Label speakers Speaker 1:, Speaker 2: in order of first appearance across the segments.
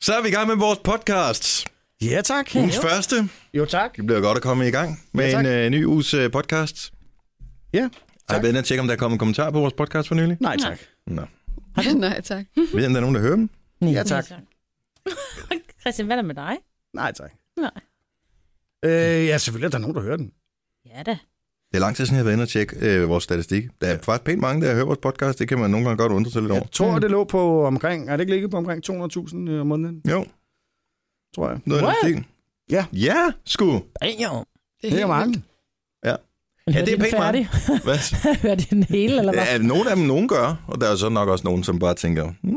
Speaker 1: Så er vi i gang med vores podcast.
Speaker 2: Ja, tak.
Speaker 1: Ugens første.
Speaker 2: Jo, tak.
Speaker 1: Det bliver godt at komme i gang med
Speaker 2: Ja,
Speaker 1: ja,
Speaker 2: tak.
Speaker 1: en øh, ny uges øh, podcast.
Speaker 2: Ja.
Speaker 1: Har I været inde og tjekke, om der er kommet kommentarer på vores podcast for nylig?
Speaker 2: Nej, tak.
Speaker 1: Nå.
Speaker 3: Nej, tak.
Speaker 1: Ved I, om der er nogen, der hører dem?
Speaker 2: Ja, tak.
Speaker 4: Christian, hvad er der med dig?
Speaker 2: Nej, tak.
Speaker 4: Nej.
Speaker 2: Øh, ja, selvfølgelig er der nogen, der hører den.
Speaker 4: Ja da.
Speaker 1: Det er lang tid siden, jeg har været inde og tjekke øh, vores statistik. Der er ja. faktisk pænt mange, der hører vores podcast. Det kan man nogle gange godt undre sig lidt over.
Speaker 2: Jeg
Speaker 4: Mm.
Speaker 2: tror, det lå på omkring... Er det ikke ligget på omkring 200.000 øh, om måneden,
Speaker 1: Jo,
Speaker 2: tror jeg?
Speaker 1: noget af
Speaker 4: What?
Speaker 1: den stil.
Speaker 2: Ja.
Speaker 1: Ja, sgu.
Speaker 4: Damn.
Speaker 2: Det er mange.
Speaker 1: Ja, det er pænt meget.
Speaker 4: færdig.
Speaker 1: Hvad?
Speaker 4: Hørte I den hele, eller hvad?
Speaker 1: Ja, nogle af dem nogen gør, og der er så nok også nogen, som bare tænker, nå,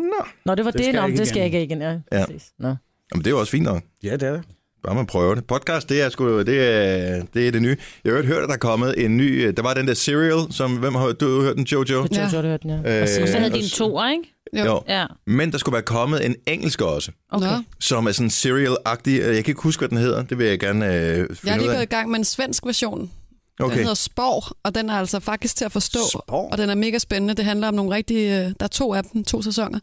Speaker 4: Nå, det var
Speaker 2: Det
Speaker 4: det.
Speaker 2: skal jeg
Speaker 4: Nå, men
Speaker 2: ikke
Speaker 4: det skal jeg
Speaker 2: igen.
Speaker 4: ikke igen. Ja,
Speaker 1: Ja.
Speaker 4: præcis. Nå.
Speaker 1: jamen, det er jo også fint nok.
Speaker 2: Ja, det er det.
Speaker 1: Bare man prøver det. Podcast, det er, sgu, det er, det, er det nye. Jeg har hørt, hørt, at der er kommet en ny... øh, Der var den der Serial, som... Hvem har hørt? Du har hørt den, Jojo?
Speaker 3: Ja.
Speaker 4: Jeg tror, du hørte den, ja.
Speaker 1: Øh,
Speaker 4: Og så så havde
Speaker 1: og
Speaker 4: din
Speaker 1: s-
Speaker 4: to, ikke?
Speaker 1: Jo.
Speaker 4: Ja,
Speaker 1: Men der skulle være kommet en engelsk også,
Speaker 4: okay.
Speaker 3: Nå,
Speaker 1: som er sådan serial-agtig. Øh, Jeg kan ikke huske, hvad den hedder. Det vil jeg gerne øh, finde
Speaker 3: jeg har
Speaker 1: ud
Speaker 3: lige
Speaker 1: af.
Speaker 3: gået i gang med en svensk version. Den
Speaker 1: Okay.
Speaker 3: hedder Spor, og den er altså faktisk til at forstå.
Speaker 2: Spår.
Speaker 3: Og den er mega spændende. Det handler om nogle rigtige... øh, Der er to af dem, to sæsoner.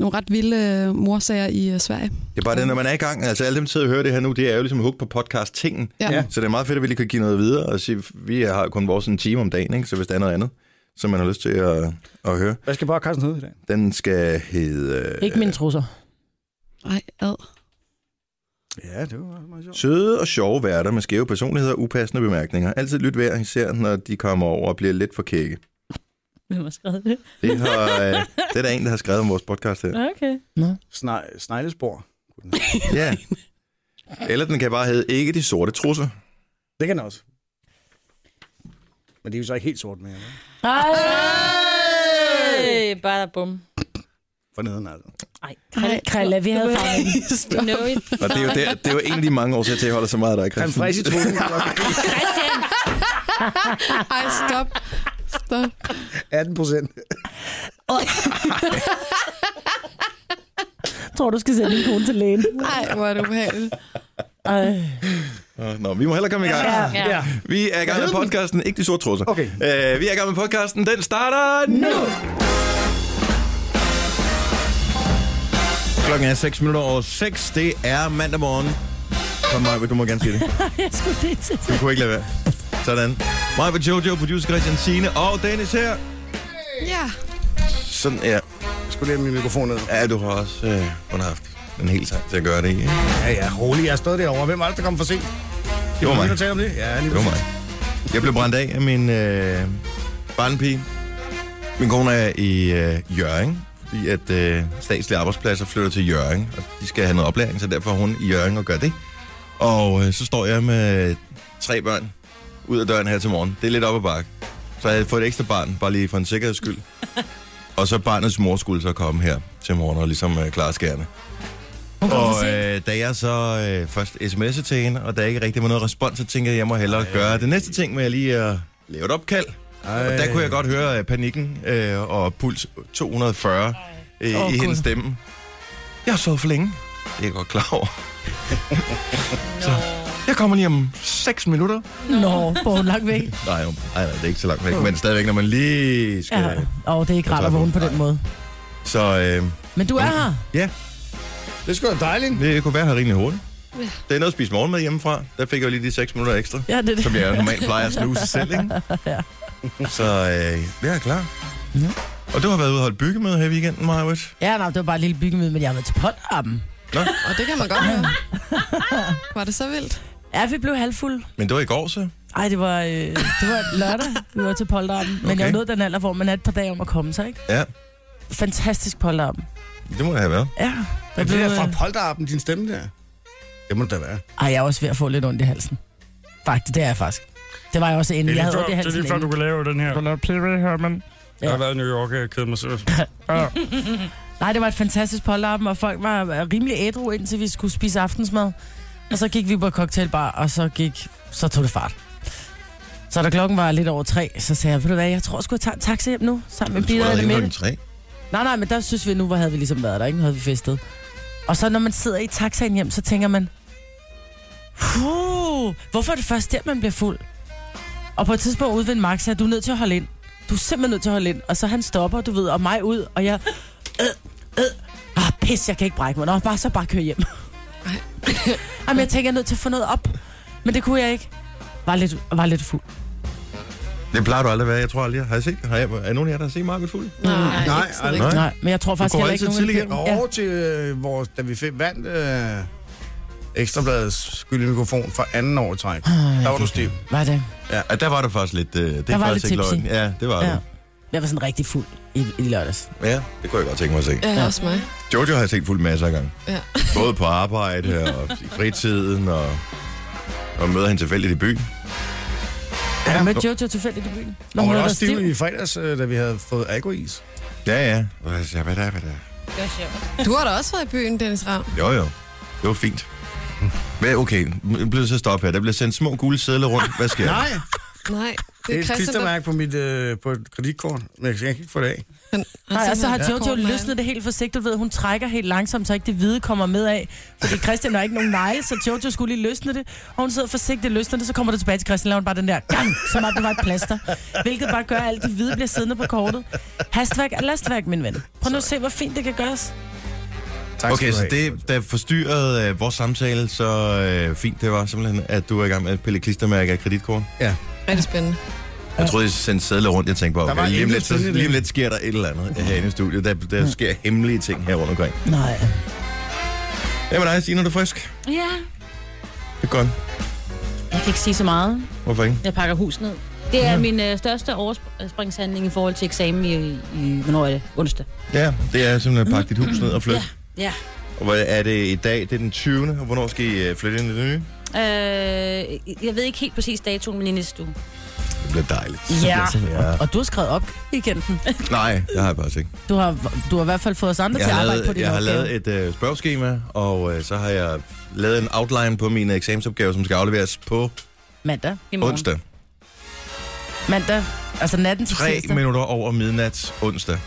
Speaker 3: Nogle ret vilde øh, morsager i øh, Sverige.
Speaker 1: Det er bare det, når man er i gang. Altså alle dem, der sidder og hører det her nu, det er jo ligesom hook på podcast-tingen.
Speaker 3: Ja.
Speaker 2: Ja.
Speaker 3: ja.
Speaker 1: Så det er meget fedt, at vi lige kan give noget videre og sige, vi har kun vores en time om dagen, ikke? så hvis der er noget andet, som man har lyst til at, at høre,
Speaker 2: Hvad skal podcasten hedde i dag?
Speaker 1: den skal hedde...
Speaker 4: Ikke mine trusser.
Speaker 3: Ej, ad.
Speaker 2: Ja, det var meget sjovt.
Speaker 1: Søde og sjove værter med skæve personligheder og upassende bemærkninger. Altid lyt hver, især når de kommer over og bliver lidt for kække.
Speaker 4: Hvem har skrevet det?
Speaker 1: Det, har, øh, det er der en, der har skrevet om vores podcast her.
Speaker 4: Okay.
Speaker 2: Sne- sneglespor.
Speaker 1: Ja. Eller den kan bare hedde Ikke de sorte trusser.
Speaker 2: Det kan den også. Men det er jo så ikke helt sort mere. vel?
Speaker 4: Ej! Bare bum.
Speaker 2: For neden, altså.
Speaker 4: Ej, krille, krille, vi havde fanget den.
Speaker 3: Stop.
Speaker 4: No, it.
Speaker 1: Og det er jo, der, det er jo en af de mange årsager til, at jeg holder så meget af dig,
Speaker 2: Creme fraiche i
Speaker 1: Christian.
Speaker 2: truppen.
Speaker 4: Christian!
Speaker 3: Ej, stop. Stop.
Speaker 2: 18 procent.
Speaker 4: Jeg tror, du skal sende din kone til lægen.
Speaker 3: Ej, hvor er det ubehageligt.
Speaker 4: Ej.
Speaker 1: Nå, vi må hellere komme i gang.
Speaker 4: Ja.
Speaker 2: Ja. ja.
Speaker 1: Vi er i gang med podcasten Ikke de sorte trusser.
Speaker 2: Okay.
Speaker 1: Øh, vi er i gang med podcasten. Den starter nu! Klokken er 6 minutter over 6. Det er mandag morgen. Kom, Maja, du må gerne sige det.
Speaker 4: Jeg skulle lige til.
Speaker 1: Du kunne ikke lade være. Sådan. Maja, Jojo, producer Christian Sine og Dennis her.
Speaker 3: Ja.
Speaker 1: Sådan er
Speaker 2: Jeg skulle lige have min mikrofon ned.
Speaker 1: Ja, du har også øh, hun har haft en hel sang til at gøre det i.
Speaker 2: Ja, ja, rolig. Jeg har stået derovre. Hvem var det, der kom for sent?
Speaker 1: Det var mig.
Speaker 2: Kan du tale om det? Ja, lige
Speaker 1: Det var mig. Jeg blev brændt af af min øh, barnpige. Min kone er i øh, Jøring, fordi at øh, statslige arbejdspladser flytter til Jøring, og de skal have noget oplæring, så derfor er hun i Jøring og gør det. Og øh, så står jeg med tre børn ud af døren her til morgen. Det er lidt op ad bakke. Så jeg havde fået et ekstra barn, bare lige for en sikkerheds skyld. Og så barnets mor skulle så komme her til morgen og ligesom øh, klare skærene. Og øh, da jeg så øh, først sms'ede til hende, og der ikke rigtig var noget respons, så tænkte jeg, at jeg må hellere Ej. gøre det næste ting med at lige at lave et opkald. Ej. Og der kunne jeg godt høre øh, panikken øh, og puls 240 øh,
Speaker 4: Åh,
Speaker 1: oh, i
Speaker 4: Gud.
Speaker 1: hendes stemme. Jeg har sovet for længe. Det er jeg godt klar over. så jeg kommer lige om 6 minutter.
Speaker 4: Nå, bor hun langt væk?
Speaker 1: Nej, jo, nej, nej, det er ikke så langt væk, men stadigvæk, når man lige skal...
Speaker 4: Ja.
Speaker 1: Ja.
Speaker 4: Åh, det er ikke rart at vågne på den måde.
Speaker 1: Så øh,
Speaker 4: Men du er her.
Speaker 1: ja,
Speaker 2: Det er sgu da dejligt.
Speaker 1: det kunne være her rimelig hurtigt.
Speaker 3: Ja.
Speaker 1: Det er noget at spise morgenmad hjemmefra. Der fik jeg jo lige de 6 minutter ekstra.
Speaker 4: Ja, det er det.
Speaker 1: som jeg normalt plejer at snuse selv, ikke? Så øh, jeg er klar.
Speaker 4: Ja.
Speaker 1: Og du har været ude og holde byggemøde her i weekenden, Marvitt.
Speaker 4: Ja, nej, det var bare et lille byggemøde, men jeg har været til potterarmen.
Speaker 3: Og det kan man godt høre. Var det så vildt?
Speaker 4: Ja, vi blev halvfulde.
Speaker 1: Men det var i går, så.
Speaker 4: Ej, det var, øh, det var lørdag, vi var til polterappen. Men
Speaker 1: Okay.
Speaker 4: jeg nåede den alder, hvor man er et par dage om at komme sig, ikke?
Speaker 1: Ja.
Speaker 4: Fantastisk polterappen.
Speaker 1: Det må det have været.
Speaker 4: Ja.
Speaker 2: Men det der
Speaker 4: øh,
Speaker 2: fra Polterappen, din stemme der. Det må det da være.
Speaker 4: Ej, jeg er også ved at få lidt ondt i halsen. Faktisk, det er jeg faktisk. Det var jeg også inden. Jeg havde ondt
Speaker 5: det
Speaker 4: i
Speaker 5: er
Speaker 4: halsen
Speaker 5: lige før,
Speaker 4: længe.
Speaker 5: du kan lave den her. Du laver PV her, men... Ja. Jeg har været i New York, og jeg keder mig selv. Ja.
Speaker 4: Nej, det var et fantastisk polterappen, og folk var øh, rimelig ædru, indtil vi skulle spise aftensmad. Og så gik vi på cocktailbar, og så gik, så tog det fart. Så da klokken var lidt over tre, så sagde jeg, ved du hvad, jeg tror sgu, jeg tager en taxa hjem nu, sammen med Peter og
Speaker 1: det
Speaker 4: Mette.
Speaker 1: klokken tre.
Speaker 4: Nej, nej, men der synes vi, nu hvor havde vi ligesom været der, ikke? Nu havde vi festet. Og så når man sidder i taxaen hjem, så tænker man, Huh, hvorfor er det først der, man bliver fuld? Og på et tidspunkt ude ved en mark, sagde jeg, du er nødt til at holde ind. Du er simpelthen nødt til at holde ind. Og så han stopper, du ved, og mig ud, og jeg, øh, øh, ah, pis, jeg kan ikke brække mig. Nå, bare så bare køre hjem. Jamen, jeg tænker, jeg er nødt til at få noget op. Men det kunne jeg ikke. Var lidt, var lidt fuld.
Speaker 1: Det plejer du aldrig at være. Jeg tror aldrig, jeg har I set. Har jeg, er nogen af jer, der har set Margaret Fuld?
Speaker 3: Nej,
Speaker 2: Nej,
Speaker 3: ikke sådan
Speaker 2: aldrig.
Speaker 1: Nej.
Speaker 4: Nej, Nej men jeg tror faktisk
Speaker 1: kommer
Speaker 4: heller ikke
Speaker 1: altid
Speaker 4: nogen... af
Speaker 1: tidligt
Speaker 4: dem-
Speaker 1: hjem.
Speaker 4: Ja.
Speaker 6: Over til, øh, vores, da vi fik vandt øh, Ekstrabladets skyldige mikrofon for anden år i træk. Der var du stiv.
Speaker 4: Var Ah, det?
Speaker 1: Ja, og der var du faktisk lidt... Øh, det
Speaker 4: Der
Speaker 1: er
Speaker 4: var
Speaker 1: faktisk
Speaker 4: lidt
Speaker 1: ikke
Speaker 4: tipsy.
Speaker 1: løgn. Ja, det var
Speaker 4: Ja.
Speaker 1: ja.
Speaker 4: Jeg var sådan rigtig fuld i, i lørdags.
Speaker 1: du. Ja, det kunne jeg godt tænke mig at se.
Speaker 3: Ja, også mig.
Speaker 1: Jojo har jeg set fuld masser af gange.
Speaker 3: Ja.
Speaker 1: Både på arbejde og i fritiden, og, og møder hende tilfældigt i byen.
Speaker 4: Har du mødt Jojo tilfældigt i byen? Når
Speaker 6: Og hun
Speaker 4: hun
Speaker 6: var
Speaker 4: havde
Speaker 6: også
Speaker 4: været
Speaker 6: stiv
Speaker 4: stiv.
Speaker 6: i fredags, øh, da vi havde fået alkois.
Speaker 1: Ja, ja. Og jeg siger, Hvad der, hvad der?
Speaker 3: Du har da også været i byen, Dennis Ravn.
Speaker 1: Jo, jo. Det var fint. Men okay, nu bliver det så stoppe her. Der bliver sendt små gule sædler rundt. Hvad sker der?
Speaker 6: Nej,
Speaker 3: Nej,
Speaker 6: det er et
Speaker 3: Christian, der...
Speaker 6: klistermærke på mit øh, på et kreditkort, men jeg kan ikke få det af.
Speaker 4: Nej, og så har
Speaker 3: Ja.
Speaker 4: Jojo løsnet det helt forsigtigt, ved, hun trækker helt langsomt, så ikke det hvide kommer med af. Fordi Christian har ikke nogen negle, så Jojo skulle lige løsne det. Og hun sidder forsigtigt og løsner det, så kommer det tilbage til Christian, laver hun bare den der gang, som om det var et plaster. Hvilket bare gør, at alt det hvide bliver siddende på kortet. Hastværk er lastværk, min ven. Prøv nu at se, hvor fint det kan gøres.
Speaker 6: Tak
Speaker 1: Okay,
Speaker 6: skal du
Speaker 1: så
Speaker 6: have.
Speaker 1: det, der forstyrrede øh, vores samtale, så øh, fint det var simpelthen, at du er i gang med at pille klistermærke af kreditkort.
Speaker 3: Rigtig spændende.
Speaker 1: Jeg troede, I sendte sædler rundt. Jeg tænkte bare,
Speaker 6: Der var
Speaker 1: okay, lige om
Speaker 6: intet
Speaker 1: lidt, så,
Speaker 6: synd i det.
Speaker 1: lige om lidt sker der et eller andet herinde i studiet. Der, der sker hemmelige ting her rundt omkring.
Speaker 4: Mm. Nej.
Speaker 1: Jamen nej, Signe, er du frisk?
Speaker 7: Ja.
Speaker 1: Det er godt.
Speaker 7: Jeg kan ikke sige så meget.
Speaker 1: Hvorfor ikke?
Speaker 7: Jeg pakker hus ned. Det er min øh, største overspringshandling i forhold til eksamen i, i, hvornår er det? Onsdag.
Speaker 1: Ja, det er simpelthen at pakke dit hus ned og flytte.
Speaker 7: Ja.
Speaker 1: Og hvad er det i dag? Det er den 20. Og hvornår skal I øh, flytte ind i det nye?
Speaker 7: Øh, jeg ved ikke helt præcis datoen, men i næste uge.
Speaker 1: Det bliver dejligt. Altså,
Speaker 4: Ja.
Speaker 1: ja.
Speaker 4: Og du har skrevet op i weekenden.
Speaker 1: Nej, det har jeg faktisk ikke.
Speaker 4: Du har, du har i hvert fald fået os andre til
Speaker 1: Jeg
Speaker 4: at
Speaker 1: har
Speaker 4: arbejde på
Speaker 1: lavet,
Speaker 4: din
Speaker 1: jeg har
Speaker 4: opgave.
Speaker 1: lavet et øh, spørgeskema, og øh, så har jeg lavet en outline på mine eksamensopgaver, som skal afleveres på
Speaker 4: Mandag.
Speaker 7: I morgen.
Speaker 1: onsdag.
Speaker 4: Mandag. Altså natten til
Speaker 1: 3
Speaker 4: tirsdag.
Speaker 1: minutter over midnat onsdag.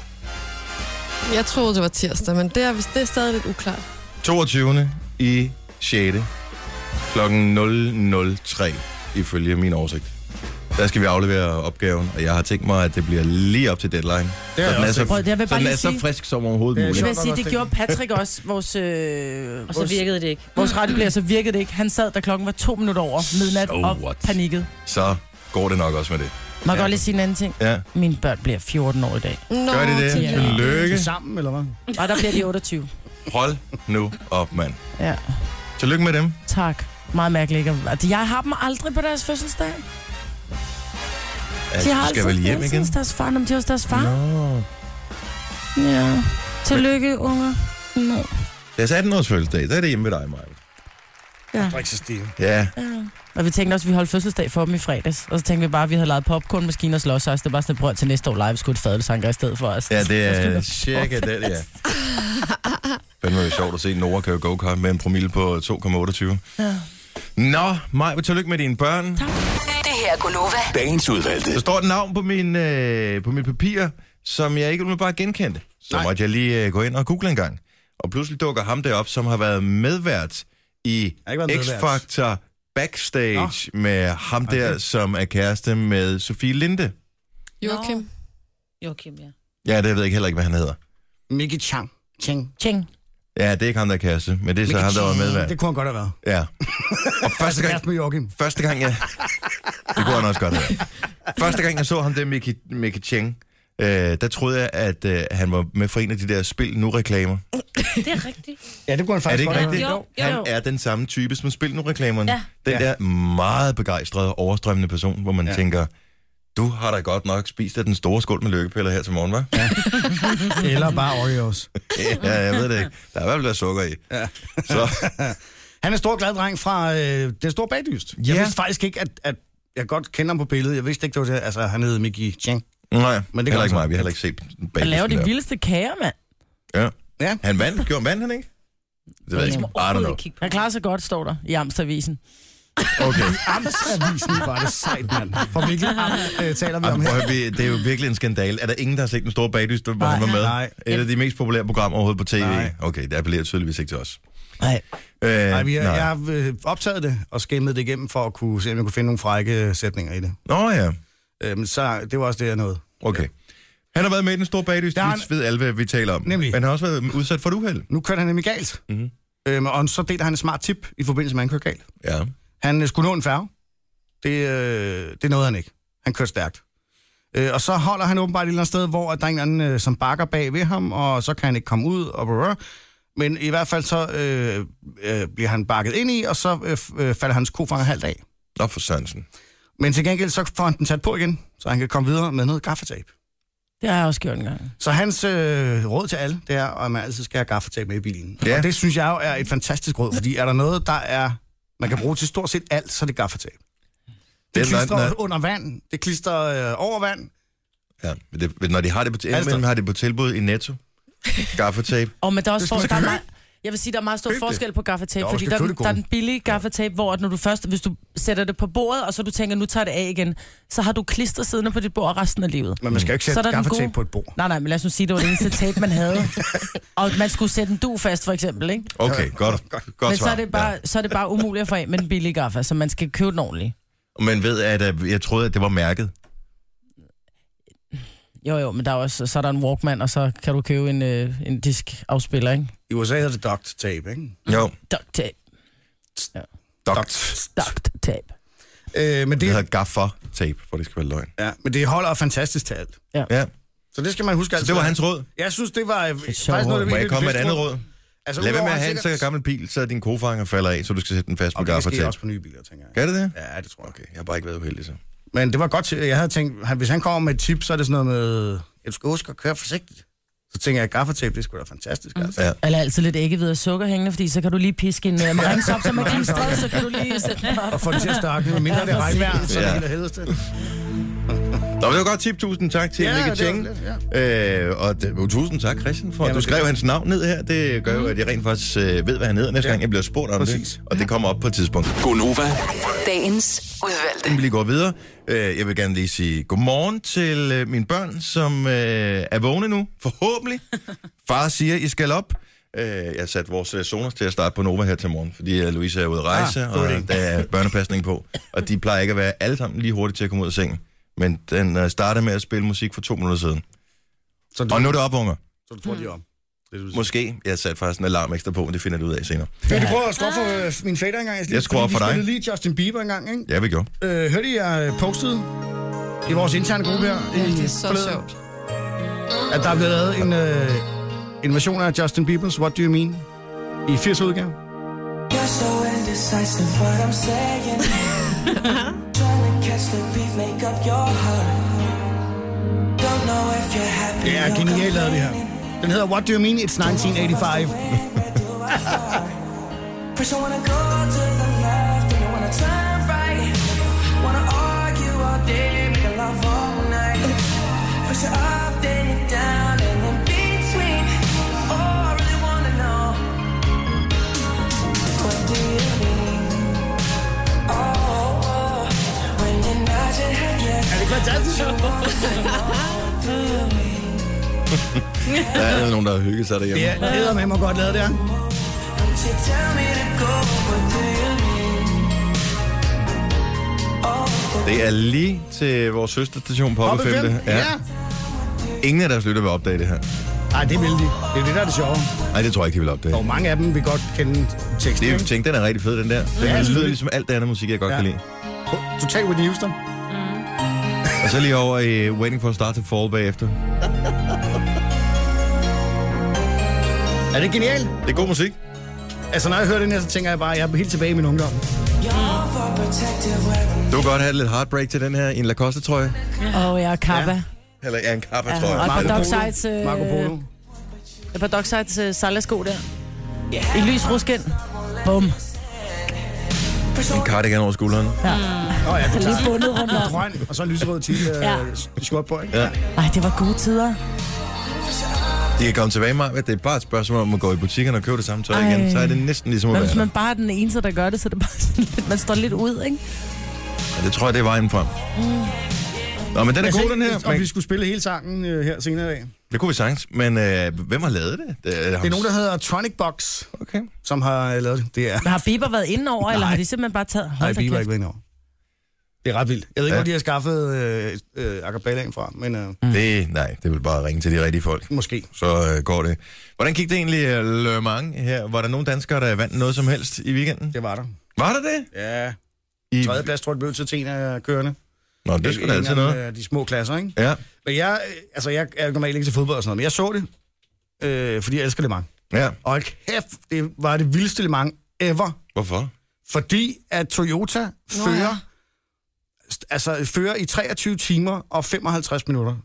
Speaker 3: Jeg troede, det var tirsdag, men det er, det er stadig lidt uklart.
Speaker 1: 22. i 6. klokken 003, ifølge min oversigt. Der skal vi aflevere opgaven, og jeg har tænkt mig, at det bliver lige op til deadline.
Speaker 6: Det
Speaker 1: så
Speaker 6: er
Speaker 1: den er,
Speaker 6: også
Speaker 1: så,
Speaker 6: så...
Speaker 4: Prøv, jeg vil
Speaker 1: så,
Speaker 4: bare
Speaker 1: den er
Speaker 4: lige
Speaker 1: så
Speaker 4: sige,
Speaker 1: frisk som overhovedet
Speaker 6: Det er
Speaker 4: jeg
Speaker 1: muligt.
Speaker 4: vil sige, det gjorde Patrick også, vores, øh,
Speaker 7: Og så
Speaker 4: vores,
Speaker 7: virkede det ikke.
Speaker 4: vores radiolærer, så virkede det ikke. Han sad, da klokken var to minutter over midnat
Speaker 1: So
Speaker 4: og
Speaker 1: what?
Speaker 4: panikkede.
Speaker 1: Så går det nok også med det.
Speaker 4: Må jeg godt lige sige en anden ting?
Speaker 1: Ja.
Speaker 4: Mine børn bliver 14 år i dag,
Speaker 3: Nå,
Speaker 1: Gør de det?
Speaker 3: til-
Speaker 4: Ja.
Speaker 1: Tillykke.
Speaker 6: Sammen, eller hvad?
Speaker 4: og der bliver de 28.
Speaker 1: Hold nu op, mand.
Speaker 4: Ja,
Speaker 1: Tillykke med dem.
Speaker 4: tak. Meget mærkeligt. ikke? At Jeg har dem aldrig på deres fødselsdag.
Speaker 1: Ja,
Speaker 4: De har
Speaker 1: du skal
Speaker 4: altid
Speaker 1: vel hjem
Speaker 4: fødselsdag
Speaker 1: igen?
Speaker 4: hos deres far, når de er hos deres far.
Speaker 1: Nå.
Speaker 4: Ja. Tillykke, unger. Nå.
Speaker 1: Deres 18 års fødselsdag, der er det hjemme ved dig, Maja.
Speaker 4: Ja.
Speaker 6: Drik så stiv.
Speaker 1: Ja,
Speaker 4: Ja. Og vi tænkte også, at vi holdt fødselsdag for dem i fredags. Og så tænkte vi bare, at vi havde lavet popcornmaskiner og slåsøjs. Det var sådan et brød til næste år live, vi skulle et fadelsanker i stedet for os.
Speaker 1: ja det er cirka det, det er. Fandme er det sjovt at se Nora køre go-kart med en promille på 2,28.
Speaker 4: Ja.
Speaker 1: Nå, Maja, tillykke med dine børn.
Speaker 8: Det her er Gunova.
Speaker 9: Dagens udvalgte.
Speaker 1: Der står et navn på, min, øh, på mit papir, som jeg ikke bare genkendte. Så Nej.
Speaker 6: Nej.
Speaker 1: måtte jeg lige øh, gå ind og google en gang. Og pludselig dukker ham deroppe, som har været medvært i
Speaker 6: har ikke været medvært.
Speaker 1: X-Factor Backstage Nå. med ham der,
Speaker 6: Okay.
Speaker 1: som er kæreste med Sofie Linde.
Speaker 3: Joachim.
Speaker 7: Jo, Kim, ja.
Speaker 1: Ja, det ved jeg ikke heller ikke, hvad han hedder.
Speaker 6: Mickey Chang. Chang.
Speaker 4: Tjing.
Speaker 1: Ja, det er ikke ham, der er kæreste, men det er så
Speaker 6: Mickey
Speaker 1: ham, der var
Speaker 6: Chang.
Speaker 1: medvært.
Speaker 6: Det kunne han godt have været.
Speaker 1: Ja. Og første gang,
Speaker 6: Kæreste med Joachim.
Speaker 1: første gang jeg... Det kunne han også godt have. Første gang, jeg så ham, det er Mickey, Mickey Cheng. Øh, der troede jeg, at øh, han var med for en af de der Spil Nu-reklamer.
Speaker 7: Det er rigtigt.
Speaker 6: Ja, det kunne han
Speaker 1: Er det
Speaker 6: faktisk
Speaker 1: ikke
Speaker 6: godt have
Speaker 1: rigtigt?
Speaker 6: været.
Speaker 7: Jo, jo,
Speaker 1: Han
Speaker 7: jo.
Speaker 1: er den samme type som Spil Nu-reklamerne.
Speaker 7: Ja.
Speaker 1: Den der meget begejstrede, overstrømmende person, hvor man ja.
Speaker 6: Ja.
Speaker 1: tænker, du har da godt nok spist af den store skål med lykkepiller her til morgen, hva'?
Speaker 6: Eller bare Oreos.
Speaker 1: Ja, jeg ved det ikke. Der er i hvert fald der sukker i. Ja. Så,
Speaker 6: Han er en stor glad dreng fra øh, Den Store Bagdyst. Jeg
Speaker 1: Ja.
Speaker 6: vidste faktisk ikke, at, at jeg godt kender ham på billedet. Jeg vidste ikke, det var det. Altså, han hed Mickey Chang.
Speaker 1: nej,
Speaker 6: Men
Speaker 1: Men det
Speaker 6: det
Speaker 1: heller
Speaker 6: gør
Speaker 1: ikke
Speaker 6: så.
Speaker 1: mig. Vi har heller ikke set bag
Speaker 4: Han laver de vildeste kager, mand.
Speaker 1: Ja.
Speaker 6: Ja.
Speaker 1: Han vandt. Gjorde han vandt, han ikke? Det ved jeg
Speaker 7: Jeg
Speaker 1: ikke.
Speaker 4: Ligesom
Speaker 7: må
Speaker 1: I don't
Speaker 7: overhovedet
Speaker 1: know.
Speaker 7: ikke kigge på
Speaker 4: Han klarer sig godt, står der i Amstavisen.
Speaker 1: Okay.
Speaker 6: Amtsavisen var det sejt, mand. For Mikkel Amt øh, taler vi om
Speaker 1: Jamen, prøv,
Speaker 6: her.
Speaker 1: at høre, vi- det er jo virkelig en skandale. Er der ingen, der har set den store bagdyst, hvor han var med?
Speaker 6: Nej.
Speaker 1: Et af de mest populære programmer overhovedet på tv.
Speaker 6: Nej.
Speaker 1: Okay, det appellerer tydeligvis ikke til os.
Speaker 4: Nej.
Speaker 1: Øh,
Speaker 6: Nej, vi har,
Speaker 1: nej.
Speaker 6: jeg har øh, optaget det og skæmmet det igennem for at kunne se, om jeg kunne finde nogle frække øh, sætninger i det.
Speaker 1: Nå ja,
Speaker 6: Øh, men så, det var også det, jeg nåede.
Speaker 1: okay. Han har været med i den store bagdyst,
Speaker 6: Der er
Speaker 1: vi ved alle, hvad vi taler om.
Speaker 6: Nemlig.
Speaker 1: Men han har også været udsat for et uheld.
Speaker 6: Nu kørte han nemlig galt.
Speaker 1: Mhm.
Speaker 6: Mm-hmm. Øhm, og så delte han et smart tip i forbindelse med, at han kørte galt.
Speaker 1: Ja.
Speaker 6: Han øh, skulle nå en færge. Det, øh, det nåede han ikke. Han kørte stærkt. Øh, og så holder han åbenbart et eller andet sted, hvor at der er en eller anden, øh, som bakker bag ved ham, og så kan han ikke komme ud. Og brrr. Men i hvert fald så øh, øh, bliver han bakket ind i, og så øh, f- øh, falder hans kofanger halvt af.
Speaker 1: Nå for Sørensen.
Speaker 6: Men til gengæld så får han den sat på igen, så han kan komme videre med noget gaffatape.
Speaker 4: Det har jeg også gjort en gang.
Speaker 6: Så hans øh, råd til alle, det er, at man altid skal have gaffatape med i bilen.
Speaker 1: Ja.
Speaker 6: Ja. Og det synes jeg jo er et fantastisk råd, fordi er der noget, der er, man kan bruge til stort set alt, så er det gaffatape.
Speaker 1: er
Speaker 6: Det, det klistrer
Speaker 1: når- når-
Speaker 6: under vand, det klistrer øh, over vand.
Speaker 1: Ja, men det, når de har det på,
Speaker 6: Altså-
Speaker 1: altså. har det på tilbud i Netto. Gaffatape.
Speaker 4: Og men der er også
Speaker 6: Det skal
Speaker 4: for,
Speaker 6: man
Speaker 4: der er
Speaker 6: købe.
Speaker 4: meget, jeg vil sige, der er meget stor
Speaker 1: Køb det.
Speaker 4: forskel på gaffatape,
Speaker 6: Jo,
Speaker 4: fordi
Speaker 6: skal
Speaker 4: der, er
Speaker 6: købe
Speaker 4: den-
Speaker 6: det gode.
Speaker 4: der er den billige gaffatape, hvor at når du først, hvis du sætter det på bordet, og så du tænker, nu tager det af igen, så har du klister siddende på dit bord resten af livet.
Speaker 6: Men man skal jo ikke
Speaker 4: Mm. Så er
Speaker 6: sætte
Speaker 4: der den
Speaker 6: gaffatape
Speaker 4: gode.
Speaker 6: på et bord.
Speaker 4: Nej, nej, men lad os nu sige, det var det eneste tape, man havde. Og man skulle sætte en du fast, for eksempel, ikke?
Speaker 1: Okay, godt. Godt
Speaker 4: men
Speaker 1: svar.
Speaker 4: så er, det bare, ja. så er det bare umuligt at få af med den billige gaffa, så man skal købe den ordentligt.
Speaker 1: Ja. Men ved, at øh, jeg troede, at det var mærket.
Speaker 4: Jo, jo, men der er også, så er der en Walkman, og så kan du købe en, øh, en diskafspiller, ikke?
Speaker 6: I USA hedder det duct tape, ikke?
Speaker 1: Jo,
Speaker 4: Duct tape.
Speaker 1: duct.
Speaker 4: Duct tape.
Speaker 6: Øh, men,
Speaker 1: Det
Speaker 6: det,
Speaker 1: hedder gaffer-tape, for det skal være løgn.
Speaker 6: ja, men det holder fantastisk til alt.
Speaker 1: Ja,
Speaker 6: Så det skal man huske
Speaker 1: så
Speaker 6: altid.
Speaker 1: det var hans råd.
Speaker 6: Jeg synes, det var øh,
Speaker 4: sjovt
Speaker 6: faktisk noget,
Speaker 4: råd.
Speaker 6: af det
Speaker 1: Må jeg
Speaker 6: virkelig
Speaker 1: komme med et
Speaker 6: bedste
Speaker 1: andet råd?
Speaker 6: Altså,
Speaker 1: Lad være
Speaker 6: udover
Speaker 1: med at
Speaker 6: han
Speaker 1: have en så
Speaker 6: sikkert-
Speaker 1: gammel bil, så din kofanger falder af, så du skal sætte den fast
Speaker 6: Og
Speaker 1: på
Speaker 6: det sker
Speaker 1: gaffer-tape.
Speaker 6: også på nye biler, tænker jeg.
Speaker 1: Gør det det?
Speaker 6: Ja, det tror jeg.
Speaker 1: Okay, jeg har bare ikke været uheldig så.
Speaker 6: Men det var godt til, jeg havde tænkt, han, hvis han kommer med et tip, så er det sådan noget med, at du skal huske at køre forsigtigt. Så tænker jeg, at gaffatape, det skulle da fantastisk, altså.
Speaker 1: Ja.
Speaker 4: Eller altid lidt æggehvide og sukker hængende, fordi så kan du lige piske en uh, marings op, som er klistret, så kan du lige sætte den op.
Speaker 6: Og få det til at størkne, med mindre det er regnvejr, så er det
Speaker 1: Ja.
Speaker 6: helt af helvedes til.
Speaker 1: Nå, men det var godt tip. Tusind tak til
Speaker 6: Ja,
Speaker 1: ja, Mikke
Speaker 6: det var
Speaker 1: Cheng.
Speaker 6: lidt,
Speaker 1: Øh, og det, jo, tusind tak, Christian, for at
Speaker 6: Jamen,
Speaker 1: du
Speaker 6: det
Speaker 1: skrev
Speaker 6: var-
Speaker 1: hans navn ned her. Det gør jo, at jeg rent faktisk øh, ved, hvad han hedder næste
Speaker 6: Ja.
Speaker 1: gang, jeg bliver spurgt om
Speaker 6: Præcis.
Speaker 1: det. Og det kommer op på et tidspunkt.
Speaker 8: Gonova.
Speaker 9: Dagens udvalgte.
Speaker 1: Vi lige går videre. Øh, jeg vil gerne lige sige godmorgen til øh, mine børn, som øh, er vågne nu. Forhåbentlig. Far siger, I skal op. Øh, jeg har sat vores øh, zoner til at starte på Nova her til morgen, fordi øh, Louise er ude at rejse,
Speaker 6: Ah,
Speaker 1: ah,
Speaker 6: god
Speaker 1: og
Speaker 6: idé.
Speaker 1: der er børnepasning på. Og de plejer ikke at være alle sammen lige hurtigt til at komme ud af sengen. Men den øh, startede med at spille musik for to minutter siden.
Speaker 6: Så du,
Speaker 1: Og nu er det op, unger.
Speaker 6: så du tror, de er om. Det, du siger.
Speaker 1: Måske. Jeg satte faktisk en alarm ekstra på, men det finder du ud af senere.
Speaker 6: Vil du prøve at skrue for øh, min fader engang?
Speaker 1: Jeg skruer
Speaker 6: Fordi
Speaker 1: for
Speaker 6: Vi
Speaker 1: dig.
Speaker 6: spillede lige Justin Bieber engang, ikke?
Speaker 1: Ja, vi gjorde.
Speaker 6: Øh, hørte I, jeg øh, postede i vores interne gruppe her?
Speaker 3: Ja,
Speaker 6: i
Speaker 3: det er så
Speaker 6: forleden,
Speaker 3: sjovt.
Speaker 6: At der er blevet lavet en, øh, en version af Justin Bieber's What Do You Mean? I 80 udgave.
Speaker 10: You're so indecisive, what I'm saying. Trying to catch the beat, make up your heart. Don't know if you're happy.
Speaker 6: Det er genialt lavet det her. Den hedder What Do You Mean? It's 1985.
Speaker 10: First I wanna go to the left, then I wanna turn right. Wanna argue all day, make love all night. First you're up, then you're down, and in between. Oh, I really wanna know. What do you mean? Oh, oh, oh. when you're not your head yet.
Speaker 6: Er det ikke fantastisk?
Speaker 1: Der er nogen, der har hygget sig derhjemme.
Speaker 6: Det
Speaker 1: Yeah.
Speaker 6: er eddermame og godt lavet, det her.
Speaker 10: Don't you tell me to go, what do you mean? Oh, what
Speaker 1: Det er lige til vores søsterstation på Hoppe 5.
Speaker 6: Ja.
Speaker 1: Ingen af deres lytter vil opdage det her.
Speaker 6: Ej, det vil de. Det er det, der er det sjove.
Speaker 1: Nej, det tror jeg ikke, de vil opdage.
Speaker 6: Og mange af dem vil godt kende teksten.
Speaker 1: Det er
Speaker 6: Det
Speaker 1: jo tænkt, den er rigtig fed, den der. Den ja, lyder
Speaker 6: selvfølgelig.
Speaker 1: ligesom alt det andet musik, jeg godt ja.
Speaker 6: Ja.
Speaker 1: kan lide.
Speaker 6: er totalt Whitney Houston.
Speaker 1: Og så lige over i uh, Waiting for a Star to Fall bagefter.
Speaker 6: Er det genialt?
Speaker 1: Det er god musik.
Speaker 6: Altså, når jeg hører den her, så tænker jeg bare, at jeg er helt tilbage i min ungdom.
Speaker 10: You're for protective weapon.
Speaker 1: Du kan godt have lidt heartbreak til den her i en Lacoste-trøje.
Speaker 4: Åh, ja, kappa.
Speaker 1: Eller ja, en
Speaker 4: Ja,
Speaker 1: kappa-trøje.
Speaker 4: og
Speaker 1: Ja,
Speaker 4: et par
Speaker 6: Polo.
Speaker 4: docksides, øh,
Speaker 6: Marco Polo.
Speaker 4: et par docksides øh, sejlersko der. I lys ruskind. Bum.
Speaker 1: en cardigan over skulderen.
Speaker 6: Nå ja, det er
Speaker 4: Lige
Speaker 6: klart.
Speaker 4: bundet rundt om.
Speaker 6: Grøn, og så en lyserød til
Speaker 4: Ja.
Speaker 6: øh, skjort på, ikke?
Speaker 1: Ja.
Speaker 4: Ej, det var gode tider.
Speaker 1: De kan komme tilbage med, at det er bare et spørgsmål om at gå i butikkerne og købe det samme tøj
Speaker 4: Ej.
Speaker 1: igen. Så er det næsten ligesom at
Speaker 4: Men
Speaker 1: være
Speaker 4: hvis
Speaker 1: der.
Speaker 4: man bare er den eneste, der gør det, så er det bare sådan lidt, man står lidt ud, ikke?
Speaker 1: Ja, det tror jeg, det er vejen frem.
Speaker 7: Mm.
Speaker 1: Nå, men den er god, den her.
Speaker 6: Om
Speaker 1: Man,
Speaker 6: Altså, vi skulle spille hele sangen øh, her senere i dag.
Speaker 1: det kunne vi sagtens, men øh, hvem har lavet det? Det er,
Speaker 6: Det er nogen, der hedder Tronic Box,
Speaker 1: Okay.
Speaker 6: som har øh, lavet det. Det er...
Speaker 4: Men har Bieber været inde over, eller har de simpelthen bare taget... Hold
Speaker 6: Nej,
Speaker 4: da
Speaker 6: Bieber er
Speaker 4: kæft.
Speaker 6: ikke ved over. Det er ret vildt. Jeg ved ikke,
Speaker 1: Ja.
Speaker 6: ja. hvor de har skaffet øh, øh, acapellægen fra, men øh,
Speaker 1: Mm. Det, nej, det vil bare ringe til de rigtige folk.
Speaker 6: måske.
Speaker 1: Så øh, går det. Hvordan gik det egentlig øh, Le Mans her? Var der nogen danskere, der vandt noget som helst i weekenden?
Speaker 6: Det var der.
Speaker 1: Var der det?
Speaker 6: Ja,
Speaker 1: I...
Speaker 6: tredje plads tror jeg, det blev til Tina kørende.
Speaker 1: Nå, det skulle da
Speaker 6: En
Speaker 1: altid
Speaker 6: af,
Speaker 1: noget.
Speaker 6: øh, De små klasser, ikke?
Speaker 1: Ja,
Speaker 6: Men jeg, øh, altså, jeg er normalt ikke til fodbold og sådan noget, men jeg så det, øh, fordi jeg elsker Le Mans.
Speaker 1: ja.
Speaker 6: Og hold kæft, det var det vildeste Le Mans ever,
Speaker 1: Hvorfor?
Speaker 6: fordi at Toyota
Speaker 3: ja.
Speaker 6: fører, st- altså, fører i 23 timer og 55 minutter.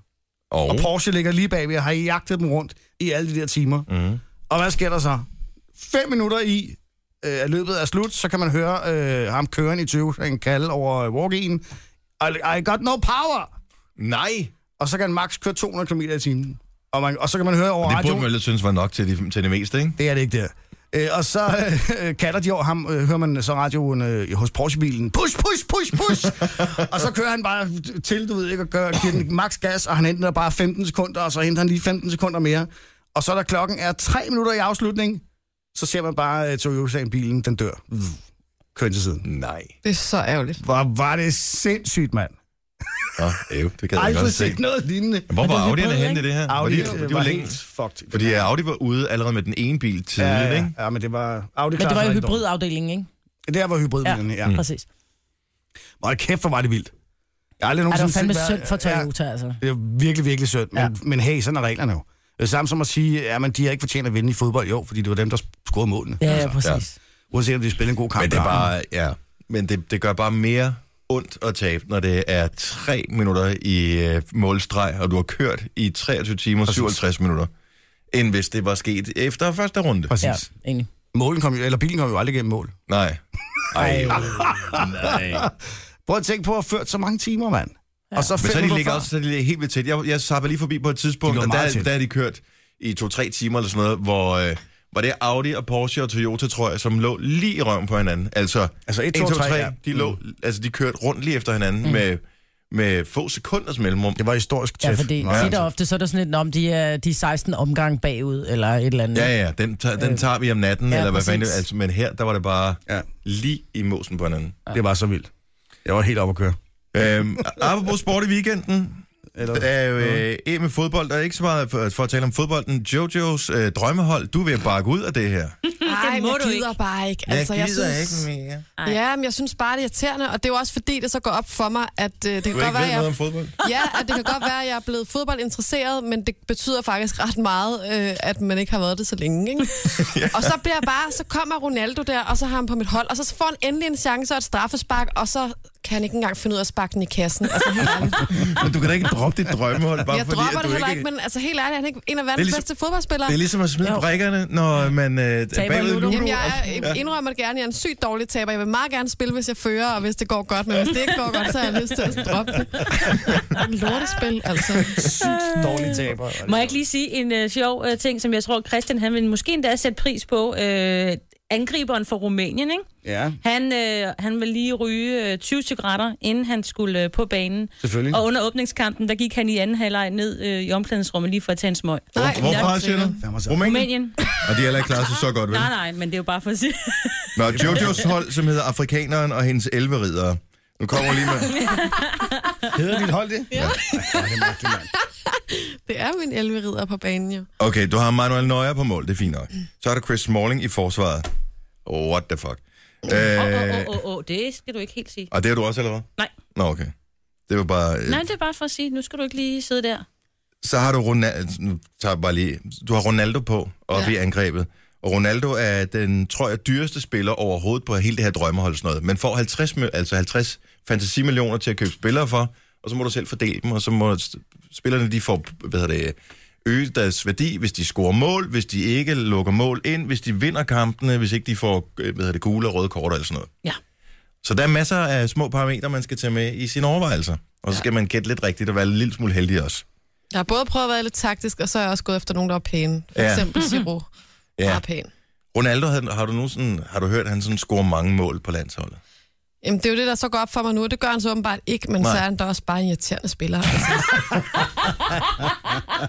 Speaker 1: Og,
Speaker 6: Og Porsche ligger lige bagved og har jagtet dem rundt i alle de der timer.
Speaker 1: Mhm.
Speaker 6: Og hvad sker der så? Fem minutter i, øh, at løbet er slut, så kan man høre øh, ham kørende i 20, han kalde over øh, walk-in. I, I got no power!
Speaker 1: Nej!
Speaker 6: Og så kan han max køre 200 km i timen. Og, man, og så kan man høre over
Speaker 1: Det burde
Speaker 6: radioen.
Speaker 1: man jo lidt synes var nok til, de, til det meste, ikke?
Speaker 6: Det er det ikke, der. Øh, og så øh, kalder de over ham, øh, hører man så radioen øh, hos Porsche-bilen, push, push, push, push, og så kører han bare til, du ved ikke, og gør, giver den max gas, og han henter bare 15 sekunder, og så henter han lige 15 sekunder mere, og så er der klokken er 3 minutter i afslutning, så ser man bare øh, Toyota-bilen, den dør, kører ind til siden.
Speaker 1: Nej.
Speaker 3: Det er så ærgerligt.
Speaker 6: Hvor var det sindssygt, mand.
Speaker 1: Nå, ev, det kan jeg da
Speaker 6: Aldrig
Speaker 1: godt se.
Speaker 6: set noget lignende.
Speaker 1: Hvor
Speaker 4: Men det
Speaker 1: var
Speaker 4: er lidt
Speaker 1: Audi'erne
Speaker 4: bøde,
Speaker 1: henne i
Speaker 4: ikke?
Speaker 1: det her?
Speaker 6: Audi
Speaker 1: var de,
Speaker 6: øh,
Speaker 1: de
Speaker 6: var
Speaker 1: var
Speaker 6: helt
Speaker 1: længt.
Speaker 6: fucked.
Speaker 1: Fordi øh, Audi var ude allerede med den ene bil tidligt,
Speaker 6: ja, ja,
Speaker 1: ikke?
Speaker 6: ja, men det var... Audi
Speaker 4: Men det var
Speaker 6: klarer
Speaker 4: jo
Speaker 6: sig ikke dårligt.
Speaker 4: hybridafdelingen, ikke?
Speaker 6: Der var hybridbilen, ja.
Speaker 4: Ja, mm. præcis.
Speaker 6: Og kæft, hvor var det vildt. Jeg har aldrig
Speaker 4: Er det var
Speaker 6: nogensinde
Speaker 4: fandme
Speaker 6: set, hvad-
Speaker 4: synd for Toyota, altså.
Speaker 6: Ja, det er virkelig, virkelig synd. Men, ja.
Speaker 4: Ja.
Speaker 6: men hey, sådan er reglerne jo. Det er Samme som at sige, at de har ikke fortjent at vinde i fodbold. Jo, fordi det var dem, der scorede målene. Altså,
Speaker 4: Ja, ja, præcis.
Speaker 6: Uanset om de spillede en god kamp.
Speaker 1: Men det er
Speaker 6: eller ej.
Speaker 1: bare, ja. Men det, det gør bare mere ondt at tabe, når det er tre minutter i øh, målstreg, og du har kørt i 23 timer og 57 minutter, end hvis det var sket efter første runde.
Speaker 4: Ja,
Speaker 6: Præcis. Ja.
Speaker 4: egentlig.
Speaker 6: Målen kom jo, eller bilen kom jo aldrig gennem mål.
Speaker 1: Nej. Ej, nej.
Speaker 6: Prøv at tænke på at have ført så mange timer, mand. Ja. Og så,
Speaker 1: Men
Speaker 6: fem
Speaker 1: så de
Speaker 6: minutter
Speaker 1: ligger
Speaker 6: før.
Speaker 1: også så de ligger helt vildt tæt. Jeg, jeg zapper lige forbi på et tidspunkt,
Speaker 6: De lå
Speaker 1: og
Speaker 6: meget
Speaker 1: der,
Speaker 6: tæt.
Speaker 1: der er de kørt i to-tre timer eller sådan noget, hvor... Øh, var det Audi og Porsche og Toyota, tror jeg, som lå lige i røven på hinanden. Altså,
Speaker 6: Altså, et,
Speaker 1: et,
Speaker 6: to,
Speaker 1: to,
Speaker 6: tre,
Speaker 1: tre,
Speaker 6: ja. Mm.
Speaker 1: de, lå, altså, de kørte rundt lige efter hinanden mm. med, med få sekunders mellemrum.
Speaker 6: Det var historisk tæt.
Speaker 4: Ja, fordi
Speaker 6: Nå,
Speaker 4: tit og ofte, så er der sådan lidt, om de er, de er 16 omgang bagud, eller et eller andet.
Speaker 1: Ja, ja, den, tager, den
Speaker 3: Øh,
Speaker 1: tager vi om natten, ja,
Speaker 4: ja,
Speaker 1: eller hvad fanden det
Speaker 4: præcis.
Speaker 1: altså, Men her, der var det bare
Speaker 6: Ja.
Speaker 1: ja. lige i mosen på hinanden.
Speaker 6: Det var så vildt. Jeg var helt oppe at køre.
Speaker 1: Øhm, apropos sport i weekenden.
Speaker 6: Eller,
Speaker 1: Der er jo øh, en med fodbold, der er ikke så meget for, for at tale om fodbolden. Jojos øh, drømmehold, du vil bakke ud af det her.
Speaker 3: Altså, Nej,
Speaker 7: må
Speaker 3: jeg
Speaker 7: du
Speaker 3: gider
Speaker 7: ikke.
Speaker 3: bare ikke. Altså, jeg, synes,
Speaker 1: ikke mere.
Speaker 7: Nej.
Speaker 3: Ja, men jeg synes bare, det er irriterende, og det er jo også fordi, det så går op for mig, at øh, det kan
Speaker 1: Du har
Speaker 3: godt
Speaker 1: ikke
Speaker 3: være,
Speaker 1: ved
Speaker 3: jeg
Speaker 1: noget om fodbold?
Speaker 3: Ja, at det kan godt være, at jeg er blevet fodboldinteresseret, men det betyder faktisk ret meget, øh, at man ikke har været det så længe. Ikke? ja. Og så bliver jeg bare, så kommer Ronaldo der, og så har han på mit hold, og så får han endelig en chance og et straffespark, og så kan han ikke engang finde ud af at sparke den i kassen. Altså, helt ærligt.
Speaker 1: Men du kan da ikke droppe dit drømmehold, bare
Speaker 3: Jeg
Speaker 1: fordi,
Speaker 3: dropper
Speaker 1: at
Speaker 3: det
Speaker 1: du
Speaker 3: heller
Speaker 1: ikke...
Speaker 3: ikke, men altså, helt ærligt, han er ikke en af verdens
Speaker 1: ligesom-
Speaker 3: ligesom, bedste fodboldspillere.
Speaker 1: Det er ligesom at smide brækkerne, når man øh, er bagud i
Speaker 4: Ludo.
Speaker 1: Ludo.
Speaker 3: Jamen, jeg er- indrømmer det gerne, jeg er en sygt dårlig taber. Jeg vil meget gerne spille, hvis jeg fører, og hvis det går godt. Men hvis det ikke går godt, så har jeg lyst til at droppe det. Lortespil, altså.
Speaker 6: sygt dårlige taber.
Speaker 7: Må jeg ikke lige sige en øh, sjov øh, ting, som jeg tror, Christian han vil måske endda sætte pris på. Øh, angriberen for Rumænien, ikke?
Speaker 6: Ja,
Speaker 7: Han, øh, han ville lige ryge øh, 20 cigaretter, inden han skulle øh, på banen.
Speaker 6: selvfølgelig.
Speaker 7: Og under åbningskampen, der gik han i anden halvleg ned øh, i omklædningsrummet lige for at tage en smøg.
Speaker 3: Nej,
Speaker 1: Hvorfor
Speaker 3: nok
Speaker 1: siger du?
Speaker 6: Fandme så.
Speaker 1: Rumænien?
Speaker 7: Rumænien?
Speaker 1: Og de har heller ikke klaret sig så godt, vel?
Speaker 7: Nej, nej, men det er jo bare for at sige...
Speaker 1: Nå, Jojos hold, som hedder Afrikaneren og hendes 11 ridere. Nu kommer jeg lige med...
Speaker 6: Hedder dit hold det? Ja. Ej, det er mærkeligt, mand.
Speaker 3: Det er min elveridder på banen jo.
Speaker 1: Okay, du har Manuel Neuer på mål, det er fint nok. Så er der Chris Smalling i forsvaret. Oh, what the fuck.
Speaker 7: Åh,
Speaker 1: Øh,
Speaker 7: åh, åh, åh, åh, det skal du ikke helt sige.
Speaker 1: og det er du også, eller hvad?
Speaker 7: Nej.
Speaker 1: Nå, okay. Det var bare... Øh,
Speaker 7: Nej, det er bare for at sige, nu skal du ikke lige sidde der.
Speaker 1: så har du Ronaldo... Nu tager jeg bare lige... Du har Ronaldo på, og ja. vi er angrebet. Og Ronaldo er den, tror jeg, dyreste spiller overhovedet på hele det her drømmehold. Sådan noget. Man får 50, mil- altså 50 fantasimillioner til at købe spillere for, og så må du selv fordele dem, og så må s- spillerne de får, hvad hedder det, øge deres værdi, hvis de scorer mål, hvis de ikke lukker mål ind, hvis de vinder kampene, hvis ikke de får øh, hvad hedder det, gule og røde kort eller sådan noget.
Speaker 7: Ja.
Speaker 1: Så der er masser af små parametre, man skal tage med i sine overvejelser. Og så skal man gætte lidt rigtigt og være en lille smule heldig også.
Speaker 3: Jeg har både prøvet at være lidt taktisk, og så har jeg også gået efter nogen, der er pæne. For
Speaker 1: Ja.
Speaker 3: ja. eksempel Siro. Ja. Er pæn.
Speaker 1: Ronaldo, havde, har du, nu sådan, har du hørt, at han sådan scorer mange mål på landsholdet?
Speaker 3: Jamen, det er jo det, der så går op for mig nu, og det gør han så åbenbart ikke, men Nej.
Speaker 1: Nej.
Speaker 3: så er han da også bare en irriterende spiller. Altså.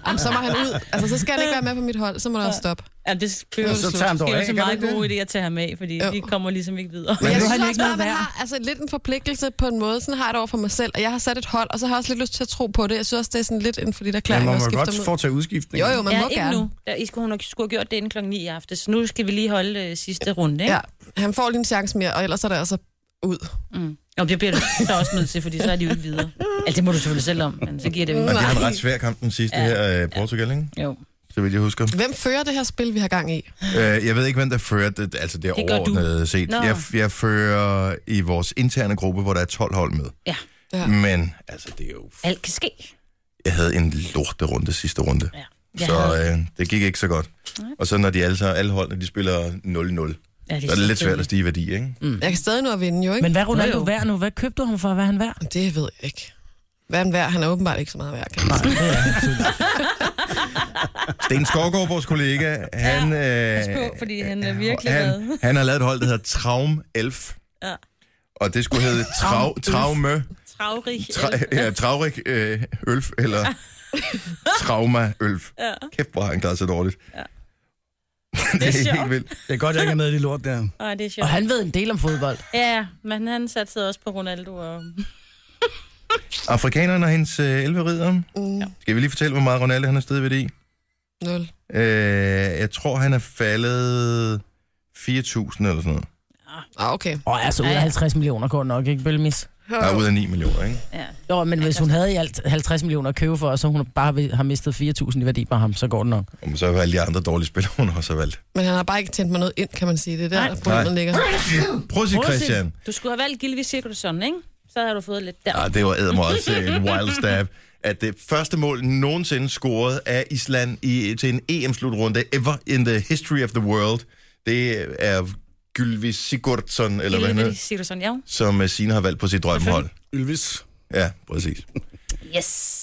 Speaker 3: Jamen, så må han ud. Altså, så skal han ikke være med på mit hold, så må der også stoppe.
Speaker 7: Ja, det kører
Speaker 3: Og
Speaker 6: så tager han dog
Speaker 7: Det er
Speaker 6: af,
Speaker 7: også en
Speaker 6: kan
Speaker 7: meget
Speaker 6: du ikke
Speaker 7: god idé at tage ham af, fordi
Speaker 3: Jo.
Speaker 7: de kommer ligesom ikke videre.
Speaker 3: Men jeg
Speaker 4: det-
Speaker 3: synes
Speaker 4: Han er
Speaker 3: også
Speaker 4: ikke
Speaker 3: bare,
Speaker 4: noget
Speaker 3: at man
Speaker 4: værd.
Speaker 3: har altså, lidt en forpligtelse på en måde. Sådan har jeg det over for mig selv, og jeg har sat et hold, og så har jeg også lidt lyst til at tro på det. Jeg synes også, det er sådan lidt en for de der
Speaker 6: Men
Speaker 3: klæring,
Speaker 6: må
Speaker 3: at
Speaker 6: man
Speaker 3: skifte
Speaker 6: godt
Speaker 3: dem ud.
Speaker 6: foretage udskiftning?
Speaker 3: Jo, jo, man
Speaker 7: ja,
Speaker 3: må
Speaker 7: ikke
Speaker 3: gerne.
Speaker 7: nu. Der, I skulle, hun skulle have gjort det inden klokken 9 i aften, så nu skal vi lige holde øh, sidste runde, ikke?
Speaker 3: Ja, han får lige en chance mere, og ellers er det altså ud.
Speaker 7: Mm. Nå, det bliver du så også nødt til, fordi så er de jo ikke videre. Altså, det må du selvfølgelig selv om, men så giver det jo
Speaker 1: Og
Speaker 7: ikke.
Speaker 1: det var en
Speaker 3: Nej.
Speaker 1: ret svær kamp, den sidste
Speaker 7: Ja.
Speaker 1: ja. her øh, Portugal, ikke?
Speaker 7: Jo.
Speaker 1: Så vidt jeg husker.
Speaker 3: Hvem fører det her spil, vi har gang i?
Speaker 1: Øh, jeg ved ikke, hvem der fører det, altså det,
Speaker 7: Det
Speaker 1: det
Speaker 7: gør
Speaker 1: overordnede set.
Speaker 7: Nå.
Speaker 1: Jeg, jeg fører i vores interne gruppe, hvor der er 12 hold med.
Speaker 7: Ja.
Speaker 3: Ja.
Speaker 1: Men altså, det er jo...
Speaker 7: Alt kan ske.
Speaker 1: Jeg havde en lorterunde sidste runde.
Speaker 7: Ja. Jeg
Speaker 1: Så
Speaker 7: havde-
Speaker 1: øh, det gik ikke så godt. Og så når de alle, så, alle holdene de spiller 0-0,
Speaker 7: ja, det
Speaker 1: så er det lidt svært at stige i værdi, ikke?
Speaker 3: Jeg kan stadig nå at vinde, jo, ikke?
Speaker 4: Men hvad er Ronaldo
Speaker 7: Mm. jo.
Speaker 4: værd nu? Hvad købte du ham for? Hvad er han værd?
Speaker 3: Men det ved jeg ikke. Hvad er han værd? Han er åbenbart ikke så meget værd, kan man sige.
Speaker 1: Sten Skovgaard, vores kollega, han... øh, Ja,
Speaker 7: pas på, fordi han er virkelig
Speaker 1: han,
Speaker 7: glad.
Speaker 1: han har lavet et hold, der hedder Traum Elf.
Speaker 7: Ja.
Speaker 1: Og det skulle hedde Trav, Traume,
Speaker 7: Travrig.
Speaker 1: tra, ja, Travrik øh, Ølf, eller Trauma Ølf.
Speaker 7: Ja.
Speaker 1: Kæft, hvor har han klaret sig dårligt.
Speaker 7: Ja.
Speaker 1: det,
Speaker 7: er
Speaker 1: er
Speaker 7: sjovt.
Speaker 1: helt vildt.
Speaker 6: Det er godt, jeg ikke er med i det lort der.
Speaker 7: Ej, det er sjovt.
Speaker 4: Og han ved en del om fodbold.
Speaker 7: Ja, men han satte også på Ronaldo. Og...
Speaker 1: Afrikaneren og hendes øh, 11 ridder.
Speaker 3: Mm,
Speaker 1: Skal vi lige fortælle, hvor meget Ronaldo han er stedet ved i?
Speaker 3: nul.
Speaker 1: Øh, jeg tror, han er faldet 4.000 eller sådan noget.
Speaker 3: Ah, okay.
Speaker 4: Og altså ud
Speaker 7: Ja,
Speaker 4: af
Speaker 7: ja.
Speaker 4: 50 millioner går nok, ikke Bølmis?
Speaker 1: Der er ud af 9 millioner, ikke?
Speaker 7: Ja.
Speaker 4: Jo, men hvis hun havde i alt 50 millioner at købe for, og så hun bare vil- har mistet 4.000 i værdi på ham, så går det nok.
Speaker 1: Og så har alle de andre dårlige spillere, hun også har valgt.
Speaker 3: Men han har bare ikke tændt mig noget ind, kan man sige. Det er der,
Speaker 4: Nej.
Speaker 3: Nej. problemet
Speaker 1: Nej.
Speaker 3: ligger.
Speaker 1: Prøv at sige,
Speaker 4: Prøv at sige-
Speaker 1: Christian.
Speaker 7: Du skulle have valgt Gilvi Sigurdsson, ikke? Så havde du fået lidt der.
Speaker 1: Ja, Ah, det var æder mig også øh, en wild stab. At det første mål nogensinde scoret af Island i, til en EM-slutrunde ever in the history of the world, det er Gylvi Sigurdsson, eller hvad han
Speaker 7: Gylfi
Speaker 1: hedder,
Speaker 7: Sigurdsson, ja.
Speaker 1: som øh, Sine har valgt på sit drømmehold.
Speaker 6: Ylvis.
Speaker 1: Ja, præcis.
Speaker 7: Yes.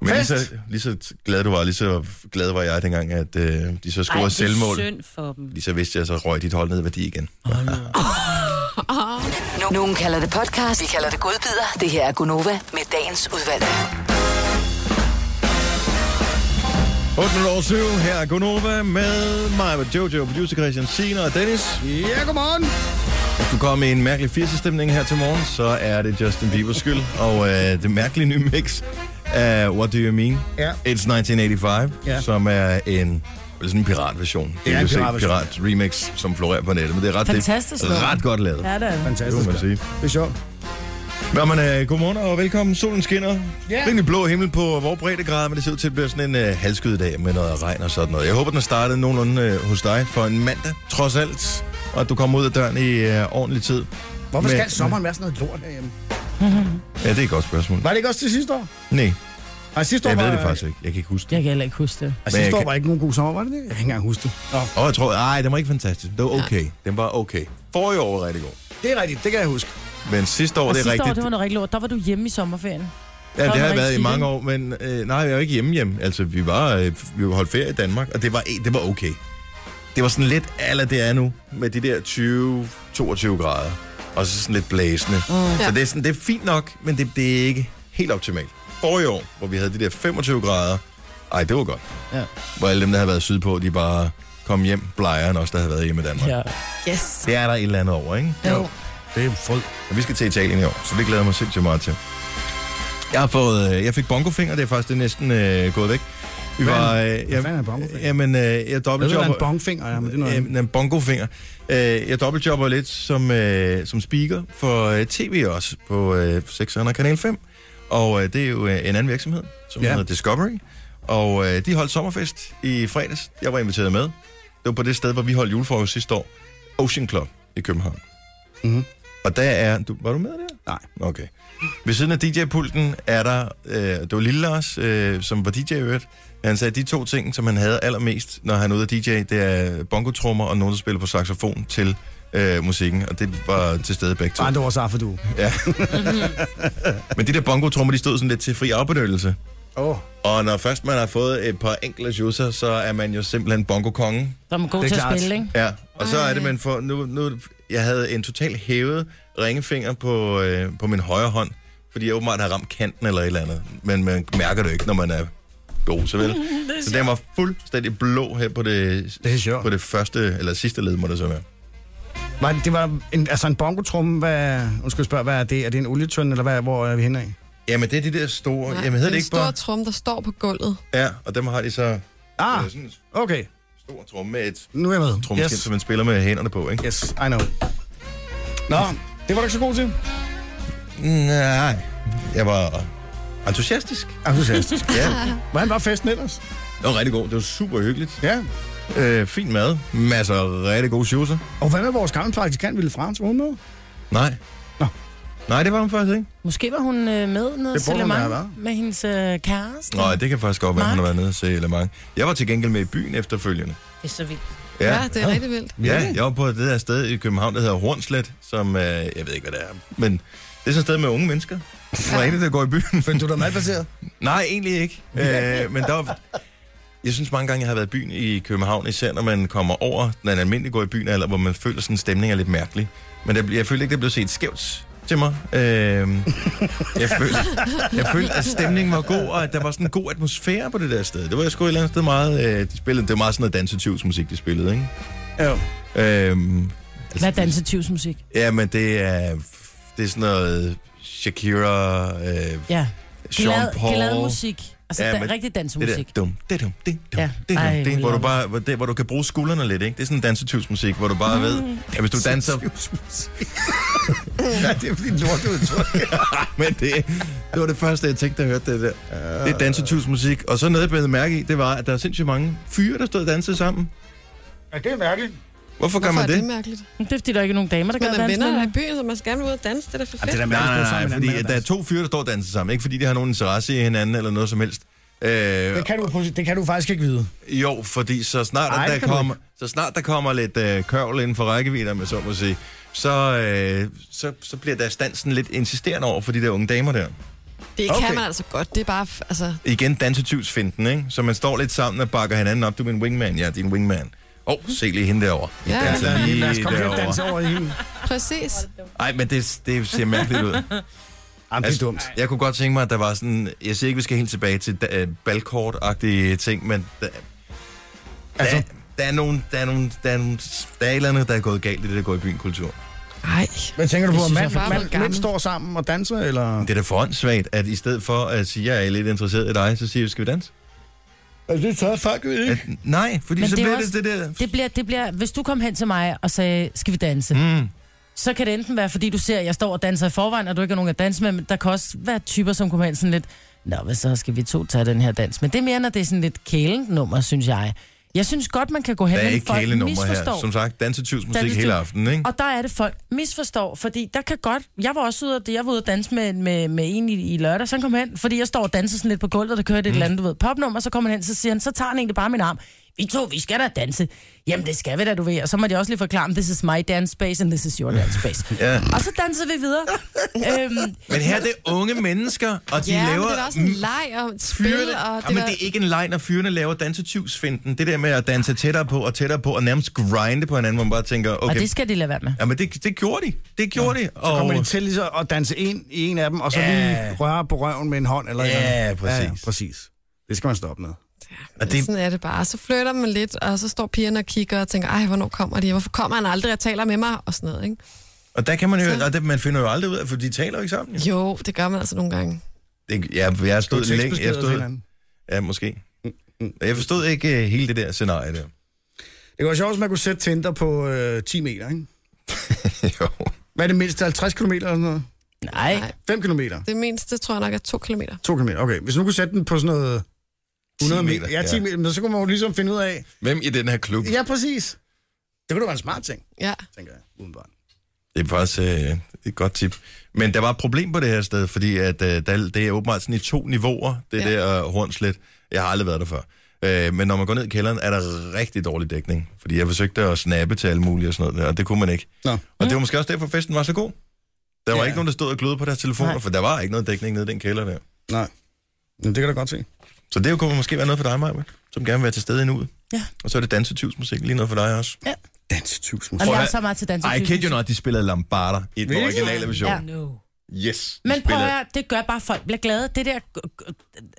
Speaker 1: Men lige
Speaker 6: Fest!
Speaker 1: så, lige så glad du var, lige så glad var jeg dengang, at øh, de så
Speaker 7: Ej,
Speaker 1: scorede
Speaker 7: det er
Speaker 1: selvmål.
Speaker 7: synd for dem.
Speaker 1: Lige så vidste jeg, så røg dit hold ned i værdi igen.
Speaker 9: No- Nogen kalder det podcast, vi kalder det godbider. Det her er Gunova med dagens udvalgte.
Speaker 1: 8 minutter over 7, her er Gunova med mig, med Jojo, producer Christian Sina og Dennis.
Speaker 6: Ja, godmorgen.
Speaker 1: Hvis du kommer i en mærkelig 80'er stemning her til morgen, så er det Justin Bieber's skyld. Og øh, det mærkelige nye mix af What Do You Mean?
Speaker 6: Ja.
Speaker 1: It's 1985,
Speaker 6: Ja.
Speaker 1: som er en vel sådan en piratversion.
Speaker 6: Det er en
Speaker 1: BBC
Speaker 6: piratversion,
Speaker 1: pirat remix, som florerer på nettet. Men det er ret,
Speaker 4: Fantastisk
Speaker 1: det, er
Speaker 4: nummer.
Speaker 1: ret godt lavet. Ja.
Speaker 4: det er
Speaker 1: Det må
Speaker 6: Fantastisk.
Speaker 1: man sige.
Speaker 6: Det er sjovt.
Speaker 1: Nå, men øh, godmorgen og velkommen. Solen skinner.
Speaker 6: Ja.
Speaker 1: Rimelig blå himmel på vores breddegrad, men det ser ud til at blive sådan en øh, halvskyet dag med noget regn og sådan noget. Jeg håber, den startede nogenlunde øh, hos dig for en mandag, trods alt. Og at du kommer ud af døren i øh, ordentlig tid.
Speaker 6: Hvorfor
Speaker 1: Men-
Speaker 6: skal sommeren være sådan noget lort herhjemme?
Speaker 1: Ja, det er et godt spørgsmål.
Speaker 6: Var det ikke også til sidste år?
Speaker 1: Nej,
Speaker 6: Nej, sidste år
Speaker 1: jeg
Speaker 6: var,
Speaker 1: ved det faktisk ikke. Jeg kan ikke huske det.
Speaker 4: Jeg kan heller ikke huske det.
Speaker 1: Men
Speaker 6: Altså,
Speaker 1: jeg
Speaker 6: sidste år
Speaker 1: kan-
Speaker 6: var ikke nogen god sommer, var det det? Jeg kan ikke engang huske det. Nå,
Speaker 1: Åh, jeg tror, nej, den var ikke fantastisk. Det var okay. Den var okay. Forrige år var rigtig god.
Speaker 6: det er rigtigt, det kan jeg huske.
Speaker 1: Men sidste år,
Speaker 4: Og
Speaker 1: det er
Speaker 4: sidste
Speaker 1: rigtigt.
Speaker 4: år, det var noget rigtig lort. Der var du hjemme i sommerferien.
Speaker 1: Ja,
Speaker 4: Kom
Speaker 1: det har jeg
Speaker 4: rigtig
Speaker 1: været i
Speaker 4: skidt,
Speaker 1: mange
Speaker 4: ikke?
Speaker 1: år, men øh, nej, jeg var ikke hjemme hjem. Altså, vi var, øh, vi var holdt ferie i Danmark, og det var, det var okay. Det var sådan lidt aller det er nu, med de der 20-22 grader, og så sådan lidt blæsende. Mm. Så
Speaker 3: Ja.
Speaker 1: det er, sådan, det er fint nok, men det, det er ikke helt optimalt. Forrige år, hvor vi havde de der 25 grader, ej, det var godt.
Speaker 4: Ja.
Speaker 1: Hvor alle dem, der havde været sydpå, de bare kom hjem blejere end os, der havde været hjemme i Danmark.
Speaker 4: Ja.
Speaker 3: Yes.
Speaker 1: Det er der et eller andet over, ikke?
Speaker 4: Jo.
Speaker 6: Det er frød.
Speaker 1: Og vi skal til Italien i år, så det glæder jeg mig sindssygt meget til. Jeg, har fået, øh, jeg fik bongofinger, det er faktisk det er næsten øh, gået væk. Vi
Speaker 6: Hvad er
Speaker 1: var, øh,
Speaker 6: Hvad fanden er bongofinger?
Speaker 1: Jamen, øh, jeg
Speaker 6: Jeg ved, hvad
Speaker 1: dobbeltjobber...
Speaker 6: en bongfinger er, men det er noget andet.
Speaker 1: Øh, en bongofinger. Øh, jeg dobbeltjobber lidt som, øh, som speaker for øh, tv også på øh, 600 Kanal 5. Og øh, det er jo øh, en anden virksomhed, som
Speaker 6: Ja.
Speaker 1: ja. hedder Discovery. Og øh, de holdt sommerfest i fredags. Jeg var inviteret med. Det var på det sted, hvor vi holdt julefrokost sidste år. Ocean Club i København.
Speaker 6: Mhm.
Speaker 1: Mm-hmm. Og der er... Du, var du med der?
Speaker 6: Nej.
Speaker 1: Okay. Ved siden af DJ-pulten er der... Øh, det var Lille Lars, øh, som var DJ i øvrigt. Han sagde, at de to ting, som han havde allermest, når han er ude af DJ, det er bongotrummer og nogen, der spiller på saxofon til øh, musikken. Og det var til stede begge to.
Speaker 6: Bare andre ord, så du.
Speaker 1: Men de der bongotrummer, de stod sådan lidt til fri afbenyttelse.
Speaker 6: Åh,
Speaker 1: Og når først man har fået et par enkelte juicer, så er man jo simpelthen bongo-kongen.
Speaker 4: Så er man god
Speaker 6: Det er
Speaker 4: til at
Speaker 6: klart.
Speaker 4: spille, ikke?
Speaker 1: Ja, og så er det, man får... Nu, nu, jeg havde en totalt hævet ringefinger på, øh, på min højre hånd, fordi jeg åbenbart har ramt kanten eller et eller andet. Men man mærker det jo ikke, når man er dose, vel? så den var fuldstændig blå her på det,
Speaker 6: Det er sjovt.
Speaker 1: på det første, eller sidste led, må det så være.
Speaker 6: Var det, det var en, altså en bongotrumme, hvad, undskyld spørge, hvad er det? Er det en olietønde, eller hvad, hvor er vi henne af?
Speaker 1: Jamen, det er de der store... Nej, jamen, hedder det ikke
Speaker 3: bare...
Speaker 1: bare... Ah!
Speaker 3: en stor trum, der står på gulvet.
Speaker 1: Ja, og dem har de så...
Speaker 6: Ah,
Speaker 1: Ah. Sådan en
Speaker 6: okay.
Speaker 1: stor tromme med et
Speaker 6: Nu er jeg med.
Speaker 1: trommeskind, yes.
Speaker 6: Yes,
Speaker 1: som man spiller med hænderne på, ikke?
Speaker 6: yes, I know. Nå, det var du ikke så god til.
Speaker 1: Nej, jeg var entusiastisk.
Speaker 6: Entusiastisk.
Speaker 1: Ja,
Speaker 6: Hvordan var festen ellers?
Speaker 1: det var rigtig god. Det var super hyggeligt.
Speaker 6: Ja.
Speaker 1: Øh, fin mad. Masser af rigtig gode shoes.
Speaker 6: Og hvad med vores gamle praktikant, Ville Frans? Var hun med?
Speaker 1: Nej.
Speaker 6: Nå.
Speaker 1: Nej, det var hun faktisk ikke.
Speaker 4: Måske var hun øh, med nede i
Speaker 6: Det burde hun
Speaker 4: Celemang
Speaker 6: være, hva'?
Speaker 4: med hendes øh, kæreste.
Speaker 1: Nej, det kan faktisk godt være, at hun har været
Speaker 4: Mark?
Speaker 1: nede og se Le Mans. Jeg var til gengæld med i byen efterfølgende.
Speaker 7: Det er så vildt.
Speaker 3: Ja, ja det er rigtig vildt.
Speaker 6: Mm.
Speaker 1: Ja, jeg var på det der sted i København, der hedder Hornslet, som, øh, jeg ved ikke, hvad det er, men det er sådan et sted med unge mennesker. Hvor ja. der går i byen.
Speaker 6: Følte du dig malplaceret?
Speaker 1: Nej, egentlig ikke. Øh, men der var, jeg synes mange gange, jeg har været i byen i København, især når man kommer over den almindelige går i byen, eller hvor man føler, sådan stemningen er lidt mærkelig. Men der, jeg følte ikke, det blev set skævt til mig. Øh, jeg, følte, jeg følte, at stemningen var god, og at der var sådan en god atmosfære på det der sted. Det var jeg sgu et eller andet sted meget... Øh, de spillede, det var meget sådan noget dansetivsmusik, de spillede, ikke?
Speaker 6: Jo.
Speaker 1: Øhm,
Speaker 4: Hvad er dansetivsmusik?
Speaker 1: ja, men det er, det er sådan noget Shakira, øh,
Speaker 4: Ja.
Speaker 1: Sean Paul.
Speaker 4: glad musik. Altså
Speaker 1: Ja,
Speaker 4: ja,
Speaker 1: men
Speaker 4: men, rigtig
Speaker 1: Det der
Speaker 4: dansemusik.
Speaker 1: dum, det dum, det dum,
Speaker 4: Ja.
Speaker 1: det dum,
Speaker 4: Ej,
Speaker 1: det,
Speaker 4: hvor
Speaker 1: hvor du
Speaker 4: lækkert. Mm.
Speaker 1: bare, hvor, det, hvor du kan bruge skuldrene lidt, ikke? Det er sådan dansetyvsmusik, hvor du bare ved, at hvis du danser,
Speaker 6: Ja, det er fordi lort udtryk.
Speaker 1: men det, det var det første, jeg tænkte, da jeg hørte det der. Det er dansetyvsmusik, og så noget, jeg blev mærke i, det var, at der er sindssygt mange fyre, der stod og dansede sammen.
Speaker 6: Ja, det er mærkeligt.
Speaker 1: Hvorfor gør
Speaker 3: Hvorfor
Speaker 1: man
Speaker 3: er det
Speaker 1: det?
Speaker 3: mærkeligt?
Speaker 4: Det er fordi, der er ikke nogen damer, der
Speaker 3: Man
Speaker 4: gør
Speaker 3: er
Speaker 4: dansen.
Speaker 3: venner
Speaker 4: eller?
Speaker 3: i byen, så man skal gerne ud og danse. Det er da for
Speaker 6: Ja, det er
Speaker 3: fedt.
Speaker 6: da mærkeligt,
Speaker 1: Nej,
Speaker 6: at stå
Speaker 1: nej,
Speaker 6: sammen
Speaker 1: nej, fordi
Speaker 6: med en anden
Speaker 1: at der er
Speaker 6: mand,
Speaker 1: to fyre, der står og danser sammen. Ikke fordi, de har nogen interesse i hinanden eller noget som helst. Øh,
Speaker 6: altså. Det kan, du, på- det kan du faktisk ikke vide.
Speaker 1: Jo, fordi så snart,
Speaker 6: Ej,
Speaker 1: Ej,
Speaker 6: det
Speaker 1: der,
Speaker 6: kan du
Speaker 1: kommer, så snart der kommer lidt øh, kørvel inden for rækkevidder, med så må sige, så, øh, så, så bliver der stansen lidt insisterende over for de der unge damer der.
Speaker 3: Det
Speaker 6: Okay.
Speaker 3: kan man altså godt. Det er bare, f- altså...
Speaker 1: Igen dansetyvsfinden, ikke? Så man står lidt sammen og bakker hinanden op. Du er min wingman, ja, din wingman. Åh, oh, se lige hende derovre.
Speaker 3: Ja,
Speaker 1: Jeg danser
Speaker 6: Lad-
Speaker 1: altså, lige
Speaker 6: Lad os komme til at danse
Speaker 1: derovre.
Speaker 6: over i hende.
Speaker 3: Præcis.
Speaker 1: Ej, men det, det ser mærkeligt ud. Altså,
Speaker 6: Jamen, det er dumt.
Speaker 1: Jeg kunne godt tænke mig, at der var sådan... Jeg siger ikke, vi skal helt tilbage til da, øh, balkort-agtige ting, men der, altså, der, der, er nogen, der, er nogen, der, er nogen, der er et eller andet, der er gået galt i det, der går i byen kultur.
Speaker 3: Ej.
Speaker 6: Hvad tænker du på, at
Speaker 3: synes,
Speaker 6: mand,
Speaker 3: jeg er for
Speaker 6: mand, mænd
Speaker 3: gammel.
Speaker 6: står sammen og danser, eller?
Speaker 1: Det er da for åndssvagt, at i stedet for at sige, at jeg er lidt interesseret i dig, så siger jeg, skal vi danse?
Speaker 6: Altså, det tager fuck ud,
Speaker 1: At, nej, fordi
Speaker 4: Men
Speaker 1: så
Speaker 4: det er
Speaker 1: bliver
Speaker 4: også-
Speaker 1: det det der...
Speaker 4: Det bliver, det bliver, hvis du kom hen til mig og sagde, skal vi danse? Mm. Så kan det enten være, fordi du ser, at jeg står og danser i forvejen, og du ikke har nogen at danse med, men der kan også være typer, som kommer hen sådan lidt, nå, hvad så skal vi to tage den her dans? Men det er mere, når det er sådan lidt kælenummer, synes jeg. Jeg synes godt, man kan gå hen,
Speaker 1: Der er
Speaker 4: men
Speaker 1: ikke
Speaker 4: folk
Speaker 1: kælenummer her.
Speaker 4: misforstår.
Speaker 1: Som sagt, dansetyvsmusik
Speaker 4: Dansetyv-
Speaker 1: hele aftenen, ikke?
Speaker 4: Og der er det, folk misforstår, fordi der kan godt... Jeg var også ude, og- jeg var ude at danse med, med, med en i, i lørdag, så han kom hen, fordi jeg står og danser sådan lidt på gulvet, og der kører det mm. et eller andet, du ved, popnummer, så kommer han hen, så siger han, så tager han egentlig bare min arm. Vi to, vi skal da danse. Jamen, det skal vi da, du ved. Og så måtte jeg også lige forklare, "Men this is my dance space, and this is your
Speaker 3: altså
Speaker 4: dance space.
Speaker 1: Ja.
Speaker 4: Og så dansede vi videre. øhm,
Speaker 1: Men her er det unge mennesker, og de
Speaker 3: Ja, men
Speaker 1: laver...
Speaker 3: det er da også en leg og et spil,
Speaker 1: Fyrene,
Speaker 3: og det,
Speaker 1: ja, men det er ikke en leg, når fyrene laver dansetyvsfinden. Det der med at danse tættere på og tættere på, og nærmest grinde på hinanden, hvor man bare tænker,
Speaker 4: og
Speaker 1: okay,
Speaker 4: det skal de lade være med.
Speaker 1: Ja, men det, det gjorde de. Det gjorde ja. de. Og...
Speaker 6: Så kommer de til lige så at danse ind i en af dem, og så
Speaker 1: Ja.
Speaker 6: lige røre på røven med en hånd eller et
Speaker 1: Ja,
Speaker 6: eller andet.
Speaker 1: præcis.
Speaker 6: præcis. Det skal man stoppe med.
Speaker 1: Og
Speaker 3: det...
Speaker 1: det,
Speaker 3: Sådan er det bare. Så flytter man lidt, og så står pigerne og kigger og tænker, ej, hvornår kommer de? Hvorfor kommer han aldrig og taler med mig? Og sådan noget, ikke?
Speaker 1: og der kan man jo, og det, man finder jo aldrig ud af, for de taler jo ikke sammen. Jo.
Speaker 3: Jo, det gør man altså nogle gange.
Speaker 1: Det, jeg, jeg
Speaker 6: Du
Speaker 1: stod længe, jeg stod, ja, måske. Jeg forstod ikke uh, hele det der scenarie der.
Speaker 6: Det var sjovt, hvis man kunne sætte Tinder på øh, 10 meter, ikke?
Speaker 1: jo.
Speaker 6: Hvad er det mindste? 50 km eller sådan noget?
Speaker 4: Nej.
Speaker 6: 5 km?
Speaker 3: Det mindste, tror jeg nok, er to kilometer.
Speaker 6: 2 km, okay. Hvis nu kunne sætte den på sådan noget... 100 meter. Ja, 10 meter. Men så kunne man jo ligesom finde ud af...
Speaker 1: Hvem i den her klub? Ja.
Speaker 6: Ja, præcis. Det kunne da være en smart ting,
Speaker 3: Ja.
Speaker 6: tænker jeg. Udenbart.
Speaker 1: Det er faktisk uh, et godt tip. Men der var et problem på det her sted, fordi at, uh, der, det er åbenbart sådan i to niveauer, det ja.
Speaker 3: Ja.
Speaker 1: der uh, hornslet. Jeg har aldrig været der før. Uh, men når man går ned i kælderen, er der rigtig dårlig dækning. Fordi jeg forsøgte at snappe til alle mulige og sådan noget der, og det kunne man ikke.
Speaker 6: Nå.
Speaker 1: Og det var måske også derfor, festen var så god. Der var
Speaker 6: Ja.
Speaker 1: ikke nogen, der stod og glødede på deres telefoner,
Speaker 4: Nej.
Speaker 1: for der var ikke noget dækning nede i den kælder der.
Speaker 6: Nej. Jamen, det kan du godt se.
Speaker 1: Så det kunne måske være noget for dig, Maja, som gerne vil være til stede endnu.
Speaker 4: Ja.
Speaker 1: Og så er det dansetivsmusik lige noget for dig også.
Speaker 4: Ja.
Speaker 6: Dansk tusind.
Speaker 4: Jamen, jeg er
Speaker 1: at-
Speaker 4: så meget til dans.
Speaker 1: I kid you not, de spillede Lambarda i den originale version.
Speaker 4: Ja.
Speaker 7: No.
Speaker 1: Yes. de
Speaker 4: Men prøv
Speaker 1: spillede-
Speaker 4: at høre, det gør bare, at folk bliver glade. Det der...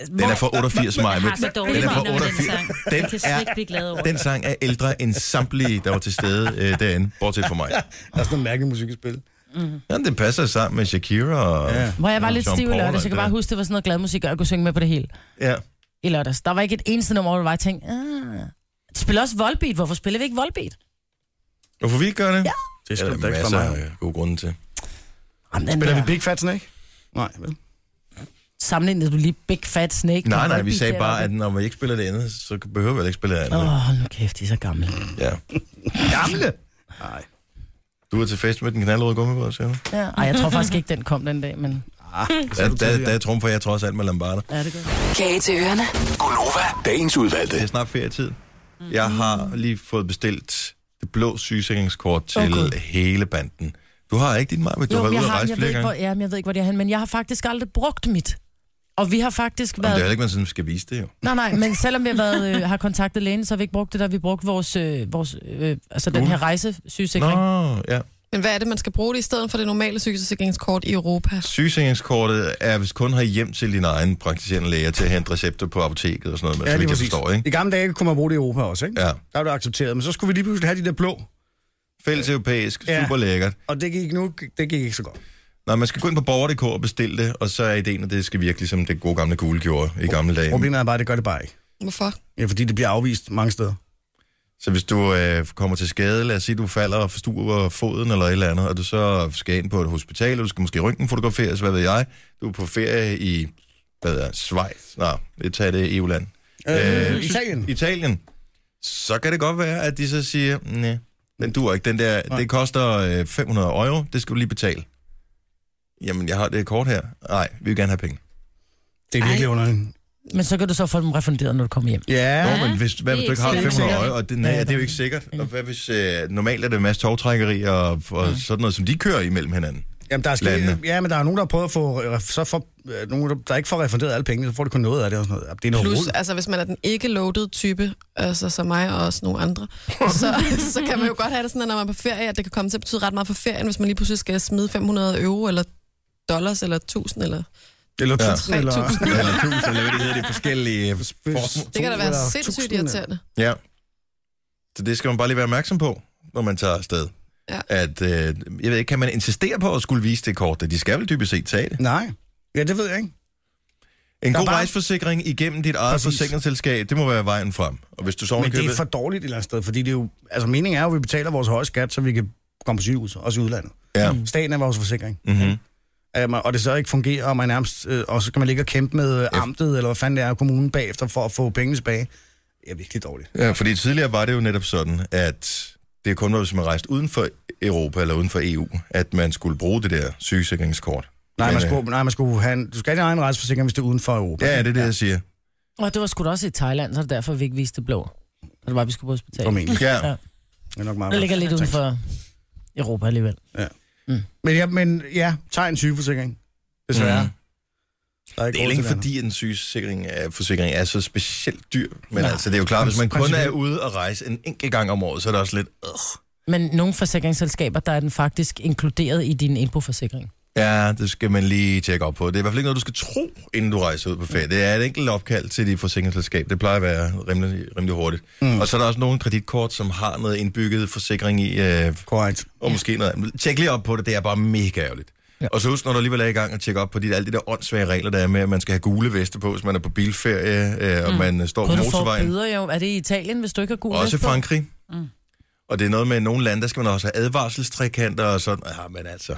Speaker 1: Den er fra 88, Maja.
Speaker 7: har så dårligt
Speaker 1: Den er fra
Speaker 7: mindet om den
Speaker 1: 88.
Speaker 7: sang.
Speaker 1: Den
Speaker 7: Jeg kan slet ikke
Speaker 1: er
Speaker 7: blive glad over.
Speaker 1: den sang er ældre end samtlige, der var til stede øh, derinde, bortset fra mig.
Speaker 6: Der er sådan noget mærkeligt musik at spille.
Speaker 1: Jamen, det passer sammen med Shakira og...
Speaker 6: Ja.
Speaker 4: Hvor Mm. jeg var
Speaker 1: og
Speaker 4: lidt
Speaker 1: Jean
Speaker 4: stiv i
Speaker 1: Paul
Speaker 4: lørdags,
Speaker 1: og
Speaker 4: jeg kan
Speaker 1: det
Speaker 4: bare
Speaker 1: der.
Speaker 4: huske, det var sådan noget glad musik, og jeg kunne synge med på det hele
Speaker 1: Ja.
Speaker 4: i lørdags. Der var ikke et eneste nummer, hvor det var, jeg tænkte, ah. De spiller også Volbeat. Hvorfor spiller vi ikke Volbeat?
Speaker 1: Hvorfor vi ikke gør det? Ja.
Speaker 6: Det
Speaker 1: Det er
Speaker 6: skal
Speaker 1: der
Speaker 6: der ikke fra
Speaker 1: masser
Speaker 6: mig.
Speaker 1: af gode grunde til.
Speaker 4: Jamen, den
Speaker 6: Spiller
Speaker 4: der,
Speaker 6: vi Big Fatsen, ikke? Nej, vel?
Speaker 4: sammenlignede du lige Big Fat Snake.
Speaker 1: Nej,
Speaker 4: med
Speaker 1: nej, vi
Speaker 4: Volbeat
Speaker 1: sagde bare,
Speaker 4: deroppe?
Speaker 1: at når man ikke spiller det andet, så behøver vi ikke spille det andet.
Speaker 4: Åh, oh, nu kæft, de er så gamle.
Speaker 1: Ja.
Speaker 6: Gamle!
Speaker 1: Du er til fest med den knaldrøde gummibåd, siger du? Ah,
Speaker 4: Ja. Ej, jeg tror faktisk ikke, den kom den dag, men...
Speaker 1: Der, der, der trumfer jeg trods alt med Lambarda.
Speaker 4: Ja, det gør
Speaker 9: Kage til ørerne.
Speaker 8: Gonova, dagens udvalgte.
Speaker 1: Det er snart ferietid.
Speaker 4: Mm.
Speaker 1: Jeg har lige fået bestilt det blå sygesikringskort til
Speaker 4: Gud.
Speaker 1: hele banden. Du har ikke dit meget, men du har
Speaker 4: Jo,
Speaker 1: været
Speaker 4: jeg
Speaker 1: ude at
Speaker 4: har,
Speaker 1: rejse
Speaker 4: jeg ved,
Speaker 1: flere
Speaker 4: ikke,
Speaker 1: gange.
Speaker 4: hvor, ja, men jeg ved ikke, hvor det er hen, men jeg har faktisk aldrig brugt mit. Og vi har faktisk
Speaker 1: Men det er
Speaker 4: været...
Speaker 1: heller ikke, man sådan skal vise det jo.
Speaker 4: Nej, nej, men selvom vi har, været, øh, har kontaktet lægen, så har vi ikke brugt det, da vi brugte vores, øh, vores øh, altså den
Speaker 1: Gule.
Speaker 4: her rejsesygesikring.
Speaker 1: Nå, ja.
Speaker 3: Men hvad er det, man skal bruge det i stedet for det normale sygesikringskort i Europa?
Speaker 1: Sygesikringskortet er, hvis kun har hjem til din egen praktiserende læge til at hente recepter på apoteket og sådan noget, men ja, så vidt jeg forstår, ikke?
Speaker 6: I gamle dage kunne man bruge det i Europa også, ikke?
Speaker 1: Ja.
Speaker 6: Der var det accepteret, men så skulle vi lige pludselig have de der blå,
Speaker 1: Fælles europæisk,
Speaker 6: Ja.
Speaker 1: super lækkert.
Speaker 6: og det gik nu det gik ikke så godt.
Speaker 1: Nå, man skal gå ind på borger.dk og bestille det, og så er ideen, at det skal virke ligesom det gode gamle gule gjorde i gamle dage.
Speaker 6: Problemet er bare, at det gør det bare ikke.
Speaker 3: Hvorfor?
Speaker 6: Ja, fordi det bliver afvist mange steder.
Speaker 1: Så hvis du øh, kommer til skade, lad os sige, du falder og forstuer foden eller et eller andet, og du så skal ind på et hospital, og du skal måske røntgenfotograferes, hvad ved jeg. Du er på ferie i, hvad er Schweiz? Nå, det tager det EU-land.
Speaker 6: Øh,
Speaker 1: Tysk-
Speaker 6: Italien.
Speaker 1: Italien. Så kan det godt være, at de så siger, nej, den duer ikke. Den der, det koster øh, 500 euro, det skal du lige betale. Jamen, jeg har det kort her. Nej, vi vil gerne have penge.
Speaker 6: Det er virkelig underligt.
Speaker 4: Men så kan du så få dem refunderet, når du kommer hjem.
Speaker 6: Ja,
Speaker 1: Nå, men hvis, hvad hvis
Speaker 7: det
Speaker 1: du
Speaker 7: er
Speaker 1: ikke har
Speaker 7: ikke
Speaker 1: 500
Speaker 6: sikkert.
Speaker 1: øje, og det, nej, det er jo ikke sikkert. Og hvad hvis, øh, normalt er det en masse togtrækkeri og, og mm. sådan noget, som de kører imellem hinanden.
Speaker 6: Jamen, der er sket,
Speaker 1: Landene.
Speaker 6: ja, men der er nogen, der har prøvet at få, øh, så får, øh, nogen, der- der ikke får refunderet alle pengene, så får de kun noget af det og sådan noget. Jamen, Det er noget
Speaker 3: Plus,
Speaker 6: rod.
Speaker 3: altså hvis man er den ikke loaded type, altså som mig og også nogle andre, så, så kan man jo godt have det sådan, at når man er på ferie, at det kan komme til at betyde ret meget for ferien, hvis man lige pludselig skal smide 500 euro, eller dollars, eller 1000, eller
Speaker 6: Eller
Speaker 1: Ja.
Speaker 6: 1000, eller...
Speaker 3: 3000.
Speaker 1: Eller tusind, eller hvad det hedder, de forskellige former.
Speaker 3: Det kan da være
Speaker 6: 1000
Speaker 3: sindssygt
Speaker 6: eller-
Speaker 3: irriterende.
Speaker 1: Ja. Så det skal man bare lige være opmærksom på, når man tager afsted.
Speaker 3: Ja.
Speaker 1: At, øh, jeg ved ikke, kan man insistere på at skulle vise det kort? De skal vel dybest set tage det.
Speaker 6: Nej, ja, det ved jeg ikke.
Speaker 1: En
Speaker 6: Der er
Speaker 1: god
Speaker 6: bare-
Speaker 1: rejseforsikring igennem dit eget
Speaker 6: Præcis.
Speaker 1: forsikringsselskab, det må være vejen frem. Og hvis du så
Speaker 6: Men det er
Speaker 1: købet...
Speaker 6: for dårligt et eller andet sted, fordi det er jo, altså meningen er jo, at vi betaler vores høje skat, så vi kan komme på sygehus, også i udlandet. Mm.
Speaker 1: Ja.
Speaker 6: Staten er vores forsikring.
Speaker 1: Mm-hmm.
Speaker 6: Um, og det så ikke fungerer, og, man nærmest, øh, og så kan man ligge og kæmpe med øh, amtet, eller hvad fanden det er, kommunen bagefter, for at få pengene tilbage. Det er virkelig dårligt.
Speaker 1: Ja, fordi tidligere var det jo netop sådan, at det kun var, hvis man rejste uden for Europa eller uden for EU, at man skulle bruge det der sygesikringskort.
Speaker 6: Nej,
Speaker 1: Men,
Speaker 6: man
Speaker 1: øh,
Speaker 6: skulle, nej, man skulle have en, du skal have din egen rejseforsikring, hvis det er uden for Europa.
Speaker 1: Ja, det er det, jeg siger.
Speaker 4: Og det var sgu da også i Thailand, så er det derfor, vi ikke viste det blå. Så det var, vi skulle på hospitalet.
Speaker 6: Formentlig.
Speaker 1: Ja,
Speaker 6: Det er nok meget
Speaker 4: Det ligger lidt uden for Europa alligevel. Mm.
Speaker 6: Men ja, men ja, tag en sygeforsikring. Desværre.
Speaker 1: Mhm.
Speaker 6: Mm. Der ikke
Speaker 1: det er
Speaker 6: råd
Speaker 1: ikke
Speaker 6: til andet.
Speaker 1: fordi en sygesikring er, forsikring er så specielt dyr, men
Speaker 4: Nej.
Speaker 1: altså det er jo klart, hvis man kun er
Speaker 6: Principielt.
Speaker 1: ude og rejse en enkelt gang om året, så er det også lidt... Øh.
Speaker 4: Men nogle forsikringsselskaber, der er den faktisk inkluderet i din indboforsikring.
Speaker 1: Ja, det skal man lige tjekke op på. Det er i hvert fald ikke noget, du skal tro, inden du rejser ud på ferie. Det er et enkelt opkald til dit forsikringsselskab. Det plejer at være rimelig, rimelig hurtigt. Mm. Og så er der også nogle kreditkort, som har noget indbygget forsikring i, øh,
Speaker 6: Korrekt.
Speaker 1: og måske noget andet. Tjek lige op på det, det er bare mega ærgerligt. Ja. Og så husk, når du alligevel er i gang at tjekke op på de, alle de der åndssvage regler, der er med, at man skal have gule veste på, hvis man er på bilferie, øh, og mm. man øh, står på
Speaker 4: Kunne du få
Speaker 1: motorvejen.
Speaker 4: bøder jo? Er det i Italien, hvis du ikke har gul
Speaker 1: Også
Speaker 4: vest på?
Speaker 1: Frankrig. Mm. Og det er noget med, at i nogle lande, der skal man også have advarselstrikanter og sådan. Ja, men altså,
Speaker 4: Det,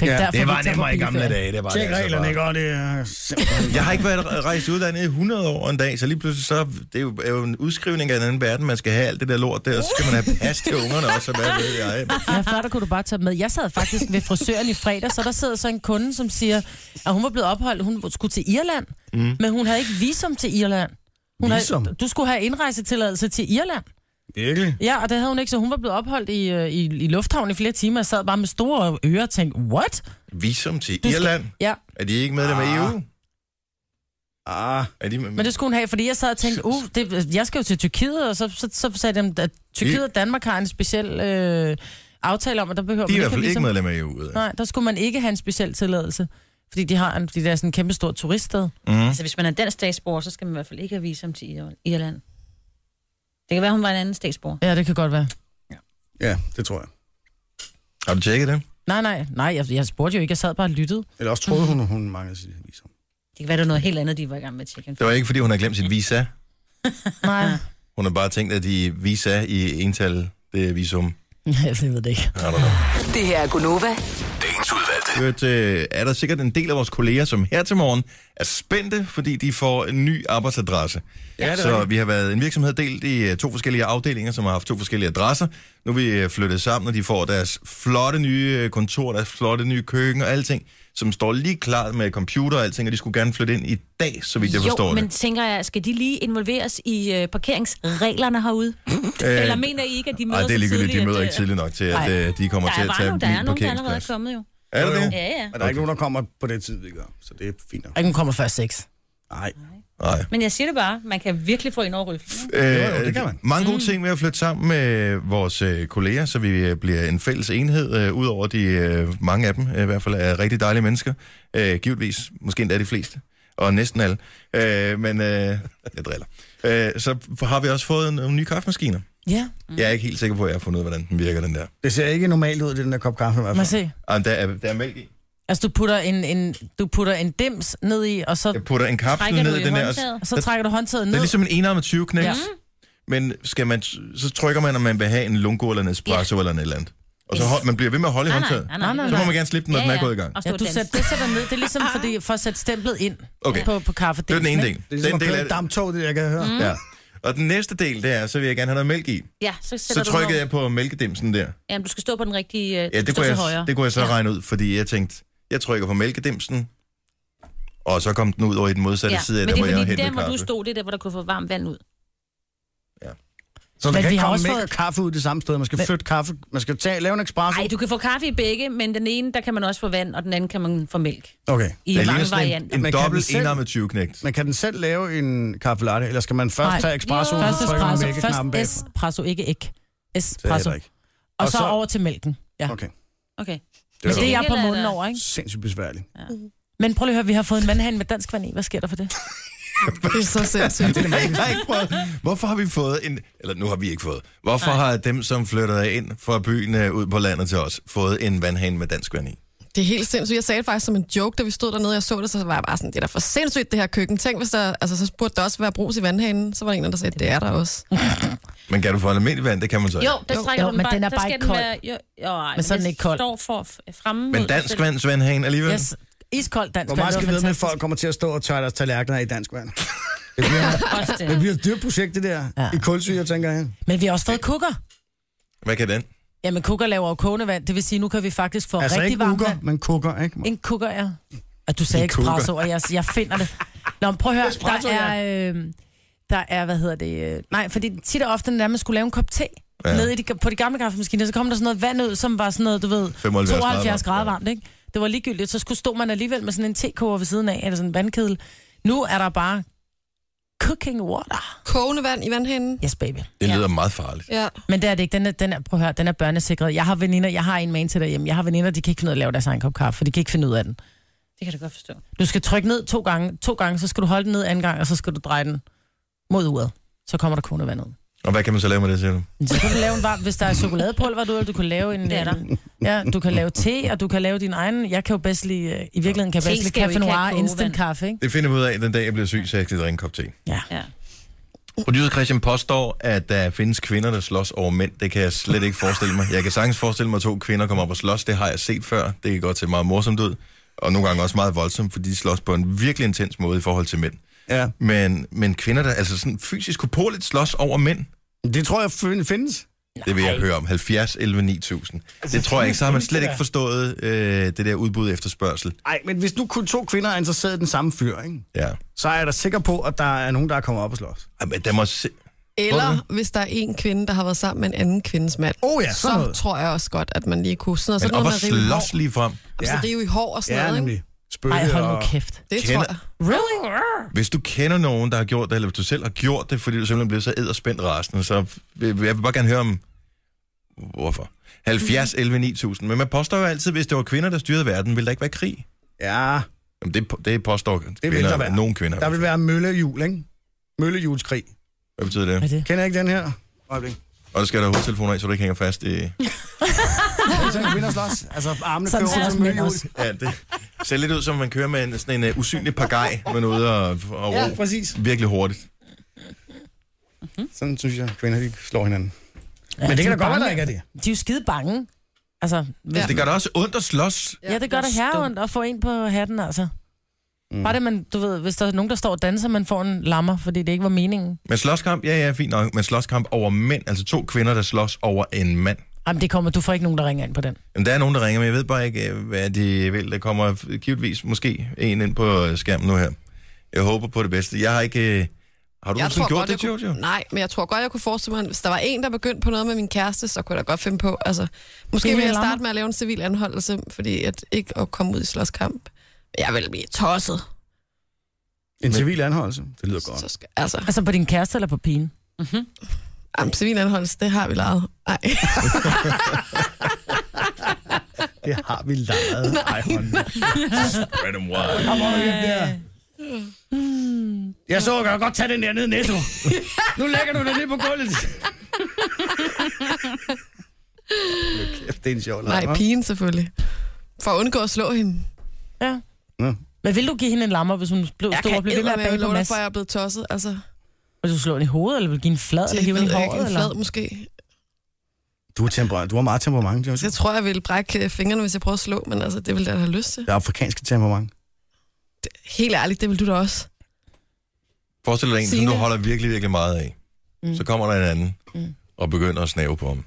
Speaker 4: er
Speaker 6: Ja,
Speaker 4: derfor,
Speaker 1: det
Speaker 4: vi
Speaker 1: var
Speaker 4: tager på
Speaker 1: nemmere i gamle
Speaker 4: bilferie.
Speaker 1: dage. Det var det
Speaker 6: Tjek
Speaker 1: altså
Speaker 6: reglerne,
Speaker 1: bare.
Speaker 6: ikke? Og det er simpelthen...
Speaker 1: Jeg har ikke været rejst i udlandet i 100 år en dag, så lige pludselig så det er jo, er jo en udskrivning af en anden verden. Man skal have alt det der lort der, og så skal man have pas til ungerne også, og hvad ved jeg.
Speaker 4: Ja, før der kunne du bare tage dem med. Jeg sad faktisk ved frisøren i fredag, så der sidder så en kunde, som siger, at hun var blevet opholdt, hun skulle til Irland, mm. men hun havde ikke visum til Irland. Hun
Speaker 6: Visum?
Speaker 4: Havde, du skulle have indrejsetilladelse til Irland.
Speaker 6: Virkelig?
Speaker 4: Ja, og det havde hun ikke, så hun var blevet opholdt i, øh, i, i lufthavnen i flere timer, og sad bare med store ører og tænkte, what?
Speaker 1: Visum til Irland.
Speaker 4: Ja, Ah.
Speaker 1: Er de ikke medlem af EU?
Speaker 6: Ah.
Speaker 1: E Er de med?
Speaker 4: Men det skulle hun have, fordi jeg sad og tænkte, uh, det, jeg skal jo til Tyrkiet, og så, så, så sagde de, at Tyrkiet og Danmark har en speciel øh, aftale om, at der behøver
Speaker 1: De er i
Speaker 4: man
Speaker 1: hvert fald
Speaker 4: at
Speaker 1: ikke medlem af EU. ja.
Speaker 4: Nej, der skulle man ikke have en speciel tilladelse, fordi de har en, fordi det er sådan en kæmpe stor turiststed.
Speaker 1: Mhm.
Speaker 7: Altså, hvis man er dansk statsborger, så skal man i hvert fald ikke have visum til Ir- Irland. Det kan være, hun var en anden statsborger.
Speaker 4: Ja, det kan godt være.
Speaker 6: Ja, det tror jeg.
Speaker 1: Har du tjekket det?
Speaker 4: Nej, nej, nej, jeg, jeg spurgte jo ikke, jeg sad bare og lyttede.
Speaker 6: Eller også troede hun, hun manglede sit visum.
Speaker 7: Det kan være, det var noget helt andet, de var i gang med at tjekke.
Speaker 1: Det var ikke, fordi hun har glemt sit visa.
Speaker 4: Nej.
Speaker 1: Hun har bare tænkt, at de visa i ental, det er visum.
Speaker 4: Jeg ved det ikke.
Speaker 1: I don't know.
Speaker 9: Det her er Gunova.
Speaker 1: Dagens udvalgte. Øh, er der sikkert en del af vores kolleger, som her til morgen er spændte, fordi de får en ny arbejdsadresse.
Speaker 6: Ja, det er
Speaker 1: så
Speaker 6: rigtigt.
Speaker 1: vi har været en virksomhed delt i øh, to forskellige afdelinger, som har haft to forskellige adresser. Nu er vi øh, flyttet sammen, og de får deres flotte nye øh, kontor, deres flotte nye køkken og alting, som står lige klar med computer og alting, og de skulle gerne flytte ind i dag, så vidt jeg forstår
Speaker 7: jo, men
Speaker 1: det.
Speaker 7: tænker jeg, skal de lige involveres i øh, parkeringsreglerne herude?
Speaker 1: Øh,
Speaker 7: Eller mener I ikke, at de møder
Speaker 1: Ej, det er
Speaker 7: så
Speaker 1: ligegyldigt, de
Speaker 7: tidligt,
Speaker 1: møder
Speaker 7: at,
Speaker 1: ikke
Speaker 7: øh,
Speaker 1: tidligt nok til,
Speaker 7: Nej.
Speaker 1: at øh, de kommer
Speaker 7: der
Speaker 1: til
Speaker 7: er
Speaker 1: at
Speaker 7: bare
Speaker 1: tage
Speaker 7: nogen, der
Speaker 1: min
Speaker 7: er nogen, der allerede
Speaker 1: parkeringsplads.
Speaker 7: er kommet jo.
Speaker 1: Er det det?
Speaker 7: Ja, ja.
Speaker 6: Men der er ikke nogen, der kommer på den tid, vi gør. Så det er fint nok.
Speaker 4: Ikke, hun kommer først seks.
Speaker 6: Nej.
Speaker 1: Nej.
Speaker 7: Men jeg siger det bare, man kan virkelig få en over røven.
Speaker 1: Øh, det kan man. Mange
Speaker 7: Mm.
Speaker 1: gode ting med at flytte sammen med vores øh, kolleger, så vi øh, bliver en fælles enhed, øh, udover de øh, mange af dem, øh, i hvert fald er rigtig dejlige mennesker, øh, givetvis, måske endda de fleste, og næsten alle, øh, men øh, jeg driller. Øh, så har vi også fået nogle nye kaffemaskiner.
Speaker 4: Ja.
Speaker 1: Jeg er ikke helt sikker på, at jeg har fundet ud af, hvordan den virker, den der.
Speaker 6: Det ser ikke normalt ud, den der kop kaffe i hvert
Speaker 4: Må jeg
Speaker 6: fald.
Speaker 4: se.
Speaker 1: Ah, der, er, der er mælk i.
Speaker 4: Altså, du putter en, en, du putter en dims ned i, og så
Speaker 1: Jeg putter en kapsel
Speaker 4: trækker
Speaker 1: ned
Speaker 4: du
Speaker 1: i
Speaker 4: i
Speaker 1: den her.
Speaker 4: håndtaget. Og så trækker du håndtaget
Speaker 1: Det
Speaker 4: ned.
Speaker 1: er ligesom en enarmet 20 knægt.
Speaker 4: Ja.
Speaker 1: Ja. Men skal man, så trykker man, om man vil have en lungo eller en espresso ja. eller en eller andet. Og så hold, man bliver ved med at holde i
Speaker 7: Nej, nej,
Speaker 1: håndtaget.
Speaker 7: nej, nej, nej,
Speaker 1: Så må
Speaker 7: nej.
Speaker 1: man gerne slippe den, når
Speaker 7: Ja,
Speaker 1: den er
Speaker 7: ja.
Speaker 1: gået i gang.
Speaker 7: Og stå
Speaker 4: Ja,
Speaker 7: og
Speaker 4: du
Speaker 7: danse.
Speaker 4: sætter, det sætter ned. Det er ligesom fordi, for at sætte stemplet ind
Speaker 1: Okay.
Speaker 4: på, på kaffe.
Speaker 1: Det er den ene del.
Speaker 6: Det er ligesom
Speaker 1: Den
Speaker 6: at
Speaker 1: del
Speaker 6: køre
Speaker 1: af
Speaker 6: et
Speaker 1: det.
Speaker 6: damptog, det jeg kan høre.
Speaker 1: Ja. Og den næste del, det er, så vil jeg gerne have noget mælk i.
Speaker 7: Ja, så Mm. sætter
Speaker 1: Så trykkede jeg på mælkedimsen der.
Speaker 7: Ja, du skal stå på den rigtige... øh,
Speaker 1: Ja,
Speaker 7: du
Speaker 1: det
Speaker 7: står
Speaker 1: kunne,
Speaker 7: til højre.
Speaker 1: jeg, det kunne jeg så regne ud, fordi jeg tænkte, jeg trykker på mælkedimsen, og så kom den ud over i den modsatte side af,
Speaker 7: men
Speaker 1: der, hvor
Speaker 7: det er
Speaker 1: jeg
Speaker 7: fordi,
Speaker 1: hentede
Speaker 7: der, hvor du
Speaker 1: kaffe.
Speaker 7: stod, det er der, hvor der kunne få varmt vand ud.
Speaker 6: Så der
Speaker 4: Men
Speaker 6: kan
Speaker 4: vi
Speaker 6: ikke
Speaker 4: har
Speaker 6: komme
Speaker 4: også
Speaker 6: mælk
Speaker 4: fået-
Speaker 6: og kaffe ud det samme sted. Man skal flytte kaffe. Man skal tage, lave en espresso.
Speaker 7: Nej, du kan få kaffe i begge, men den ene, der kan man også få vand, og den anden kan man få mælk.
Speaker 6: Okay.
Speaker 7: I
Speaker 1: Det ligner
Speaker 7: mange
Speaker 1: sådan
Speaker 7: varianter.
Speaker 1: en,
Speaker 6: Men
Speaker 1: en
Speaker 6: kan
Speaker 1: dobbelt
Speaker 6: den selv-
Speaker 1: enarmet 20 knægt.
Speaker 6: Men kan den selv lave en kaffe latte, eller skal man først
Speaker 4: Nej.
Speaker 6: Nej. tage espresso, og
Speaker 4: Først
Speaker 6: så trykker man
Speaker 4: espresso.
Speaker 6: mælkeknappen bag?
Speaker 4: Først espresso, ikke æg.
Speaker 6: Det er
Speaker 4: Espresso.
Speaker 6: heller ikke.
Speaker 4: Og
Speaker 6: Og
Speaker 4: så
Speaker 6: så-
Speaker 4: over til mælken. Ja.
Speaker 6: Okay.
Speaker 7: Okay.
Speaker 4: Men det er jeg
Speaker 7: Til gengæld
Speaker 4: på
Speaker 7: er
Speaker 4: månen
Speaker 7: der-
Speaker 4: over, ikke?
Speaker 6: Sindssygt besværligt.
Speaker 4: Men prøv lige at høre, vi har fået en vandhane med dansk vand i. Hvad sker der for det?
Speaker 3: Det er så sindssygt.
Speaker 1: Jeg har ikke prøvet. Hvorfor har vi fået en... Eller nu har vi ikke fået. Hvorfor Nej. har dem, som flytter ind fra byen øh, ud på landet til os, fået en vandhane med dansk vand i?
Speaker 3: Det er helt sindssygt. Jeg sagde det faktisk som en joke, da vi stod dernede, og jeg så det, så var jeg bare sådan, det er da for sindssygt, det her køkken. Tænk, hvis der, altså, så burde der også være brus i vandhanen. Så var der en, der sagde, det er der også.
Speaker 1: Men kan du få almindelig vand? Det kan man så ikke.
Speaker 7: Jo, der strækker
Speaker 4: Jo,
Speaker 7: den
Speaker 4: men
Speaker 7: bare,
Speaker 4: den er
Speaker 7: der
Speaker 4: bare
Speaker 7: skal
Speaker 4: ikke
Speaker 7: den
Speaker 4: kold.
Speaker 7: Være, jo, jo, ej,
Speaker 4: Men så er den
Speaker 7: det
Speaker 4: ikke kold.
Speaker 7: står for f- fremme
Speaker 1: Men
Speaker 7: mod-
Speaker 1: dansk vands vandhane alligevel?
Speaker 4: Yes. Iskold dansk
Speaker 6: Hvor
Speaker 4: vand.
Speaker 6: meget skal
Speaker 4: det
Speaker 6: vi
Speaker 4: var
Speaker 6: vide med, at
Speaker 4: fantastisk.
Speaker 6: folk kommer til at stå og tørre deres tallerkener i dansk vand? Det bliver,
Speaker 7: Også det.
Speaker 6: det bliver et dyrt projekt, det der.
Speaker 4: Ja.
Speaker 6: Ja. I kulsyre, tænker jeg.
Speaker 4: Men vi har også fået kukker.
Speaker 1: Hvad kan den?
Speaker 4: Jamen, kukker laver jo kogende vand. Det vil sige, nu kan vi faktisk få
Speaker 6: Altså
Speaker 4: rigtig
Speaker 6: ikke
Speaker 4: varmt
Speaker 6: uger,
Speaker 4: vand.
Speaker 6: men kukker, ikke?
Speaker 4: En kukker, ja. Og du sagde
Speaker 1: En kukker.
Speaker 4: espresso, og jeg, jeg finder det. Nå, men prøv at høre, der er, øh, der er, hvad hedder det, øh, nej, fordi tit og ofte, når man skulle lave en kop te,
Speaker 1: Ja.
Speaker 4: ja. nede i de, på de gamle kaffemaskiner, så kom der sådan noget vand ud, som var sådan noget, du ved,
Speaker 1: 75 grader
Speaker 4: 72 grader
Speaker 1: varmt, ja.
Speaker 4: varmt, ikke? Det var ligegyldigt, så skulle stå man alligevel med sådan en tekoger ved siden af, eller sådan en vandkedel. Nu er der bare cooking water.
Speaker 3: Kogende vand i vandhanen.
Speaker 4: Yes, baby.
Speaker 1: Det lyder meget farligt.
Speaker 3: Ja.
Speaker 4: Men det er det ikke. Den er, den er, prøv at høre, den er børnesikret. Jeg har veninder, jeg har en man til derhjemme. Jeg har veninder, de kan ikke finde ud af at lave deres egen kop kaffe, for de kan ikke finde ud af den.
Speaker 7: Det kan du godt forstå.
Speaker 4: Du skal trykke ned to gange, to gange, så skal du holde den ned anden gang, og så skal du dreje den mod uret. Så kommer der kogende vand ud.
Speaker 1: Og hvad kan man så lave med det, siger du?
Speaker 4: Så kan du lave en varm, hvis der er chokoladepulver, du, eller du kan lave en...
Speaker 7: Det er der.
Speaker 4: en- Ja, du kan lave te, og du kan lave din egen... Jeg kan jo bedst lide, øh, i virkeligheden kan jeg
Speaker 7: Te
Speaker 4: bedst lide
Speaker 7: skal jo
Speaker 4: kaffe
Speaker 7: ikke have
Speaker 4: noir,
Speaker 7: kogevand.
Speaker 4: instant kaffe, ikke?
Speaker 1: Det finder vi ud af den dag, jeg bliver syg, så jeg skal drikke en kop te.
Speaker 7: Ja.
Speaker 1: Producer Christian påstår, at der findes kvinder, der slås over mænd. Det kan jeg slet ikke forestille mig. Jeg kan sagtens forestille mig, at to kvinder kommer op og slås. Det har jeg set før. Det kan godt se meget morsomt ud. Og nogle gange også meget voldsomt, fordi de slås på en virkelig intens måde i forhold til mænd.
Speaker 6: Ja.
Speaker 1: Men, men kvinder, der altså sådan fysisk uporligt slås over mænd,
Speaker 6: Det tror jeg fin- findes.
Speaker 1: Det vil jeg høre om. 70, 11, 9000. det tror jeg ikke. Så har man slet ikke forstået øh, det der udbud og efterspørgsel.
Speaker 6: Nej, men hvis nu kun to kvinder er interesseret i den samme fyr, ikke?
Speaker 1: Ja.
Speaker 6: så er jeg da sikker på, at der er nogen, der er kommet op og slås.
Speaker 1: Ej, Men der må se...
Speaker 3: Eller hvis der er en kvinde, der har været sammen med en anden kvindes mand.
Speaker 6: Oh ja, sådan
Speaker 3: så
Speaker 6: noget.
Speaker 3: tror jeg også godt, at man lige kunne sådan noget.
Speaker 1: Men
Speaker 3: Sådan
Speaker 1: op og
Speaker 3: noget med at rive i hår. Altså,
Speaker 1: slås lige frem.
Speaker 3: Jamen, Så rive i hår og sådan
Speaker 6: Ja,
Speaker 3: noget, ikke?
Speaker 6: nemlig. spytte
Speaker 4: Ej, hold nu
Speaker 6: og-
Speaker 4: kæft.
Speaker 3: Det
Speaker 1: Kender-
Speaker 3: tror jeg.
Speaker 4: Really?
Speaker 1: Hvis du kender nogen, der har gjort det, eller hvis du selv har gjort det, fordi du simpelthen blev så edderspændt resten, så vil- vil- jeg vil bare gerne høre om, hvorfor. 70, 11, 9000. Men man påstår jo altid, hvis det var kvinder, der styrede verden, ville der ikke være krig.
Speaker 6: Ja,
Speaker 1: Jamen, det, det påstår kvinder,
Speaker 6: det vil der være.
Speaker 1: nogle kvinder.
Speaker 6: Der vil være møllehjul, ikke? Møllehjulskrig.
Speaker 1: Hvad betyder det?
Speaker 4: Er det?
Speaker 6: Kender jeg ikke den her? Øjeblik.
Speaker 1: Og der skal der hovedtelefoner i, så du ikke hænger fast i...
Speaker 6: Det er en kvinder slås. Altså, armene
Speaker 4: Sådan
Speaker 6: kører
Speaker 4: slås
Speaker 6: over som
Speaker 4: mænd
Speaker 6: møllehjul.
Speaker 4: også.
Speaker 1: Ja, det ser lidt ud som, man kører med en, sådan en uh, usynlig pagaj med noget og, og
Speaker 6: Ja, præcis.
Speaker 1: virkelig hurtigt.
Speaker 6: Sådan synes jeg, kvinder de slår hinanden. Ja, Men det kan da godt være, der ikke er det.
Speaker 4: De er jo skide bange. Altså, hvis...
Speaker 1: Det gør da også ondt at slås.
Speaker 4: ja, det gør det herrundt at få en på hatten, altså. Mm. Bare det, man, du ved, hvis der er nogen, der står og danser, man får en lammer, fordi det ikke var meningen.
Speaker 1: Men slåskamp, ja, ja, fint nok. Men slåskamp over mænd, altså to kvinder, der slås over en mand.
Speaker 4: Jamen, det kommer, du får ikke nogen, der ringer ind på den.
Speaker 1: Jamen, der er nogen, der ringer, men jeg ved bare ikke, øh, hvad de vil. Der kommer givetvis måske en ind på øh, skærmen nu her. Jeg håber på det bedste. Jeg har ikke... øh, Har du
Speaker 3: Jeg tror
Speaker 1: nogensinde gjort
Speaker 3: godt,
Speaker 1: det,
Speaker 3: jeg
Speaker 1: Jojo?
Speaker 3: kunne, nej, men jeg tror godt, jeg kunne forestille mig, hvis der var en, der begyndte på noget med min kæreste, så kunne jeg da godt finde på. Altså, måske
Speaker 4: Det er
Speaker 3: vil jeg
Speaker 4: lammer.
Speaker 3: starte med at lave en civil anholdelse, fordi at ikke at komme ud i slåskamp. Jeg vil blive tosset.
Speaker 6: En civil anholdelse. Det lyder
Speaker 3: Så skal, altså, Mm-hmm.
Speaker 4: Altså på din kæreste eller på pigen?
Speaker 3: jamen, civil anholdelse, det har vi lejet. Nej,
Speaker 6: Det har vi lejet. Nej, hold nu.
Speaker 1: Spread 'em wide.
Speaker 6: Kom over hjem der. Jeg så, jeg kan godt tage den der ned i netto. nu lægger du den ned på gulvet. Hold Kæft, det er en sjov leg,
Speaker 3: nej,
Speaker 6: hva'?
Speaker 3: pigen selvfølgelig. For at undgå at slå hende.
Speaker 4: Ja.
Speaker 6: Nå.
Speaker 4: Men vil du give hende en lammer, hvis hun blev
Speaker 3: Jeg
Speaker 4: stor og
Speaker 3: kan
Speaker 4: blev ved
Speaker 3: ikke
Speaker 4: med at
Speaker 3: med
Speaker 4: bage på
Speaker 3: love dig
Speaker 4: mas?
Speaker 3: for, at jeg er blevet tosset. Altså,
Speaker 4: Vil du slå hende i hovedet, eller vil du give en flad, eller
Speaker 3: det
Speaker 4: hive
Speaker 3: ved
Speaker 4: hende i
Speaker 3: jeg ikke,
Speaker 4: håret?
Speaker 3: en flad
Speaker 4: Eller?
Speaker 3: måske.
Speaker 6: Du, er temper- du har meget temperament, Jojo.
Speaker 3: Jeg tror, jeg ville brække øh, fingrene, hvis jeg prøver at slå, men altså, det ville jeg da have lyst til.
Speaker 6: Det er afrikanske temperament.
Speaker 3: Helt ærligt, det vil du da også.
Speaker 1: Forestil dig en, som
Speaker 3: Signe.
Speaker 1: du holder virkelig, virkelig meget af. Mm. Så kommer der en anden
Speaker 6: Mm.
Speaker 1: og begynder at snave på ham.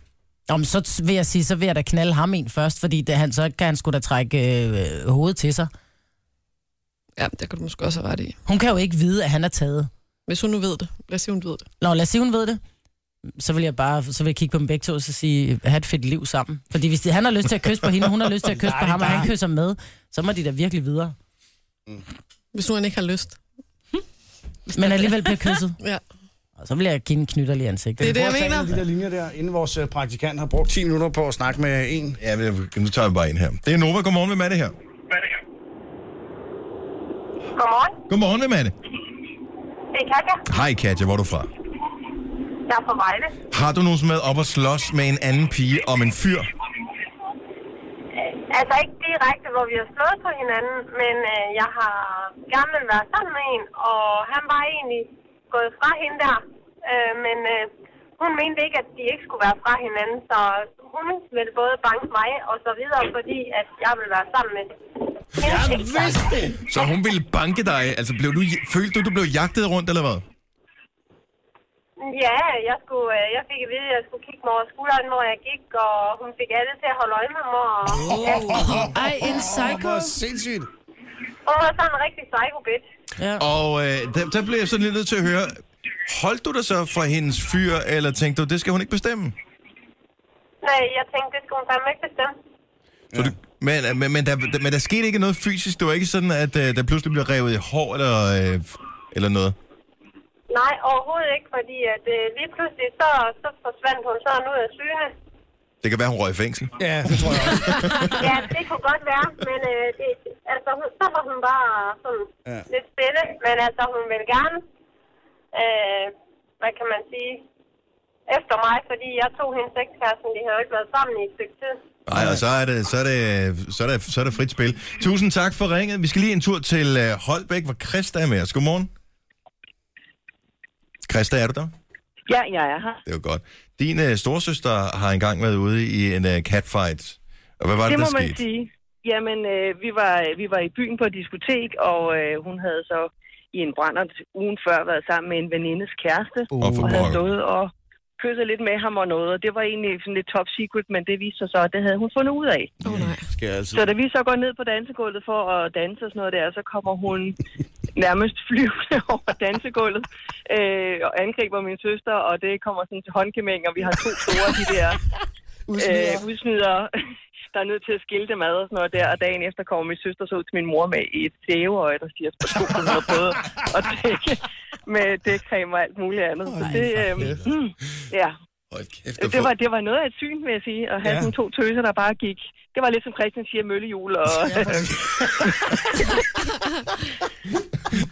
Speaker 4: Om, så t- vil jeg sige, så vil jeg da knalde ham en først, fordi det, han, så kan han sgu da trække øh, hovedet til sig.
Speaker 3: Ja, det kan du måske også have ret i.
Speaker 4: Hun kan jo ikke vide, at han er taget.
Speaker 3: Hvis hun nu ved det. Lad os sige, hun ved det.
Speaker 4: Nå, lad os sige, hun ved det. Så vil jeg bare så vil jeg kigge på dem begge to og så sige, have et fedt liv sammen. Fordi hvis de, han har lyst til at kysse på hende, og hun har lyst til at kysse på ham, og han kysser med, så må de da virkelig videre.
Speaker 3: Hvis nu han ikke har lyst.
Speaker 4: Men alligevel bliver kysset.
Speaker 3: Ja,
Speaker 4: Og så vil jeg give en knytter lige i ansigtet.
Speaker 3: det er det, jeg
Speaker 6: Prøv at tage en af
Speaker 3: mener.
Speaker 6: De der linjer der, inden vores øh, praktikant har brugt 10 minutter på at snakke med en.
Speaker 1: Ja, men nu tager vi bare en her. Det er Nova. Godmorgen, hvem er det her?
Speaker 11: Godmorgen.
Speaker 1: Godmorgen, hvem er det?
Speaker 11: Det er Katja.
Speaker 1: Hej Katja, hvor er du fra?
Speaker 11: Jeg er fra Vejle.
Speaker 1: Har du nogen som med op og slås med en anden pige om en fyr?
Speaker 11: Altså ikke direkte, hvor vi har slået på hinanden, men øh, jeg har gerne været sammen med en, og han var egentlig gået fra hende der. Øh, men øh, hun mente ikke, at de ikke skulle være fra hinanden, så hun ville både banke mig og så videre, fordi at jeg ville være sammen med hende. Jeg vidste det!
Speaker 1: Så hun ville banke dig. Altså, blev du, følte du, du blev jagtet rundt, eller hvad?
Speaker 11: Ja, jeg, skulle, øh, jeg fik at vide, at jeg skulle kigge mig over skulderen, når jeg gik, og hun fik alle til at holde øje med mig. Og, ja,
Speaker 4: Ej, en psycho.
Speaker 6: Hvor sindssygt.
Speaker 11: hun var sådan en rigtig psycho bitch.
Speaker 1: Og øh, der, der blev jeg sådan lidt nødt til at høre, holdt du dig så fra hendes fyr, eller tænkte du, det skal hun ikke bestemme?
Speaker 11: Nej, jeg tænkte, det skulle hun fandme ikke bestemme.
Speaker 1: Så du, men, øh, men, men, der, der, men der skete ikke noget fysisk. Det var ikke sådan, at øh, der pludselig blev revet i hår, eller, øh, eller noget.
Speaker 11: Nej, overhovedet ikke, fordi at, øh, lige pludselig så, så forsvandt hun sådan ud af syne.
Speaker 1: Det kan være, hun røg i fængsel.
Speaker 6: Ja, det tror jeg også.
Speaker 11: Ja, det kunne godt være, men øh, det, altså, hun, så var hun bare sådan
Speaker 6: Ja.
Speaker 11: ja. lidt stille. Men altså, hun ville gerne, øh, hvad kan man sige, efter mig, fordi jeg tog hendes ekskæresten, de havde jo ikke været sammen i et stykke tid.
Speaker 1: Nej, og så er, det, så, er det, så, er det, så er det frit spil. Tusind tak for ringet. Vi skal lige en tur til øh, Holbæk, hvor Christa er med os. Godmorgen. Christa, er du der?
Speaker 12: Ja, jeg er her.
Speaker 1: Det var godt. Din øh, storsøster har engang været ude i en øh, catfight. Og hvad var det,
Speaker 12: det må
Speaker 1: der skete?
Speaker 12: man sige. Jamen, øh, vi, var, vi var i byen på et diskotek, og øh, hun havde så i en brændert ugen før været sammen med en venindes kæreste.
Speaker 1: Åh, for
Speaker 12: og havde
Speaker 1: pokker.
Speaker 12: stået og kysset lidt med ham og noget, og det var egentlig sådan lidt top secret, men det viste sig så, at det havde hun fundet ud af.
Speaker 3: Åh oh, nej.
Speaker 6: Skal jeg altså...
Speaker 12: Så da vi så går ned på dansegulvet for at danse og sådan noget der, så kommer hun nærmest flyvende over dansegulvet øh, og angriber min søster, og det kommer sådan til håndgemæng, og vi har to store af de der øh, udsmider. Øh, der er nødt til at skille dem ad og sådan noget der. Og dagen efter kommer min søster så ud til min mor med et sæveøje, der siger, at hun har prøvet at dække med dækcreme og alt muligt andet. Så det, øhm, mm, ja.
Speaker 1: Kæft,
Speaker 12: det, var, det var noget af et syn, vil jeg sige, at have
Speaker 1: Ja.
Speaker 12: ja. sådan to tøser, der bare gik. Det var lidt som Christian siger, møllehjul og...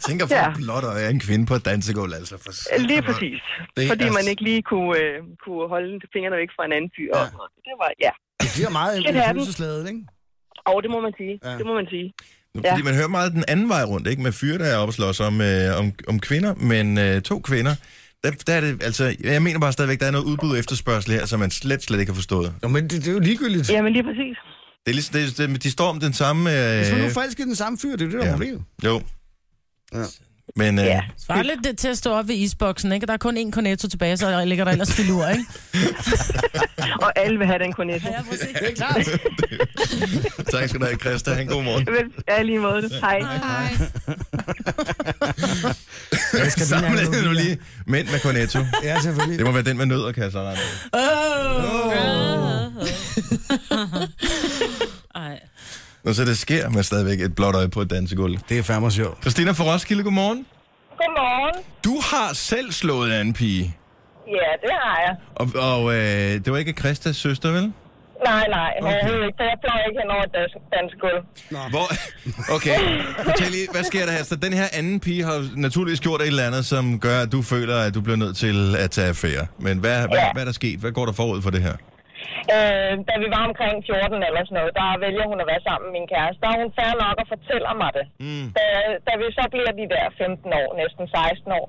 Speaker 1: Tænker for ja. blot at en kvinde på et dansegulv, altså. For satan.
Speaker 12: Lige præcis.
Speaker 1: Det
Speaker 12: Fordi
Speaker 1: er
Speaker 12: man
Speaker 1: s-
Speaker 12: ikke lige kunne, øh, kunne holde fingrene væk fra en anden fyr. Ja. Det var, ja.
Speaker 6: Det bliver meget
Speaker 12: Shit happens.
Speaker 6: følelsesladet, ikke?
Speaker 12: Og det må man sige.
Speaker 1: Ja.
Speaker 12: Ja. Det må man sige.
Speaker 1: Fordi man hører meget den anden vej rundt, ikke? Med fyre, der er oppe og slås om, øh, om, om kvinder, men øh, to kvinder. Der, der er det, altså, jeg mener bare stadigvæk, der er noget udbud og efterspørgsel her, som man slet, slet ikke har forstået.
Speaker 6: Jo, men det, det er jo ligegyldigt.
Speaker 12: Jamen lige præcis.
Speaker 1: Det er ligesom, det, det, de står om den samme... Øh,
Speaker 6: Hvis man nu forelsker den samme fyr, det er jo det, der er
Speaker 1: Ja.
Speaker 6: problemet.
Speaker 1: Jo. Ja. Men øh, ja.
Speaker 4: Svarer lidt det til at stå op ved isboksen, ikke? Der er kun én cornetto tilbage, så ligger der ellers filur, ikke?
Speaker 12: Og alle vil have den cornetto. Ja,
Speaker 6: det er klart.
Speaker 1: tak skal du have, Christa. Ha' en god morgen.
Speaker 12: Vel, ja, i er lige måde. Hej. Hej.
Speaker 1: Sammenlignet nu lige mænd med Cornetto.
Speaker 6: Ja, selvfølgelig.
Speaker 1: Det må være den med nødder, kan jeg så regne ud. Nå, så det sker med stadigvæk et blåt øje på et dansegulv.
Speaker 6: Det er fandme sjovt.
Speaker 1: Christina fra Roskilde, godmorgen.
Speaker 13: Godmorgen.
Speaker 1: Du har selv slået af en pige,
Speaker 13: Ja, det har jeg.
Speaker 1: og, og øh, det var ikke Christas søster, vel?
Speaker 13: Nej, nej, okay. overhovedet ikke, for jeg fløj ikke hen over et dans- dansegulv.
Speaker 1: Hvor, okay, fortæl lige, hvad sker der her? Så den her anden pige har jo naturligvis gjort et eller andet, som gør, at du føler, at du bliver nødt til at tage affære. Men hvad, ja. hvad, hvad er der sket? Hvad går der forud for det her?
Speaker 13: Øh, da vi var omkring 14 eller sådan noget, der vælger hun at være sammen med min kæreste. Der er hun fair nok og fortæller mig det.
Speaker 1: Mm.
Speaker 13: Da, da vi så bliver de der 15 år, næsten 16 år,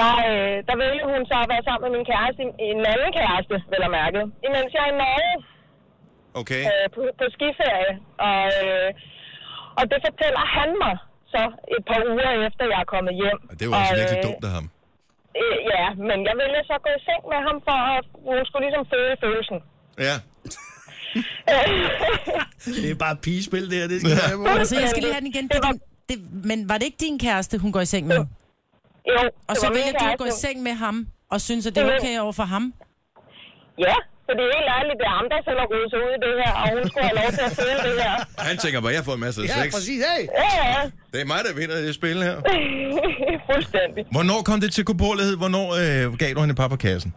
Speaker 13: der, øh, der vælger hun så at være sammen med min kæreste, en anden kæreste, vel at mærke, imens jeg er i Norge
Speaker 1: Okay.
Speaker 13: øh, på, på skiferie. Og, øh, og det fortæller han mig så et par uger efter, jeg er kommet hjem.
Speaker 1: Det var også
Speaker 13: Og,
Speaker 1: virkelig
Speaker 13: øh,
Speaker 1: dumt af ham.
Speaker 13: Øh, ja, men jeg ville så gå i seng med ham, for at hun skulle ligesom føle følelsen.
Speaker 1: Ja.
Speaker 6: Det er bare pigespil, det her. Det skal
Speaker 1: Ja.
Speaker 6: jeg have.
Speaker 4: Altså, jeg skal lige have den igen. Det er din, det, men var det ikke din kæreste, hun går i seng med? Jo,
Speaker 13: det
Speaker 4: Og så
Speaker 13: var min
Speaker 4: vælger du at gå i
Speaker 13: kæreste.
Speaker 4: seng med ham, og synes, at det
Speaker 13: Det
Speaker 4: er
Speaker 13: var-
Speaker 4: okay over for ham?
Speaker 13: Ja, for det er helt ærligt, det er ham, der selv har rodet sig ud i det her, og hun skulle have lov til at føle det her.
Speaker 1: Han tænker bare, jeg får en masse
Speaker 13: Ja,
Speaker 1: sex.
Speaker 13: præcis.
Speaker 6: Hey.
Speaker 13: Ja, ja.
Speaker 1: Det er mig, der vinder det spil her.
Speaker 13: Fuldstændig.
Speaker 1: Hvornår kom det til kobolighed? Hvornår øh, gav du hende papperkassen?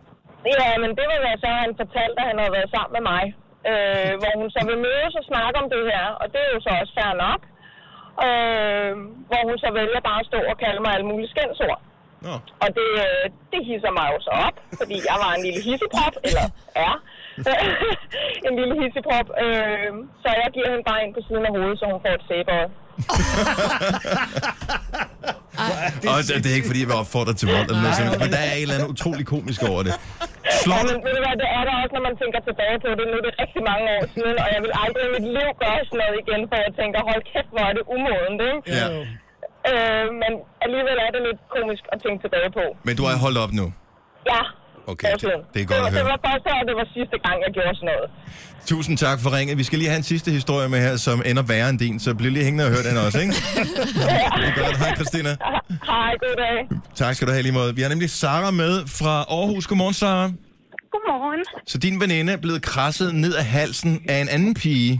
Speaker 13: Ja, men det var hvad så, han fortalte, at han havde været sammen med mig. Øh, hvor hun så vil mødes og snakke om det her, og det er jo så også fair nok. Øh, hvor hun så vælger bare at stå og kalde mig alle mulige skændsord.
Speaker 1: Nå.
Speaker 13: Og det, øh, det hisser mig jo så op, fordi jeg var en lille hisseprop, eller er en lille hisseprop. Øh, så jeg giver hende bare ind på siden af hovedet, så hun får et sæbeøje.
Speaker 1: Det og det, det er ikke, fordi jeg vil opfordre til vold, eller noget sådan, men der er et eller andet utrolig komisk over det. Slår
Speaker 13: Men
Speaker 1: du,
Speaker 13: ved du hvad, det er der også, når man tænker tilbage på det. Nu er det rigtig mange år siden, og jeg vil aldrig i mit liv gøre sådan noget igen, for jeg tænker, hold kæft, hvor er det umodent, ikke?
Speaker 1: Ja.
Speaker 13: Øh, men alligevel er det lidt komisk at tænke tilbage på.
Speaker 1: men du har holdt op nu.
Speaker 13: Ja.
Speaker 1: Okay, det, det er
Speaker 13: det,
Speaker 1: godt
Speaker 13: var,
Speaker 1: at
Speaker 13: det
Speaker 1: høre.
Speaker 13: var første og det var sidste gang, jeg gjorde sådan noget.
Speaker 1: Tusind tak for ringet. Vi skal lige have en sidste historie med her, som ender værre end din, så bliv lige hængende og hør den også, ikke? Det er godt. Hej, Christina.
Speaker 13: Hej, god dag.
Speaker 1: Tak skal du have i lige måde. Vi har nemlig Sara med fra Aarhus. Godmorgen, Sara.
Speaker 14: Godmorgen.
Speaker 1: Så din veninde er blevet krasset ned af halsen af en anden pige.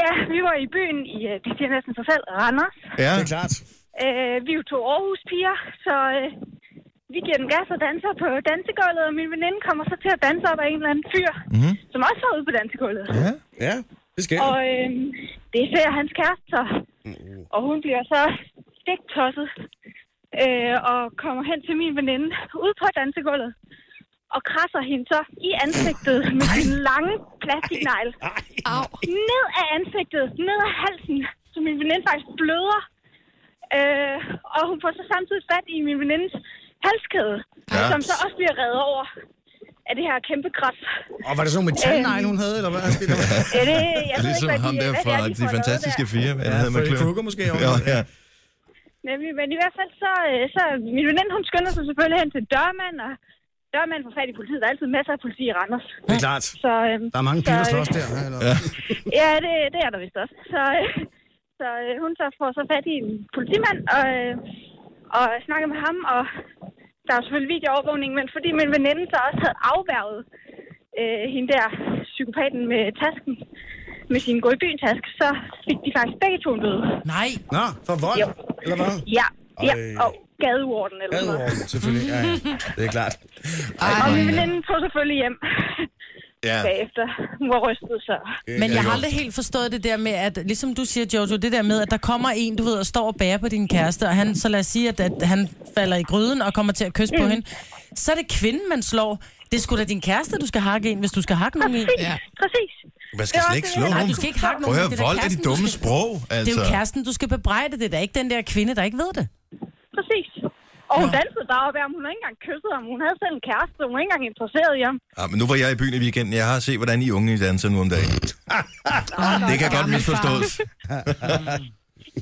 Speaker 14: Ja, vi var i byen i, øh, det siger næsten sig selv, Randers.
Speaker 1: Ja.
Speaker 6: Det er klart.
Speaker 14: Øh, vi er jo to Aarhus-piger, så øh, vi giver den gas og danser på dansegulvet, og min veninde kommer så til at danse op af en eller anden fyr,
Speaker 1: Mhm.
Speaker 14: som også var ude på dansegulvet.
Speaker 1: Ja.
Speaker 6: Ja, det sker.
Speaker 14: Og øh, det ser hans kæreste, så.
Speaker 6: Mm.
Speaker 14: og hun bliver så stegtosset øh, og kommer hen til min veninde ude på dansegulvet og krasser hende så i ansigtet med sin lange plastiknegl. Ned af ansigtet, ned af halsen, så min veninde faktisk bløder. Øh, og hun får så samtidig fat i min venindes halskæde,
Speaker 6: Ja.
Speaker 14: ja. som så også bliver reddet over af det her kæmpe kras.
Speaker 6: Og var det sådan med tandnegl, hun havde, eller hvad?
Speaker 14: Ja, det, jeg ved
Speaker 1: Ligesom
Speaker 14: ikke, hvad
Speaker 1: ham
Speaker 14: de,
Speaker 1: der
Speaker 14: hvad det er,
Speaker 1: fra
Speaker 14: de
Speaker 1: De Fantastiske Fire. Hvad
Speaker 6: Ja,
Speaker 1: hedder man,
Speaker 6: Freddy
Speaker 1: Kløver?
Speaker 6: Krueger måske,
Speaker 1: Ja,
Speaker 6: også.
Speaker 1: ja.
Speaker 14: Nemlig, men i hvert fald så, øh, så min veninde, hun skynder sig selvfølgelig hen til dørmand, og dørmanden får fat i politiet. Der er altid masser af politi i Randers.
Speaker 6: Det er klart.
Speaker 14: Så, øh,
Speaker 6: Der er mange piger, der slås der. Ja, eller? Ja.
Speaker 14: Ja, det, det er der vist også. Så, øh, så øh, hun så får så fat i en politimand og, øh, og snakker med ham, og der er jo selvfølgelig videoovervågning, men fordi min veninde så også havde afværget øh, hende der psykopaten med tasken, med sin gå i byen task, så fik de faktisk begge to en bøde.
Speaker 4: Nej.
Speaker 6: Nå, for vold,
Speaker 14: Jo.
Speaker 6: eller hvad?
Speaker 14: Ja, ja,
Speaker 6: Ej.
Speaker 14: og gadeorden eller sådan noget.
Speaker 6: Gadeorden, selvfølgelig. Ja, ja. Det er klart.
Speaker 14: Og min veninde tog selvfølgelig hjem
Speaker 6: Ja.
Speaker 14: bagefter. Hun var rystet, så...
Speaker 4: Men jeg har aldrig helt forstået det der med, at ligesom du siger, Jojo, det der med, at der kommer en, du ved, og står og bærer på din kæreste, og han, så lad os sige, at, at han falder i gryden og kommer til at kysse mm. på hende. Så er det kvinden, man slår. Det er sgu da din kæreste, du skal hakke en, hvis du skal hakke nogen en. Ja.
Speaker 14: Præcis.
Speaker 1: Man skal slet ikke slå
Speaker 4: Nej,
Speaker 1: nogen.
Speaker 4: du skal ikke hakke nogen.
Speaker 1: Prøv at
Speaker 4: Det
Speaker 1: høre,
Speaker 4: er da
Speaker 1: vold er
Speaker 4: kæresten,
Speaker 1: det
Speaker 4: du
Speaker 1: dumme
Speaker 4: skal-
Speaker 1: sprog. Altså.
Speaker 4: Det er jo kæresten, du skal bebrejde det. Det er ikke den der kvinde, der ikke ved det.
Speaker 14: Præcis. Og hun dansede bare op af ham. Hun havde ikke engang kysset ham. Hun havde selv en kæreste. Hun var ikke engang interesseret i ham.
Speaker 1: Ja, Ah, men nu var jeg i byen i weekenden. Jeg har set, hvordan I unge danser nu om dagen. Det kan godt misforstås.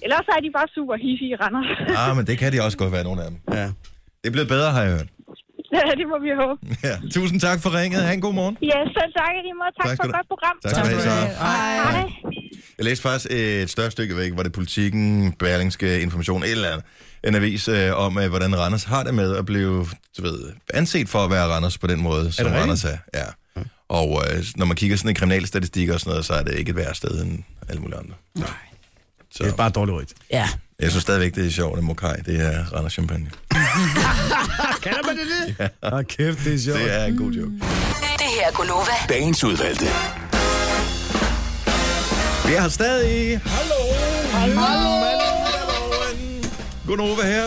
Speaker 14: Ellers er de bare super hissige i Randers.
Speaker 1: Ja, Ah, men det kan de også godt være, nogle af dem.
Speaker 6: Ja.
Speaker 1: Det er blevet bedre, har jeg hørt.
Speaker 14: Ja, det må vi håbe.
Speaker 1: Ja. Tusind tak for ringet. Ha' en god morgen.
Speaker 14: Ja, selv tak i lige måde. Tak,
Speaker 1: Tak
Speaker 14: tak
Speaker 1: skal
Speaker 14: for et
Speaker 1: du-
Speaker 14: godt program.
Speaker 1: Tak skal du have, Sara.
Speaker 14: Hej.
Speaker 1: Jeg læste faktisk et større stykke væk, var det politikken, Berlingske Information, et eller andet, en avis øh, om, øh, hvordan Randers har det med at blive du ved, anset for at være Randers på den måde, som
Speaker 6: rigtigt?
Speaker 1: Randers er. Ja. Og øh, når man kigger sådan i kriminalstatistik og sådan noget, så er det ikke et værre sted end alle mulige andre. Nej. Så. Det er
Speaker 6: bare dårligt rigt.
Speaker 4: Ja.
Speaker 1: Jeg synes stadigvæk, det er sjovt, at Mokai, det er Randers Champagne.
Speaker 6: Kalder man det det?
Speaker 1: Ja.
Speaker 6: Ah, kæft, det er sjovt.
Speaker 1: Det er en god joke.
Speaker 9: Det her er Gunova.
Speaker 1: Dagens udvalgte. Vi har stadig... Hallo! Hallo! Gunova her.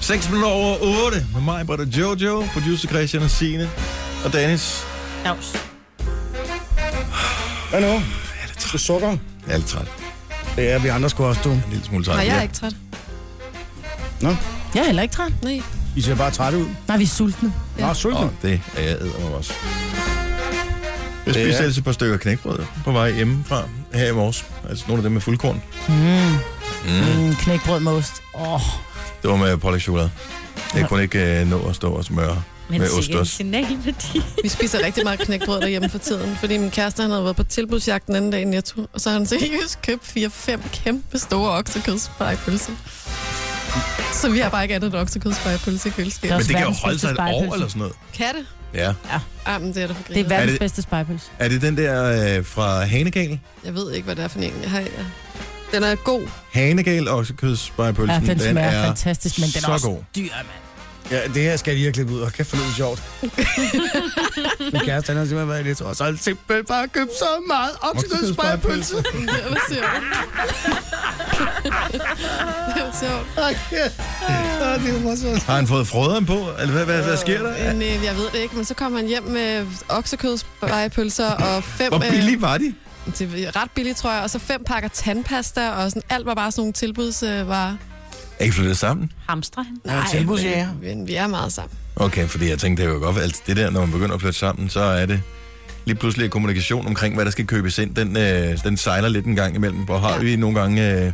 Speaker 1: 6 minutter over 8 med mig, Britta Jojo, producer Christian og Signe og Dennis.
Speaker 7: Dags.
Speaker 6: Hvad nu? Er det træt? sukker?
Speaker 1: Jeg er lidt træt.
Speaker 6: Det er vi andre sgu også, du. En
Speaker 1: lille smule
Speaker 3: Nej, jeg er ikke træt.
Speaker 6: Nå,
Speaker 4: Jeg er heller ikke træt.
Speaker 3: Nej.
Speaker 6: I ser bare trætte ud.
Speaker 4: Nej, vi er sultne.
Speaker 6: Ja. Nå, sultne.
Speaker 1: Og det er jeg æder også. Jeg spiste ellers et par stykker knækbrød på vej hjemmefra her i morges. Altså nogle af dem med fuldkorn.
Speaker 4: Mm.
Speaker 1: Mm.
Speaker 4: Mm, knækbrød med ost. Åh, oh,
Speaker 1: Det var med pålæg chokolade. Jeg kunne ikke øh, nå at stå og smøre med ost også.
Speaker 7: signalværdi.
Speaker 3: Vi spiser rigtig meget knækbrød derhjemme for tiden, fordi min kæreste han havde været på tilbudsjagt den anden dag i Netto, og så har han seriøst købt 4-5 kæmpe store oksekødspegepølser. Så vi har bare ikke andet oksekødspegepølse i køleskabet.
Speaker 1: Men det kan jo holde sig et år eller sådan noget.
Speaker 3: Kan det?
Speaker 1: Ja.
Speaker 3: Ah, men det er da for
Speaker 4: det er
Speaker 3: griner.
Speaker 4: verdens
Speaker 1: det-
Speaker 4: bedste spejpølse.
Speaker 1: Er det den der øh, fra Hanegal?
Speaker 3: Jeg ved ikke, hvad det er for en. Jeg har, jeg. Den er god.
Speaker 1: Hanegal oksekødsspejepølsen,
Speaker 4: Ja, den smager
Speaker 1: er
Speaker 4: fantastisk, men den er
Speaker 1: så
Speaker 4: også
Speaker 1: god.
Speaker 4: dyr, mand.
Speaker 6: Ja, det her skal jeg lige have klippet ud, og kæft for det er sjovt. Min kæreste, han har simpelthen været i lidt og så har han simpelthen bare købt så meget oksidødspejpølse.
Speaker 3: Ja, Hvad siger du? det er sjovt.
Speaker 6: det er morsomt.
Speaker 1: Har han fået frøderen på? Eller hvad, hvad, hvad sker der?
Speaker 3: Men, øh, jeg ved det ikke, men så kommer han hjem med oksekødspegepølser og fem...
Speaker 1: Hvor
Speaker 3: øh,
Speaker 1: billig var de?
Speaker 3: Det er ret billigt, tror jeg. Og så fem pakker tandpasta, og sådan, alt var bare sådan nogle øh, tilbudsvarer.
Speaker 1: Er I flyttet sammen?
Speaker 7: Hamstrer han?
Speaker 3: men, men, vi er meget sammen.
Speaker 1: Okay, fordi jeg tænkte, det er jo godt. Altså, det der, når man begynder at flytte sammen, så er det lige pludselig at kommunikation omkring, hvad der skal købes ind. Den, øh, den sejler lidt en gang imellem. Hvor har ja. vi nogle gange øh,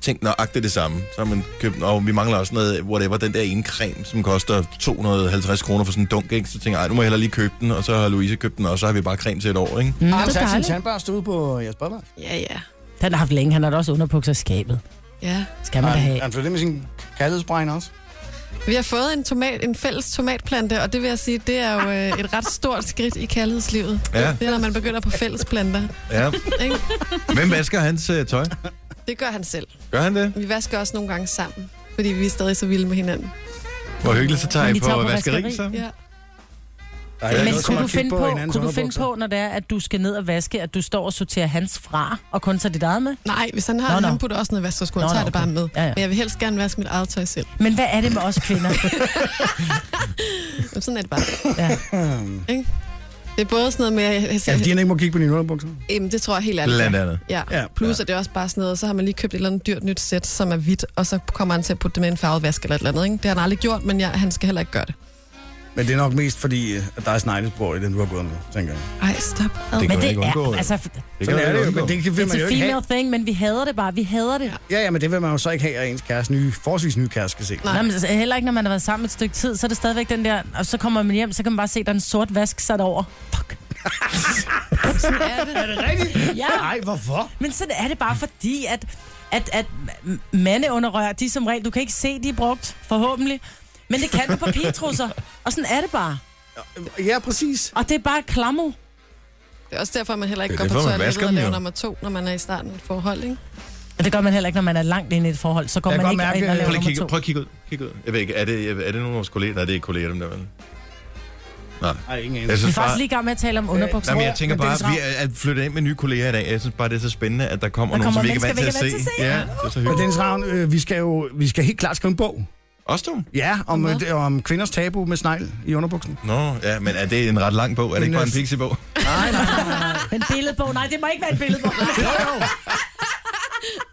Speaker 1: tænkt nøjagtigt det samme? Så har man købt, og vi mangler også noget, whatever, den der ene creme, som koster 250 kroner for sådan en dunk, ikke? Så tænker jeg, "Ej, nu må jeg hellere lige købe den, og så har Louise købt den, og så har vi bare creme til et år, ikke?
Speaker 6: Har du
Speaker 4: det er
Speaker 6: sat sin
Speaker 4: dejligt.
Speaker 6: tandbørste ud på jeres badmark?
Speaker 3: Ja, ja.
Speaker 4: Den har haft længe. Han har da også underbukser i skabet.
Speaker 3: Ja.
Speaker 4: Skal man da have.
Speaker 6: Han flyttede med sin kærlighedsbregn også.
Speaker 3: Vi har fået en, tomat, en fælles tomatplante, og det vil jeg sige, det er jo øh, et ret stort skridt i kærlighedslivet.
Speaker 1: Ja.
Speaker 3: Det er, når man begynder på fælles planter.
Speaker 1: Ja.
Speaker 3: Ikke?
Speaker 1: Hvem vasker hans øh, tøj?
Speaker 3: Det gør han selv.
Speaker 1: Gør han det?
Speaker 3: Vi vasker også nogle gange sammen, fordi vi er stadig så vilde med hinanden.
Speaker 1: Hvor hyggeligt, så tager
Speaker 4: Men
Speaker 1: I
Speaker 4: I
Speaker 1: på,
Speaker 4: tager på
Speaker 1: vaskeri
Speaker 4: vaskeri?
Speaker 1: sammen?
Speaker 3: Ja.
Speaker 6: Der er
Speaker 4: Ja,
Speaker 6: ikke
Speaker 4: men
Speaker 6: noget som
Speaker 4: kunne
Speaker 6: at
Speaker 4: du
Speaker 6: kigge
Speaker 4: finde på,
Speaker 6: hinandens
Speaker 4: kunne du finde
Speaker 6: underbukser.
Speaker 4: på, når det er, at du skal ned og vaske, at du står og sorterer hans fra, og kun tager dit eget med?
Speaker 3: Nej, hvis han har,
Speaker 4: Nå,
Speaker 3: no,
Speaker 4: nå.
Speaker 3: no. han putter også noget vask, så skulle
Speaker 4: Nå,
Speaker 3: han tager
Speaker 4: nå,
Speaker 3: det bare
Speaker 4: okay.
Speaker 3: med.
Speaker 4: Ja, ja.
Speaker 3: Men jeg vil helst gerne vaske mit eget tøj selv.
Speaker 4: Men hvad er det med os kvinder?
Speaker 3: Jamen, Sådan er det bare.
Speaker 4: ja.
Speaker 3: Ikke? Det er både sådan noget med, at jeg
Speaker 6: Ja,
Speaker 3: siger,
Speaker 6: fordi han Altså, ikke må kigge på dine underbukser.
Speaker 3: Jamen, det tror jeg helt ærligt.
Speaker 6: Blandt andet.
Speaker 3: Ja.
Speaker 6: Ja.
Speaker 3: ja. Plus, at det er også bare sådan noget, så har man lige købt et eller andet dyrt nyt sæt, som er hvidt, og så kommer han til at putte det med en farvet vask eller et eller andet. Ikke? Det har han aldrig gjort, men jeg, han skal heller ikke gøre det.
Speaker 6: Men det er nok mest fordi, øh, at der er sneglesprog i den, du har gået med, tænker jeg.
Speaker 3: Ej, stop. Ad.
Speaker 6: Det kan
Speaker 4: men
Speaker 6: man
Speaker 4: det
Speaker 6: ikke undgå,
Speaker 4: er,
Speaker 6: jo.
Speaker 4: altså,
Speaker 6: Det Sådan er det jo, men det vil
Speaker 4: det
Speaker 6: man
Speaker 4: er
Speaker 6: jo
Speaker 4: en
Speaker 6: ikke
Speaker 4: female
Speaker 6: have.
Speaker 4: thing, men vi hader det bare. Vi hader det.
Speaker 6: Ja, ja, men det vil man jo så ikke have, at ens kæreste nye, forholdsvis nye kæreste skal se.
Speaker 4: Nej. Nej, men altså, heller ikke, når man har været sammen et stykke tid, så er det stadigvæk den der, og så kommer man hjem, så kan man bare se, at der er en sort vask sat over.
Speaker 3: Sådan er det.
Speaker 6: Er det rigtigt?
Speaker 4: Ja.
Speaker 6: Nej, hvorfor?
Speaker 4: Men sådan er det bare fordi, at, at, at mandeunderrør, de er som regel, du kan ikke se, de er brugt, forhåbentlig. Men det kan du på pigetrusser, og sådan er det bare.
Speaker 6: Ja, præcis.
Speaker 4: Og det er bare klammer.
Speaker 3: Det er også derfor, man heller ikke
Speaker 1: Det
Speaker 3: går
Speaker 1: er
Speaker 3: på
Speaker 1: derfor, man
Speaker 3: toilettet
Speaker 1: vasker
Speaker 3: og
Speaker 1: dem
Speaker 3: laver
Speaker 1: jo.
Speaker 3: nummer to, når man er i starten af et forhold, ikke?
Speaker 4: Og det gør man heller ikke, når man er langt inde i et forhold. Så går
Speaker 1: Jeg
Speaker 4: man
Speaker 1: kan
Speaker 4: ikke
Speaker 1: godt øh,
Speaker 4: mærke, ind og
Speaker 1: prøv,
Speaker 4: laver
Speaker 1: lige at
Speaker 4: nummer
Speaker 1: kigge,
Speaker 4: to.
Speaker 1: prøv at kigge ud. Kig ud. Jeg ved ikke, er det, er det nogle af vores kolleger? Nej, det er ikke kolleger, dem der, vel? Nej.
Speaker 6: Nej, ingen
Speaker 4: Vi er faktisk lige i gang med at tale om underbukser.
Speaker 1: Nej, men jeg tænker
Speaker 4: Men det
Speaker 1: bare,
Speaker 4: er
Speaker 1: at vi er- er flyttet ind med nye kolleger i dag. Jeg synes bare, det er så spændende, at der kommer,
Speaker 4: Der
Speaker 1: nogen,
Speaker 4: kommer
Speaker 1: som vi ikke er vant til
Speaker 4: mennesker,
Speaker 1: at se.
Speaker 4: vi ikke
Speaker 1: Ja, det er så
Speaker 6: Men Dennis
Speaker 1: hyggeligt.
Speaker 6: Ravn, øh, vi skal jo vi skal helt klart skrive en bog.
Speaker 1: Også du?
Speaker 6: Ja, om, øh, det- om kvinders tabu med snegl i underbuksen.
Speaker 1: Nå, ja, men er det en ret lang bog? Er det ikke bare en pixibog?
Speaker 4: En billedbog. Nej, det må ikke være en billedbog.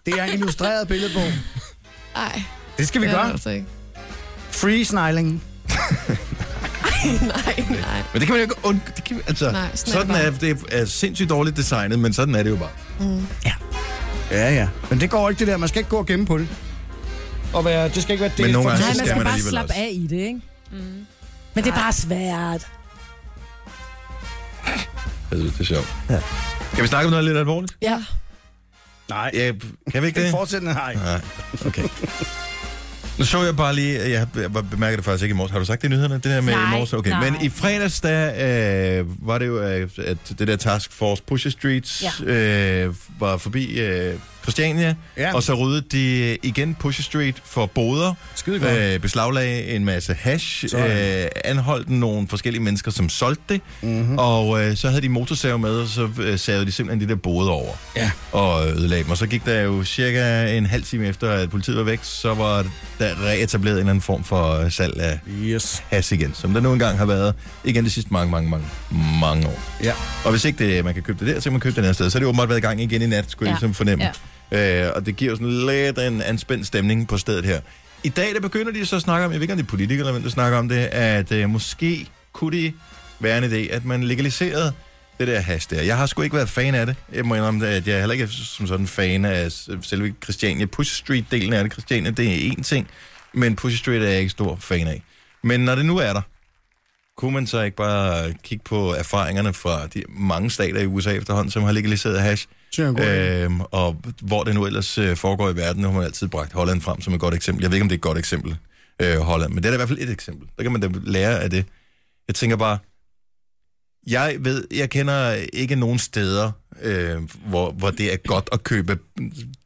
Speaker 6: Det er en illustreret billedbog.
Speaker 3: Nej.
Speaker 6: Det skal vi
Speaker 3: det er
Speaker 6: gøre.
Speaker 3: det Altså ikke.
Speaker 6: Free snegling.
Speaker 3: nej, nej.
Speaker 1: Men det kan man jo ikke undgå. Det kan, vi- altså,
Speaker 3: Nej,
Speaker 1: Nej,
Speaker 3: sådan
Speaker 1: sådan,
Speaker 3: er det
Speaker 1: sådan er, det er sindssygt dårligt designet, men sådan er det jo bare.
Speaker 3: Mm.
Speaker 6: Ja, ja. Men det går ikke det der. Man skal ikke gå og gemme på det. Og være, det skal ikke være det.
Speaker 1: Men nogle gange,
Speaker 4: Nej,
Speaker 1: så
Speaker 4: man
Speaker 1: skal
Speaker 4: skal
Speaker 1: man
Speaker 4: bare
Speaker 1: alligevel
Speaker 4: slappe
Speaker 1: også.
Speaker 4: af i det, ikke? Men det er bare svært.
Speaker 1: Jeg synes, det er sjovt. Ja. Kan vi snakke om noget lidt alvorligt?
Speaker 3: Ja.
Speaker 6: Nej.
Speaker 1: Ja, kan vi ikke det?
Speaker 6: Fortsættende nej.
Speaker 1: Nej, okay. Nu så jeg bare lige, jeg jeg bemærkede det faktisk ikke i morges. Har du sagt det i nyhederne, det der med
Speaker 8: Nej,
Speaker 1: i morges? Okay,
Speaker 8: nej.
Speaker 1: men i fredags, der øh, var det jo, øh, at det der Task Force Pusher Streets
Speaker 8: Ja.
Speaker 1: øh, var forbi øh, Christiania,
Speaker 8: Ja.
Speaker 1: ja. og så ryddede de øh, igen Pusher Street for boder,
Speaker 6: Skidegodt.
Speaker 1: øh, beslaglagde en masse hash,
Speaker 6: Sådan. Mhm.
Speaker 1: øh, anholdt nogle forskellige mennesker, som solgte det, mm-hmm. og øh, så havde de motorsave med, og så øh, savede de simpelthen de der boder over
Speaker 6: Ja.
Speaker 1: og ødelagde dem. Og så gik der jo cirka en halv time efter, at politiet var væk, så var der reetableret en eller anden form for øh, salg af
Speaker 6: yes.
Speaker 1: has igen, som der nu engang har været igen de sidste mange, mange, mange, mange år.
Speaker 6: Ja.
Speaker 1: Og hvis ikke det, man kan købe det der, så kan man købe det et andet sted. Så er det åbenbart været i gang igen i nat, skulle ja.
Speaker 8: Ja.
Speaker 1: jeg ligesom fornemme. Ja. Øh, og det giver jo sådan lidt en anspændt stemning på stedet her. I dag, der begynder de så at snakke om, jeg ved ikke, om det er politikere, eller hvem der snakker om det, at øh, måske kunne det være en idé, at man legaliserede det der hash der. Jeg har sgu ikke været fan af det. Jeg må indrømme, det, at jeg heller ikke er som sådan fan af s- selve Christiania. Push Street-delen af det, Christiania, det er én ting, men Push Street er jeg ikke stor fan af. Men når det nu er der, kunne man så ikke bare kigge på erfaringerne fra de mange stater i USA efterhånden, som har legaliseret hash? Øhm, og hvor det nu ellers øh, foregår i verden, nu har man altid bragt Holland frem som et godt eksempel. Jeg ved ikke, om det er et godt eksempel, øh, Holland, men det er da i hvert fald et eksempel. Der kan man da lære af det. Jeg tænker bare, jeg ved, jeg kender ikke nogen steder, øh, hvor, hvor det er godt at købe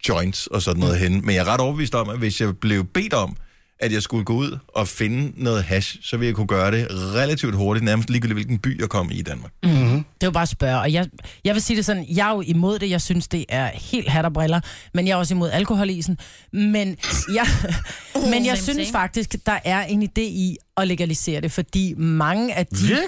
Speaker 1: joints og sådan noget henne, men jeg er ret overbevist om, at hvis jeg blev bedt om, at jeg skulle gå ud og finde noget hash, så ville jeg kunne gøre det relativt hurtigt, nærmest ligegyldigt hvilken by jeg kom i i Danmark.
Speaker 6: Mm.
Speaker 4: Mm-hmm. Det er jo bare at spørge. Og jeg, jeg vil sige det sådan, jeg er jo imod det. Jeg synes, det er helt hat og briller. Men jeg er også imod alkoholisen. Men jeg, men
Speaker 7: same,
Speaker 4: jeg synes
Speaker 7: same.
Speaker 4: faktisk, der er en idé i at legalisere det. Fordi mange af de...
Speaker 6: Virkelig?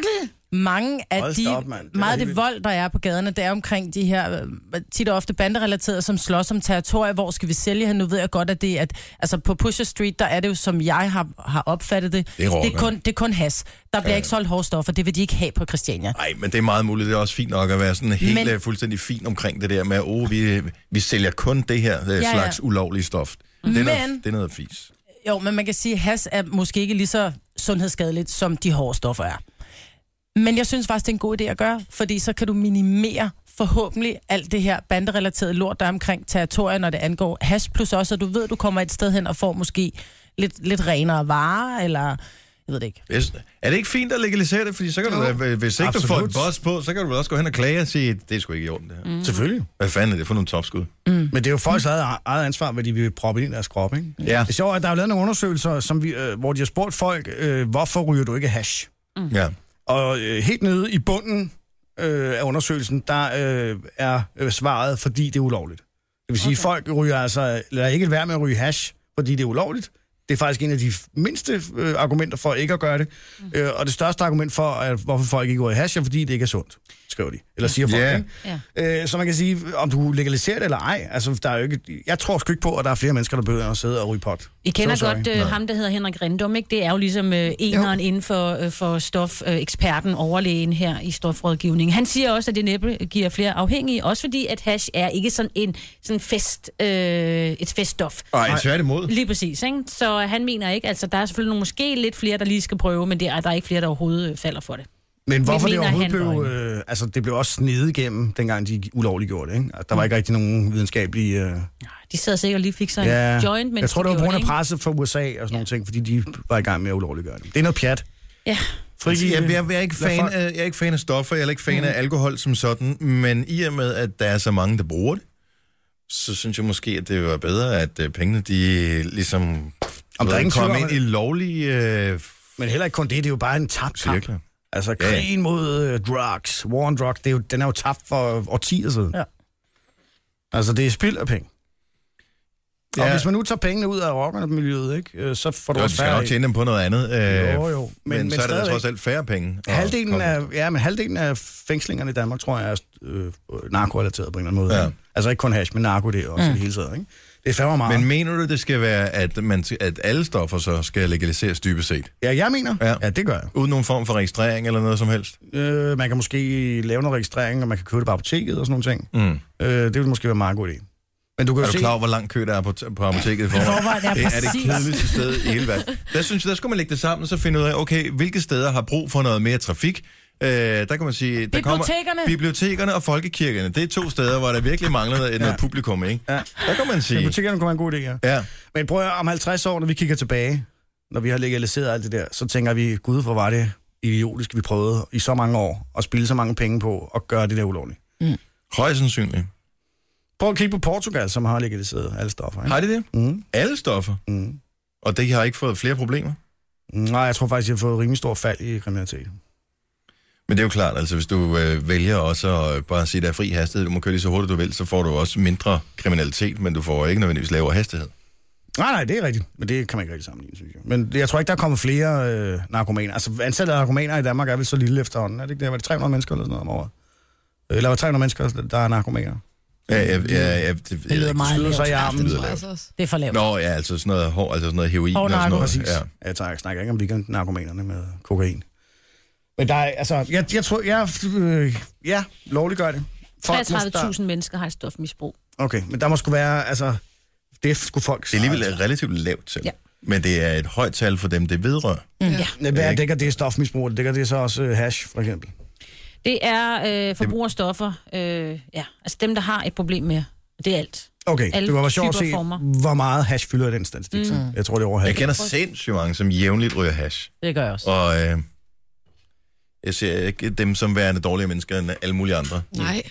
Speaker 4: Mange af
Speaker 6: Hold da
Speaker 4: de...
Speaker 6: op, mand. Det er
Speaker 4: meget
Speaker 6: da
Speaker 4: af det
Speaker 6: helt
Speaker 4: vold, der er på gaderne, det er omkring de her øh, tit og ofte banderelaterede, som slås om territorier. Hvor skal vi sælge her? Nu ved jeg godt, at det er... At, altså på Pusher Street, der er det jo, som jeg har, har opfattet det.
Speaker 1: Det er rocker.
Speaker 4: det, er kun, det er kun has. Der bliver
Speaker 1: Ja,
Speaker 4: ja.
Speaker 1: ja.
Speaker 4: ikke solgt hårde stoffer. Det vil de ikke have på Christiania.
Speaker 1: Nej, men det er meget muligt. Det er også fint nok at være sådan helt
Speaker 4: Men-
Speaker 1: men... fuldstændig fin omkring det der med, at oh, vi, vi sælger kun det her ja,
Speaker 4: ja.
Speaker 1: slags ulovlige stof. Det er,
Speaker 4: Men-
Speaker 1: noget, det er noget fis.
Speaker 4: Jo, men man kan sige, at has er måske ikke lige så sundhedsskadeligt, som de hårde stoffer er. Men jeg synes faktisk, det er en god idé at gøre, fordi så kan du minimere forhåbentlig alt det her banderelaterede lort, der er omkring territorier, når det angår has, plus også, at du ved, at du kommer et sted hen og får måske lidt, lidt renere varer, eller jeg ved det ikke.
Speaker 1: Hvis- Er det ikke fint at legalisere det? Fordi så kan du, da- hvis ikke Absolut. du får
Speaker 6: Absolut.
Speaker 1: et boss på, så kan du vel også gå hen og klage og sige, det er sgu ikke i orden det her.
Speaker 6: Mm. Selvfølgelig.
Speaker 1: Hvad fanden er det for nogle topskud?
Speaker 6: Mm. Men det er jo folks eget, eget ansvar, hvad de vil proppe ind i deres krop, ikke?
Speaker 1: Ja.
Speaker 6: Det er sjovt, at der er jo lavet nogle undersøgelser, som vi, øh, hvor de har spurgt folk, øh, hvorfor ryger du ikke hash?
Speaker 1: Mm. Ja.
Speaker 6: Og øh, helt nede i bunden øh, af undersøgelsen, der øh, er øh, svaret, fordi det er ulovligt. Det vil sige, okay. folk ryger altså, lader ikke være med at ryge hash, fordi det er ulovligt. Det er faktisk en af de f- mindste øh, argumenter for ikke at gøre det. Mm. Øh, og det største argument for, at, hvorfor folk ikke ryger hash, er fordi det ikke er sundt, skriver de. Eller siger folk,
Speaker 1: Ja.
Speaker 6: ikke? Øh, så man kan sige, om du legaliserer det eller ej, altså der er jo ikke, jeg tror sgu ikke på, at der er flere mennesker, der behøver at sidde og ryge pot.
Speaker 7: I kender
Speaker 6: So sorry.
Speaker 7: godt øh,
Speaker 6: Nej.
Speaker 7: ham, der hedder Henrik Rindum, ikke? Det er jo ligesom øh, eneren inden for, øh, for stofeksperten, øh, overlægen her i stofrådgivning. Han siger også, at det næppe giver flere afhængige, også fordi at hash er ikke sådan en sådan fest, øh, et feststof.
Speaker 1: Ej, tværtimod.
Speaker 7: Lige præcis, ikke? Så han mener ikke, altså der er selvfølgelig nogle, måske lidt flere, der lige skal prøve, men det er, der er ikke flere, der overhovedet øh, falder for det.
Speaker 6: Men hvorfor det
Speaker 7: mener
Speaker 6: overhovedet
Speaker 7: han,
Speaker 6: blev... Øh, altså, det blev også snedet igennem, dengang de ulovligt gjorde det, ikke? Altså,
Speaker 7: Mm.
Speaker 6: Der var ikke rigtig nogen videnskabelige... Øh,
Speaker 7: De sad sikkert og lige fik sig en joint, men
Speaker 6: jeg tror, det var på grund af
Speaker 7: pres.
Speaker 6: presset fra USA og sådan ja. nogle ting, fordi de var i gang med at ulovliggøre det. Det er noget pjat.
Speaker 7: Ja.
Speaker 1: Frigi, jeg, Altså, jeg, jeg, er ikke
Speaker 7: Lad
Speaker 1: fan
Speaker 7: folk- Mm.
Speaker 1: af, jeg er ikke fan af stoffer, jeg er ikke fan af alkohol som sådan, men i og med, at der er så mange, der bruger det, så synes jeg måske, at det var bedre, at øh, pengene de øh, ligesom
Speaker 6: Om der er ingen tvivl
Speaker 1: kom
Speaker 6: om
Speaker 1: ind i
Speaker 6: det.
Speaker 1: lovlige... Øh,
Speaker 6: Men heller ikke kun det, det er jo bare en tabt kamp.
Speaker 1: Cirkler.
Speaker 6: Altså
Speaker 1: Ja, ja.
Speaker 6: krigen mod øh, drugs, war on drugs, det er jo, den er jo tabt for øh, årtier siden.
Speaker 4: Ja.
Speaker 6: Altså det er spild af penge. Ja. Og
Speaker 1: Ja.
Speaker 6: hvis man nu tager pengene ud af rockermiljøet, ikke, øh, så får du
Speaker 1: jo, de
Speaker 6: også
Speaker 1: skal nok
Speaker 6: færre...
Speaker 1: tjene dem på noget andet, øh,
Speaker 6: Jo, jo,
Speaker 1: Men,
Speaker 6: men-
Speaker 1: men,
Speaker 6: men
Speaker 1: så er der
Speaker 6: stadigvæk.
Speaker 1: trods alt færre penge. at
Speaker 6: Halvdelen
Speaker 1: komme-
Speaker 6: af, ja, men halvdelen af fængslingerne i Danmark, tror jeg, er øh, narkorelateret på en eller anden måde. Ja. Altså ikke kun hash, men narko det er også
Speaker 1: Mm.
Speaker 6: mm. i det hele taget. Ikke? Det er fandme meget.
Speaker 1: Men mener du, det skal være, at, man, at alle stoffer så skal legaliseres dybest set?
Speaker 6: Ja, jeg mener.
Speaker 1: Ja.
Speaker 6: ja, det gør jeg.
Speaker 1: Uden nogen form for registrering eller noget som helst?
Speaker 6: Øh, man kan måske lave noget registrering, og man kan købe det på apoteket og sådan nogle ting.
Speaker 1: Mm.
Speaker 6: Øh, det ville måske være en meget god idé. Men du kan
Speaker 1: er
Speaker 6: jo
Speaker 1: du
Speaker 6: se...
Speaker 1: klar over, hvor lang kø der er på, på apoteket i
Speaker 6: forvejen er
Speaker 1: det er det
Speaker 6: præcis.
Speaker 1: kedeligste sted i hele verden. Der synes jeg, der skulle man lægge det sammen, så finde ud af, okay, hvilke steder har brug for noget mere trafik? Øh, der kan man sige... Der kommer,
Speaker 4: Bibliotekerne.
Speaker 1: bibliotekerne og folkekirkerne. Det er to steder, hvor der virkelig mangler noget, noget publikum, ikke?
Speaker 6: Ja.
Speaker 1: Der kan man sige...
Speaker 6: Butikkerne kunne være en god idé, ja.
Speaker 1: Ja.
Speaker 6: Men prøv at høre, om 50 år, når vi kigger tilbage, når vi har legaliseret alt det der, så tænker vi, gud, hvor var det idiotisk, vi prøvede i så mange år at spille så mange penge på og gøre det der ulovligt.
Speaker 4: Mm.
Speaker 1: Højst sandsynligt.
Speaker 6: Prøv at kigge på Portugal, som har legaliseret alle stoffer. Ikke?
Speaker 1: Har de det?
Speaker 6: Mm.
Speaker 1: Alle stoffer?
Speaker 6: Mm.
Speaker 1: Og det har ikke fået flere problemer?
Speaker 6: Nej, jeg tror faktisk, de har fået rimelig stor fald i kriminalitet.
Speaker 1: Men det er jo klart, altså hvis du øh, vælger også at øh, bare sige, der er fri hastighed, du må køre lige så hurtigt du vil, så får du også mindre kriminalitet, men du får ikke nødvendigvis lavere hastighed.
Speaker 6: Nej, nej, det er rigtigt. Men det kan man ikke rigtig sammenligne, synes jeg. Men jeg tror ikke, der er kommet flere øh, narkomaner. Altså, antallet af narkomaner i Danmark er vel så lille efterhånden. Er det ikke det? Var det 300 mennesker eller sådan noget om året? Eller var det 300 mennesker, der er narkomaner?
Speaker 1: Ja, ja, ja, ja, det, det
Speaker 6: lyder meget lavt. Ja,
Speaker 1: Det
Speaker 6: det tror jeg
Speaker 1: lyder
Speaker 6: altså
Speaker 1: lavt.
Speaker 4: Det er for lavt.
Speaker 1: Nå, ja, altså sådan noget hår, altså sådan noget heroin og, sådan noget.
Speaker 6: Præcis. Ja. Jeg, tager, jeg snakker ikke om weekend-narkomanerne med kokain. Men der er, altså, jeg, jeg tror, jeg, øh, ja, lovliggør det. Folk må starte-
Speaker 7: 33.000 mennesker har et stofmisbrug.
Speaker 6: Okay, men der må sgu være, altså, det skulle folk...
Speaker 1: Det er alligevel et relativt lavt tal. Ja. Men det er et højt tal for dem, det vedrører.
Speaker 7: Mm. Ja.
Speaker 6: Hvad dækker det stofmisbrug? Dækker det så også øh, hash, for eksempel?
Speaker 7: Det er øh, forbrugerstoffer. Øh, ja, altså dem, der har et problem med. Det er alt.
Speaker 6: Okay,
Speaker 7: Alle
Speaker 6: det var, var sjovt at
Speaker 7: typer
Speaker 6: se,
Speaker 7: former.
Speaker 6: hvor meget hash fylder i den statistik. Mm.
Speaker 7: Mm.
Speaker 6: Jeg tror, det er over
Speaker 1: Jeg
Speaker 6: halvdelen.
Speaker 1: kender sindssygt mange, som jævnligt ryger hash.
Speaker 4: Det gør jeg også.
Speaker 1: Og øh, jeg ser ikke dem som værende dårligere mennesker end alle mulige andre.
Speaker 3: Nej.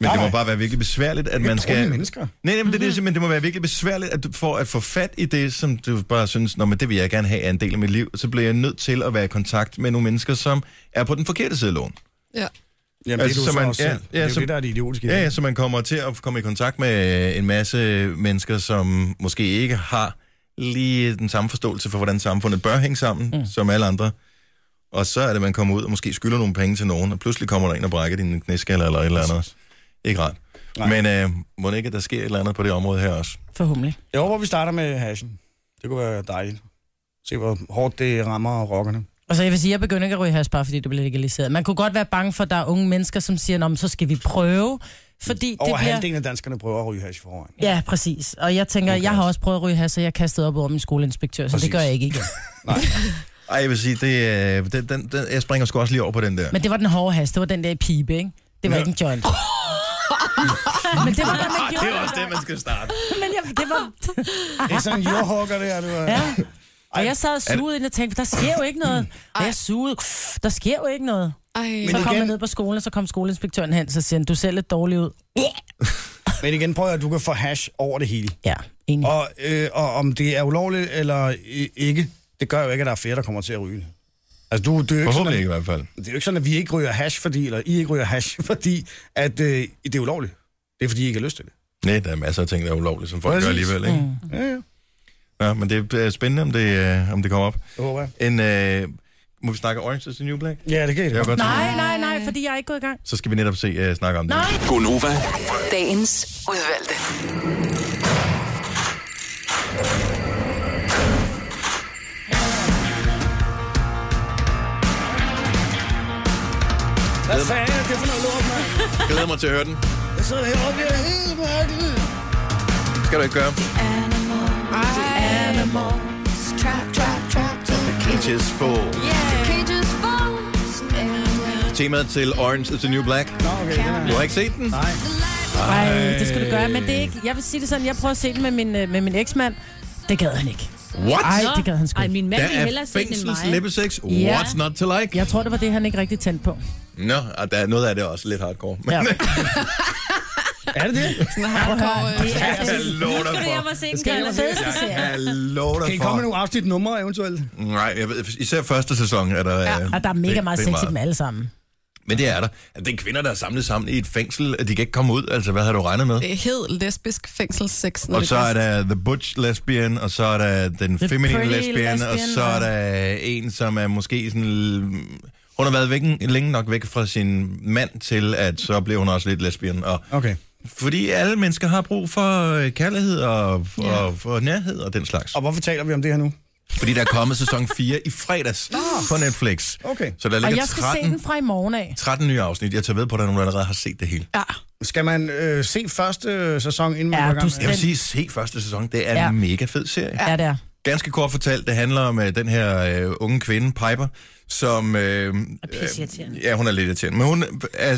Speaker 1: Men det
Speaker 3: Nej.
Speaker 1: må bare være virkelig besværligt, at
Speaker 6: Ikke
Speaker 1: man
Speaker 6: dårlige
Speaker 1: skal...
Speaker 6: mennesker.
Speaker 1: Nej, nej, men det, er det, simpelthen, det må være virkelig besværligt, at du, for at få fat i det, som du bare synes, Nå, men det vil jeg gerne have er en del af mit liv, så bliver jeg nødt til at være i kontakt med nogle mennesker, som er på den forkerte side af loven.
Speaker 3: Ja.
Speaker 6: Jamen, det er du så
Speaker 1: altså, man,
Speaker 6: også selv. Det er jo det, der er det idiotiske i
Speaker 1: Ja,
Speaker 6: det.
Speaker 1: ja, så man kommer til at komme i kontakt med en masse mennesker, som måske ikke har lige den samme forståelse for, hvordan samfundet bør hænge sammen, mm. som alle andre. Og så er det, man kommer ud og måske skylder nogle penge til nogen, og pludselig kommer der en og brækker din knæskaller eller et eller andet. Ikke rart. Nej. Men øh, må det ikke, at der sker et eller andet på det område her også?
Speaker 4: Forhåbentlig.
Speaker 6: Jeg håber, vi starter med hashen. Det kunne være dejligt. Se, hvor hårdt det rammer rockerne.
Speaker 4: Og så Altså, jeg vil sige, jeg begynder ikke at ryge hash, bare fordi det bliver legaliseret. Man kunne godt være bange for, at der er unge mennesker, som siger, "Nå, men så skal vi prøve, fordi
Speaker 6: Over
Speaker 4: det bliver...
Speaker 6: halvdelen af danskerne prøver at ryge hash i forvejen.
Speaker 4: Ja, præcis. Og jeg tænker, jeg har også prøvet at ryge hash, så jeg kastede op over min skoleinspektør, så
Speaker 1: Præcis.
Speaker 4: det gør jeg ikke igen.
Speaker 1: Ej, jeg vil sige, det, øh, den, den, den, jeg springer sgu også lige over på den der.
Speaker 4: Men det var den hårde hash, det var den der i pibe, ikke? Det var
Speaker 1: Ja.
Speaker 4: ikke en joint. Men det var det,
Speaker 6: Ah,
Speaker 4: man gjorde.
Speaker 1: Ah, det er også det, man skal starte.
Speaker 4: Men jeg, det var...
Speaker 6: Det er sådan en jordhugger, det her, du øh, er.
Speaker 4: Ja. Og jeg sad og
Speaker 1: Er det-
Speaker 4: sugede ind og tænkte, der sker jo ikke noget. Og jeg sugede, der sker jo ikke noget.
Speaker 3: Ej.
Speaker 4: Så kom jeg ned på skolen, og så kom skoleinspektøren hen, så siger han, du ser lidt dårlig ud.
Speaker 6: Men igen, prøv at du kan få hash over det hele.
Speaker 4: Ja, enig.
Speaker 6: Og, øh, og om det er ulovligt eller i- ikke, det gør jo ikke, at der er flere, der kommer til at ryge. det. Altså, du, det er jo ikke sådan,
Speaker 1: Forhåbentlig
Speaker 6: at,
Speaker 1: ikke i hvert fald.
Speaker 6: det er jo ikke sådan, at vi ikke ryger hash, fordi, eller I ikke ryger hash, fordi at, øh, det er ulovligt. Det er, fordi I ikke har lyst til det.
Speaker 1: Nej, der er masser af ting, der er ulovlige, som folk
Speaker 6: Præcis.
Speaker 1: gør alligevel, ikke? Mm.
Speaker 6: Ja, ja.
Speaker 1: Ja, men det er spændende, om det, øh, om det kommer op.
Speaker 6: Det håber jeg.
Speaker 1: En, øh, må vi snakke Orange is the New Black?
Speaker 6: Ja, det kan I
Speaker 1: Jeg godt
Speaker 4: Nej, nej, nej, fordi jeg er ikke gået i gang.
Speaker 1: Så skal vi netop se uh, snakke om det.
Speaker 4: Nej.
Speaker 1: Gonova.
Speaker 9: Dagens udvalgte.
Speaker 6: Hvad fanden er det for noget lort, mand?
Speaker 1: Glæder mig til at høre den.
Speaker 6: Jeg sidder herovre og bliver helt mærkelig.
Speaker 1: Skal du ikke gøre. Cage is full. Temaet til Orange is the New Black. Du har ikke set den? Nej.
Speaker 4: Nej, det skulle du gøre, men det er ikke... Jeg vil sige det sådan, jeg prøver at se den med min, øh, med min eksmand. Det gad han ikke.
Speaker 1: What?
Speaker 4: Ej, det gad han sgu.
Speaker 7: Ej, min mand
Speaker 1: Der
Speaker 7: vil
Speaker 1: er
Speaker 7: hellere se den end mig.
Speaker 1: fængselslæbeseks.
Speaker 4: Ja.
Speaker 1: What's not to like?
Speaker 4: Jeg tror, det var det, han ikke rigtig tændte på.
Speaker 1: Nå, og der er noget af det er også lidt hardcore. Men
Speaker 4: Ja.
Speaker 1: er det det?
Speaker 3: Sådan hardcore... øh,
Speaker 1: Jeg kan love dig
Speaker 7: skal du hjem og
Speaker 1: for.
Speaker 7: se den,
Speaker 2: Skal jeg
Speaker 7: Karla.
Speaker 2: hjem og se
Speaker 1: Jeg kan love
Speaker 2: Kan I
Speaker 1: dig
Speaker 2: komme med
Speaker 1: for.
Speaker 2: nogle afsnit numre eventuelt?
Speaker 1: Nej, jeg ved, især første sæson er der... øh,
Speaker 4: Og der er mega
Speaker 1: det-
Speaker 4: meget
Speaker 1: det
Speaker 4: sex i dem alle sammen.
Speaker 1: Men det er der. At Det er kvinder, der er samlet sammen i et fængsel. at De kan ikke komme ud. Altså, hvad havde du regnet med?
Speaker 3: Det er hed lesbisk fængselssex. når
Speaker 1: Og
Speaker 3: det
Speaker 1: så er
Speaker 3: først-
Speaker 1: der The Butch Lesbian, og så er der den
Speaker 3: The
Speaker 1: feminine
Speaker 3: pretty
Speaker 1: lesbian, og
Speaker 3: lesbian,
Speaker 1: så er
Speaker 3: og-
Speaker 1: der en, som er måske sådan... l- Hun har været væk, længe nok væk fra sin mand til, at så bliver hun også lidt lesbian. Og
Speaker 6: Okay.
Speaker 1: Fordi alle mennesker har brug for øh, kærlighed og, ja. og, og nærhed og den slags.
Speaker 6: Og hvorfor taler vi om det her nu?
Speaker 1: Fordi der er kommet sæson 4 i fredags på Netflix.
Speaker 6: Okay.
Speaker 1: Så der
Speaker 4: Og
Speaker 1: ligger
Speaker 4: jeg skal se
Speaker 1: 13,
Speaker 4: den fra i morgen af.
Speaker 1: 13 nye afsnit. Jeg tager ved på, at der er nogen, der allerede har set det hele.
Speaker 4: Ja.
Speaker 6: Skal man øh, se første øh, sæson, inden man
Speaker 4: Ja,
Speaker 6: går i gang?
Speaker 4: du
Speaker 1: Jeg vil sige, se første sæson. Det er
Speaker 4: Ja.
Speaker 1: en mega fed serie.
Speaker 4: Ja, det er.
Speaker 1: Ganske kort fortalt, det handler om uh, den her uh, unge kvinde, Piper, som... Uh, er
Speaker 7: pisseirriterende.
Speaker 1: ja, hun er lidt irriterende. Men hun er...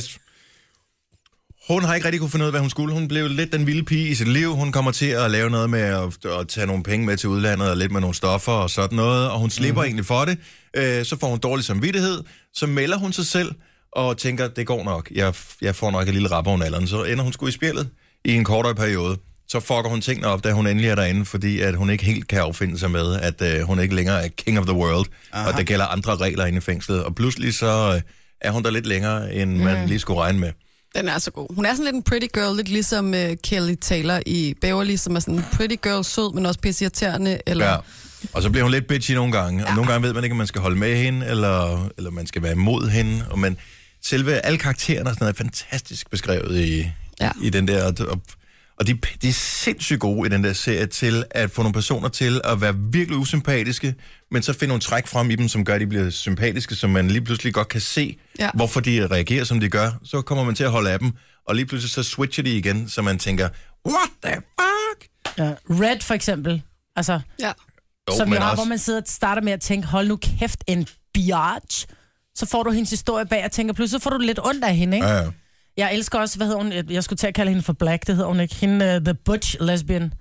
Speaker 1: Hun har ikke rigtig kunne finde ud af, hvad hun skulle. Hun blev lidt den vilde pige i sit liv. Hun kommer til at lave noget med at, at tage nogle penge med til udlandet og lidt med nogle stoffer og sådan noget, og hun slipper mm-hmm. egentlig for det. Øh, så får hun dårlig samvittighed, så melder hun sig selv og tænker, det går nok. Jeg, jeg får nok et lille rap under alderen. Så ender hun sgu i spjældet i en kortere periode. Så fucker hun tingene op, da hun endelig er derinde, fordi at hun ikke helt kan affinde sig med, at øh, hun ikke længere er king of the world, Aha. og der gælder andre regler inde i fængslet. Og pludselig så øh, er hun der lidt længere, end man
Speaker 3: Mm.
Speaker 1: mm. lige skulle regne med.
Speaker 3: Den er så god. Hun er sådan lidt en pretty girl, lidt ligesom uh, Kelly Taylor i Beverly, som er sådan en pretty girl, sød, men også pissirriterende. Eller...
Speaker 1: Ja. Og så bliver hun lidt bitchy nogle gange, og nogle gange ved man ikke, om man skal holde med hende, eller, eller man skal være imod hende. Og man, selve alle karaktererne og sådan noget er fantastisk beskrevet i, ja. i den der... Og, og de, de er sindssygt gode i den der serie til at få nogle personer til at være virkelig usympatiske, men så finde nogle træk frem i dem, som gør, at de bliver sympatiske, som man lige pludselig godt kan se,
Speaker 3: Ja.
Speaker 1: ja. hvorfor de reagerer, som de gør. Så kommer man til at holde af dem, og lige pludselig så switcher de igen, så man tænker, what the fuck?
Speaker 4: Ja. Red for eksempel. Altså,
Speaker 3: ja.
Speaker 1: Jo,
Speaker 4: som
Speaker 1: men
Speaker 4: jeg har,
Speaker 1: også-
Speaker 4: hvor man sidder og starter med at tænke, hold nu kæft, en biatch. Så får du hendes historie bag og tænker, pludselig får du lidt ondt af hende, ikke?
Speaker 1: Ja, ja.
Speaker 4: Jeg elsker også, hvad hedder hun? Jeg skulle til at kalde hende for Black, det hedder hun ikke. Hende, uh, The Butch Lesbian.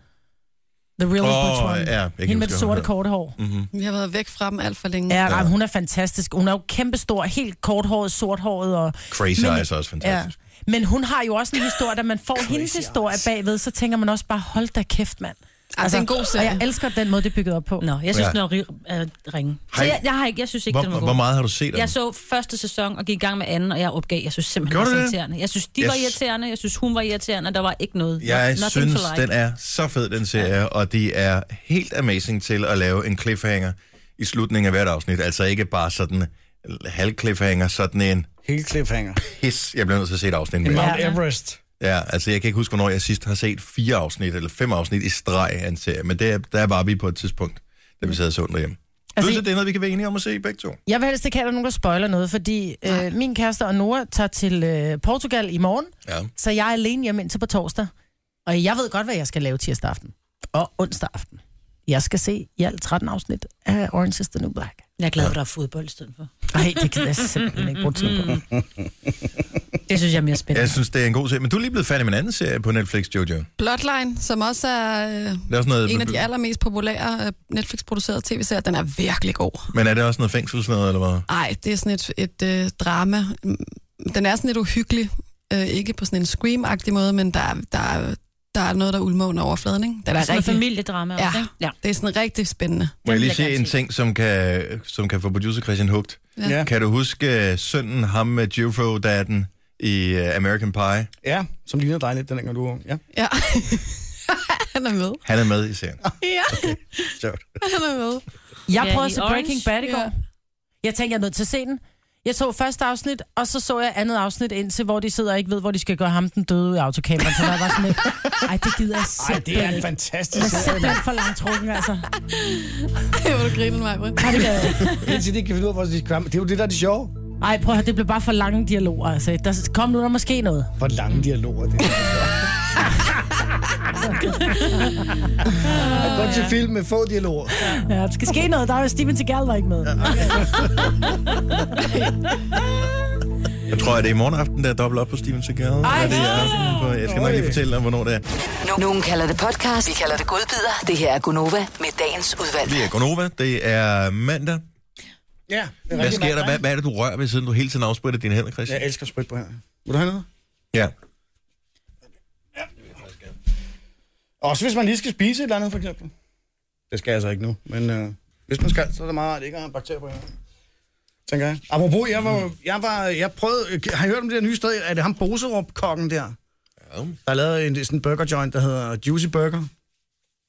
Speaker 4: The Real
Speaker 1: Åh,
Speaker 4: Butch One.
Speaker 1: ja, jeg kan
Speaker 4: hende med
Speaker 1: huske, hvad hun
Speaker 4: det sorte
Speaker 1: hedder.
Speaker 4: korte hår.
Speaker 1: Mm-hmm.
Speaker 3: Vi har været væk fra dem alt for længe.
Speaker 4: Ja, ja. hun er fantastisk. Hun er jo kæmpestor, helt korthåret, sorthåret. Og...
Speaker 1: Crazy Eyes er også fantastisk.
Speaker 4: Ja. Men hun har jo også en historie, da man får hendes historie bagved, så tænker man også bare, hold da kæft, mand.
Speaker 7: er en god serie.
Speaker 4: Og jeg elsker den måde, det er bygget op på.
Speaker 7: Nå, jeg synes,
Speaker 1: Ja.
Speaker 7: ja. den var ri- øh, ringe. Så
Speaker 1: Hej.
Speaker 7: jeg, jeg, har ikke, jeg synes ikke,
Speaker 1: Hvor-
Speaker 7: den var god.
Speaker 1: hvor meget har du set af den?
Speaker 7: Jeg så første sæson og gik i gang med anden, og jeg opgav. Jeg synes simpelthen,
Speaker 1: Gjorde
Speaker 7: det var
Speaker 1: du
Speaker 7: så
Speaker 1: det?
Speaker 7: irriterende. Jeg synes, de
Speaker 1: Jeg
Speaker 7: var
Speaker 1: s-
Speaker 7: irriterende. Jeg synes, hun var irriterende. Der var ikke noget.
Speaker 1: Jeg
Speaker 7: Nothing to
Speaker 1: synes,
Speaker 7: like.
Speaker 1: den er så fed, den serie, ja. og de er helt amazing til at lave en cliffhanger i slutningen af hvert afsnit. Altså ikke bare sådan en halv cliffhanger, sådan en
Speaker 6: Hele cliffhanger.
Speaker 1: pis, jeg bliver nødt til at se et afsnit mere.
Speaker 6: En Mount Everest.
Speaker 1: Ja, altså jeg kan ikke huske, hvornår jeg sidst har set fire afsnit eller fem afsnit i streg af en serie, men det, er- der var vi på et tidspunkt, da vi sad og så den derhjemme. Altså, Pludselig, det er noget, vi kan være enige om at se begge to.
Speaker 4: Jeg vil helst ikke have, at der er nogen, der spoiler noget, fordi øh, min kæreste og Nora tager til øh, Portugal i morgen,
Speaker 1: Ja.
Speaker 4: så jeg er alene hjemme indtil på torsdag. Og jeg ved godt, hvad jeg skal lave tirsdag aften og onsdag aften. Jeg skal se i alt 13 afsnit af Orange is the New Black.
Speaker 7: Jeg er glad for, at der er fodbold i stedet for.
Speaker 4: Nej, det kan jeg simpelthen ikke bruge tid på.
Speaker 7: Mm. Det synes jeg er mere spændende.
Speaker 1: Jeg synes, det er en god serie. Men du er lige blevet færdig med en anden serie på Netflix, Jojo.
Speaker 3: Bloodline, som også er, øh,
Speaker 1: Det er også noget-
Speaker 3: en af de allermest populære øh, Netflix-producerede tv-serier, den er virkelig god.
Speaker 1: Men er det også noget fængsels noget, eller hvad?
Speaker 3: Ej, det er sådan et, et øh, drama. Mm, Den er sådan lidt uhyggelig. Øh, ikke på sådan en scream-agtig måde, men der, er- der, er- der er noget, der ulmer under overfladen. Ikke? Den er
Speaker 7: Sådan noget
Speaker 3: rigtig,
Speaker 7: familiedrama også,
Speaker 3: ja,
Speaker 7: ikke? Ja.
Speaker 3: det er sådan rigtig spændende.
Speaker 1: Må jeg lige se en ting, som kan, som kan få producer Christian hugt?
Speaker 3: Ja. Ja.
Speaker 1: Kan du huske øh, sønnen, ham med Jufro, der er den i øh, American Pie?
Speaker 6: Ja, som ligner dig lidt, den gang du var ung. Ja.
Speaker 3: Ja. Han er med.
Speaker 1: Han er med i serien.
Speaker 3: Ja,
Speaker 6: Sjovt.
Speaker 3: han er med.
Speaker 4: Jeg
Speaker 3: Ja,
Speaker 4: prøvede at
Speaker 3: i
Speaker 4: se
Speaker 3: Orange.
Speaker 4: Breaking Bad i går.
Speaker 3: Ja.
Speaker 4: Jeg tænkte, jeg er nødt til at se den. Jeg så første afsnit, og så så jeg andet afsnit indtil, hvor de sidder og ikke ved, hvor de skal gøre ham den døde ud i autocamperen. Så der var sådan et, ej, det gider jeg
Speaker 6: Ej, det er
Speaker 4: simpelthen
Speaker 6: en
Speaker 4: ikke.
Speaker 6: fantastisk
Speaker 4: Det er
Speaker 6: serie.
Speaker 4: simpelthen for langt trukken, altså.
Speaker 3: Ej, hvor du griner mig, Britt.
Speaker 4: Har det
Speaker 6: mand. Indtil de ikke kan finde ud af, hvor de skal komme. Det er jo det, der er det sjove.
Speaker 4: Ej, prøv at høre, det blev bare for lange dialoger, altså. Der kom nu der måske noget.
Speaker 6: Hvor lange dialoger det er. Jeg går til film med få dialoger.
Speaker 4: Ja, der skal ske noget. Der er jo Steven Seagal var ikke med.
Speaker 1: Jeg tror, at det er i morgen aften, der er dobbelt op på Steven Seagal.
Speaker 9: Ej,
Speaker 1: Er det i aften på- Jeg skal nok lige fortælle dig, hvornår det er.
Speaker 9: Nogen kalder det podcast, vi kalder det godbider. Det her er Gunova med dagens udvalgte.
Speaker 1: Vi er Gonova, det er mandag.
Speaker 6: Ja,
Speaker 1: Hvad sker der? Hvad, hvad er det, du rører ved, siden du hele tiden afspritter dine hænder, Christian?
Speaker 6: Jeg elsker sprit på hænderne. Vil du have noget?
Speaker 1: Ja.
Speaker 6: Også hvis man lige skal spise et eller andet, for eksempel. Det skal jeg så ikke nu, men øh, hvis man skal, så er det meget rart ikke at have bakterier på hænderne. Tænker jeg. Apropos, jeg var, jeg var, jeg prøvede, har I hørt om det der nye sted? Er det ham Boserup-kokken der?
Speaker 1: Ja. Der
Speaker 6: har lavet en, sådan en burger joint, der hedder Juicy Burger.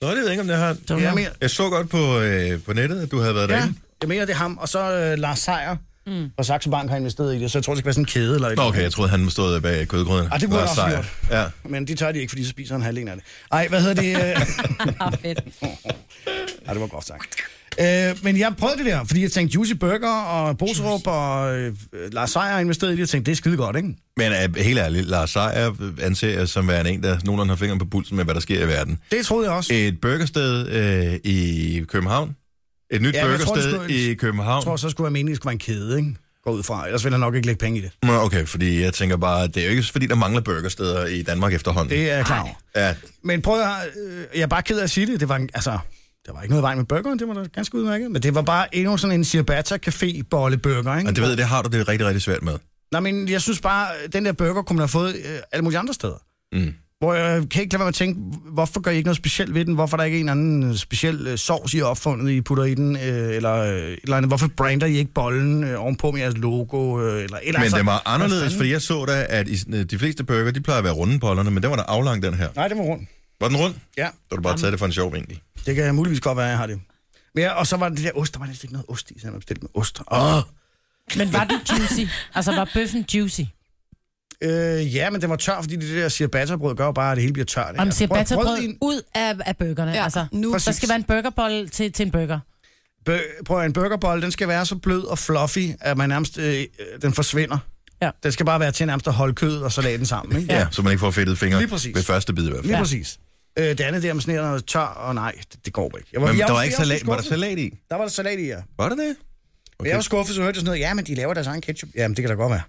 Speaker 1: Nå, det ved jeg ikke, om det har...
Speaker 6: var ham.
Speaker 1: Jeg så godt på, øh, på nettet, at du havde været
Speaker 6: Ja,
Speaker 1: derinde.
Speaker 6: jeg mener, det er ham. Og så øh, Lars Seier mm. fra Saxo Bank har investeret i det, så jeg tror, det skal være sådan en kæde eller et
Speaker 1: Nå,
Speaker 6: eller
Speaker 1: okay, jeg troede, han stod bag kødgrøden.
Speaker 6: Ah, det burde
Speaker 1: Lars
Speaker 6: han også have
Speaker 1: Seier. Ja.
Speaker 6: Men de tør de ikke, fordi så spiser han halvdelen af det. Ej, hvad hedder det? øh?
Speaker 7: Fedt.
Speaker 6: Ej, Ah, det var godt sagt. Øh, men jeg prøvede det der, fordi jeg tænkte Juicy Burger og Boserup og øh, Lars Seier har investeret i det. Jeg tænkte, det er skide godt, ikke?
Speaker 1: Men uh, helt ærligt, Lars Seier anser jeg som værende en, der nogenlunde har fingeren på pulsen med, hvad der sker i verden.
Speaker 6: Det troede jeg også.
Speaker 1: Et burgersted øh, i København. Et nyt
Speaker 6: Ja,
Speaker 1: ja,
Speaker 6: men jeg tror, det
Speaker 1: burgersted tror,
Speaker 6: skulle-
Speaker 1: i København.
Speaker 6: Jeg tror, så skulle være meningen, det skulle være en kæde, ikke? Går ud fra. Ellers ville han nok ikke lægge penge i det.
Speaker 1: Nå, okay, fordi jeg tænker bare, det er jo ikke fordi, der mangler burgersteder i Danmark efterhånden.
Speaker 6: Det er jeg klar over.
Speaker 1: Ja,
Speaker 6: Men prøv at høre, øh, jeg er bare ked af at sige det. Det var, en- altså, der var ikke noget vej med burgeren, det var da ganske udmærket. Men det var bare endnu sådan en ciabatta café bolle burger ikke?
Speaker 1: og det ved jeg, det har du det rigtig, rigtig svært med.
Speaker 6: Nej, men jeg synes bare, den der burger kunne man have fået øh, alle mulige andre steder.
Speaker 1: Mm.
Speaker 6: Hvor jeg kan ikke lade være med at tænke, hvorfor gør I ikke noget specielt ved den? Hvorfor er der ikke en anden øh, speciel øh, sovs, I har opfundet, I putter i den? Øh, eller, øh, et eller andet. Hvorfor brander I ikke bollen øh, ovenpå med jeres logo? Øh, eller, eller,
Speaker 1: Men altså, den var anderledes, fordi jeg så da, at i, sådan, øh, de fleste burger, de plejer at være runde pollerne, men den var der aflang, den her.
Speaker 6: Nej, det var rundt.
Speaker 1: Var den rund?
Speaker 6: Ja.
Speaker 1: Så har du bare taget det for en sjov vinkel.
Speaker 6: Det kan jeg muligvis godt være, jeg har det. Men ja, og så var det der ost, der var næsten ikke noget ost i, så jeg bestilte med ost. Åh!
Speaker 4: Men var den juicy? Altså, var bøffen juicy?
Speaker 6: Øh, ja, men den var tør, fordi det der ciabatta-brød gør jo bare, at det hele bliver tørt. ikke?
Speaker 4: Om
Speaker 6: Altså,
Speaker 4: siger
Speaker 6: brød- brød i
Speaker 4: batterbrød
Speaker 6: en-
Speaker 4: ud af, af burgerne. Ja, altså, nu. Der
Speaker 6: Præcis.
Speaker 4: skal være en burgerbolle til, til en burger.
Speaker 6: Bø- Prøv at høre, en burgerbolle, den skal være så blød og fluffy, at man nærmest, øh, øh, den forsvinder.
Speaker 4: Ja.
Speaker 6: Den skal bare være til nærmest at holde kødet og salaten sammen, ikke?
Speaker 1: Ja. ja, så man ikke får fedtede fingre
Speaker 6: Lige præcis.
Speaker 1: ved første bid i hvert fald.
Speaker 6: Lige præcis. Øh, det andet der med sådan her, noget tør, og nej, det, det går ikke. Jeg
Speaker 1: Men
Speaker 6: jeg
Speaker 1: der var ikke
Speaker 6: jeg
Speaker 1: salat- var der
Speaker 6: skuffet.
Speaker 1: salat i?
Speaker 6: Der var der salat i, ja.
Speaker 1: Var det det?
Speaker 6: Okay. Jeg var skuffet, så hørte jeg sådan noget, ja, men de laver deres egen ketchup. Jamen, det kan da godt være.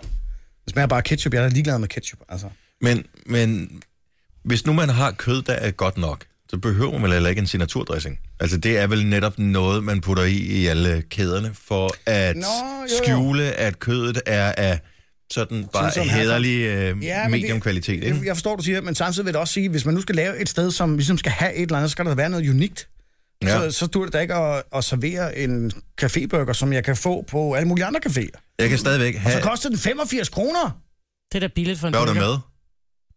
Speaker 6: Det smager bare af ketchup, jeg er da ligeglad med ketchup, altså.
Speaker 1: Men, men hvis nu man har kød, der er godt nok, så behøver man heller ikke en signaturdressing. Altså det er vel netop noget, man putter i i alle kæderne, for at Nå,
Speaker 6: Nå,
Speaker 1: jo,
Speaker 6: jo,
Speaker 1: jo.
Speaker 6: jo.
Speaker 1: skjule, at kødet er af sådan bare
Speaker 6: som
Speaker 1: sådan,
Speaker 6: her-
Speaker 1: hederlig øh,
Speaker 6: Ja,
Speaker 1: ja,
Speaker 6: men det-
Speaker 1: mediumkvalitet.
Speaker 6: Jeg,
Speaker 1: Ikke?
Speaker 6: jeg forstår, du siger, men samtidig vil det også sige, hvis man nu skal lave et sted, som ligesom skal have et eller andet, så skal der være noget unikt.
Speaker 1: Ja.
Speaker 6: Ja. Så, så dur det da ikke at, at servere en caféburger, som jeg kan få på alle mulige andre caféer.
Speaker 1: Jeg kan stadigvæk
Speaker 6: Og så
Speaker 1: have...
Speaker 6: koster den 85 kroner.
Speaker 4: Det er da billigt for en
Speaker 1: Hvad var der
Speaker 4: burger.
Speaker 1: med?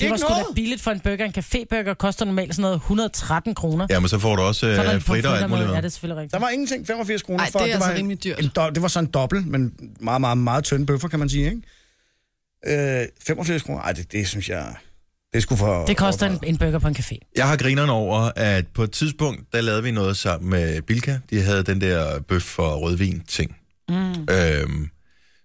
Speaker 4: Det var
Speaker 6: Ikke
Speaker 4: sgu da
Speaker 6: noget.
Speaker 4: billigt for en burger. En caféburger koster normalt sådan noget 113 kroner.
Speaker 1: Ja, men så får du også
Speaker 4: Så er der
Speaker 1: øh,
Speaker 4: en
Speaker 1: fritter og alt muligt.
Speaker 4: med. Ja, det er
Speaker 1: andet.
Speaker 4: selvfølgelig rigtigt.
Speaker 6: Der var ingenting 85 kroner
Speaker 3: Ej,
Speaker 6: for.
Speaker 3: det er altså
Speaker 6: var en-
Speaker 3: rimelig dyrt.
Speaker 6: En, do- det var så en dobbelt, men meget, meget, meget tynd bøffer, kan man sige, ikke? Øh, 85 kroner, ej, det, det synes jeg... Det skulle for...
Speaker 4: Det koster en, en burger på en café.
Speaker 1: Jeg har grineren over, at på et tidspunkt, der lavede vi noget sammen med Bilka. De havde den der bøf og rødvin-ting.
Speaker 4: Mm.
Speaker 1: Øhm,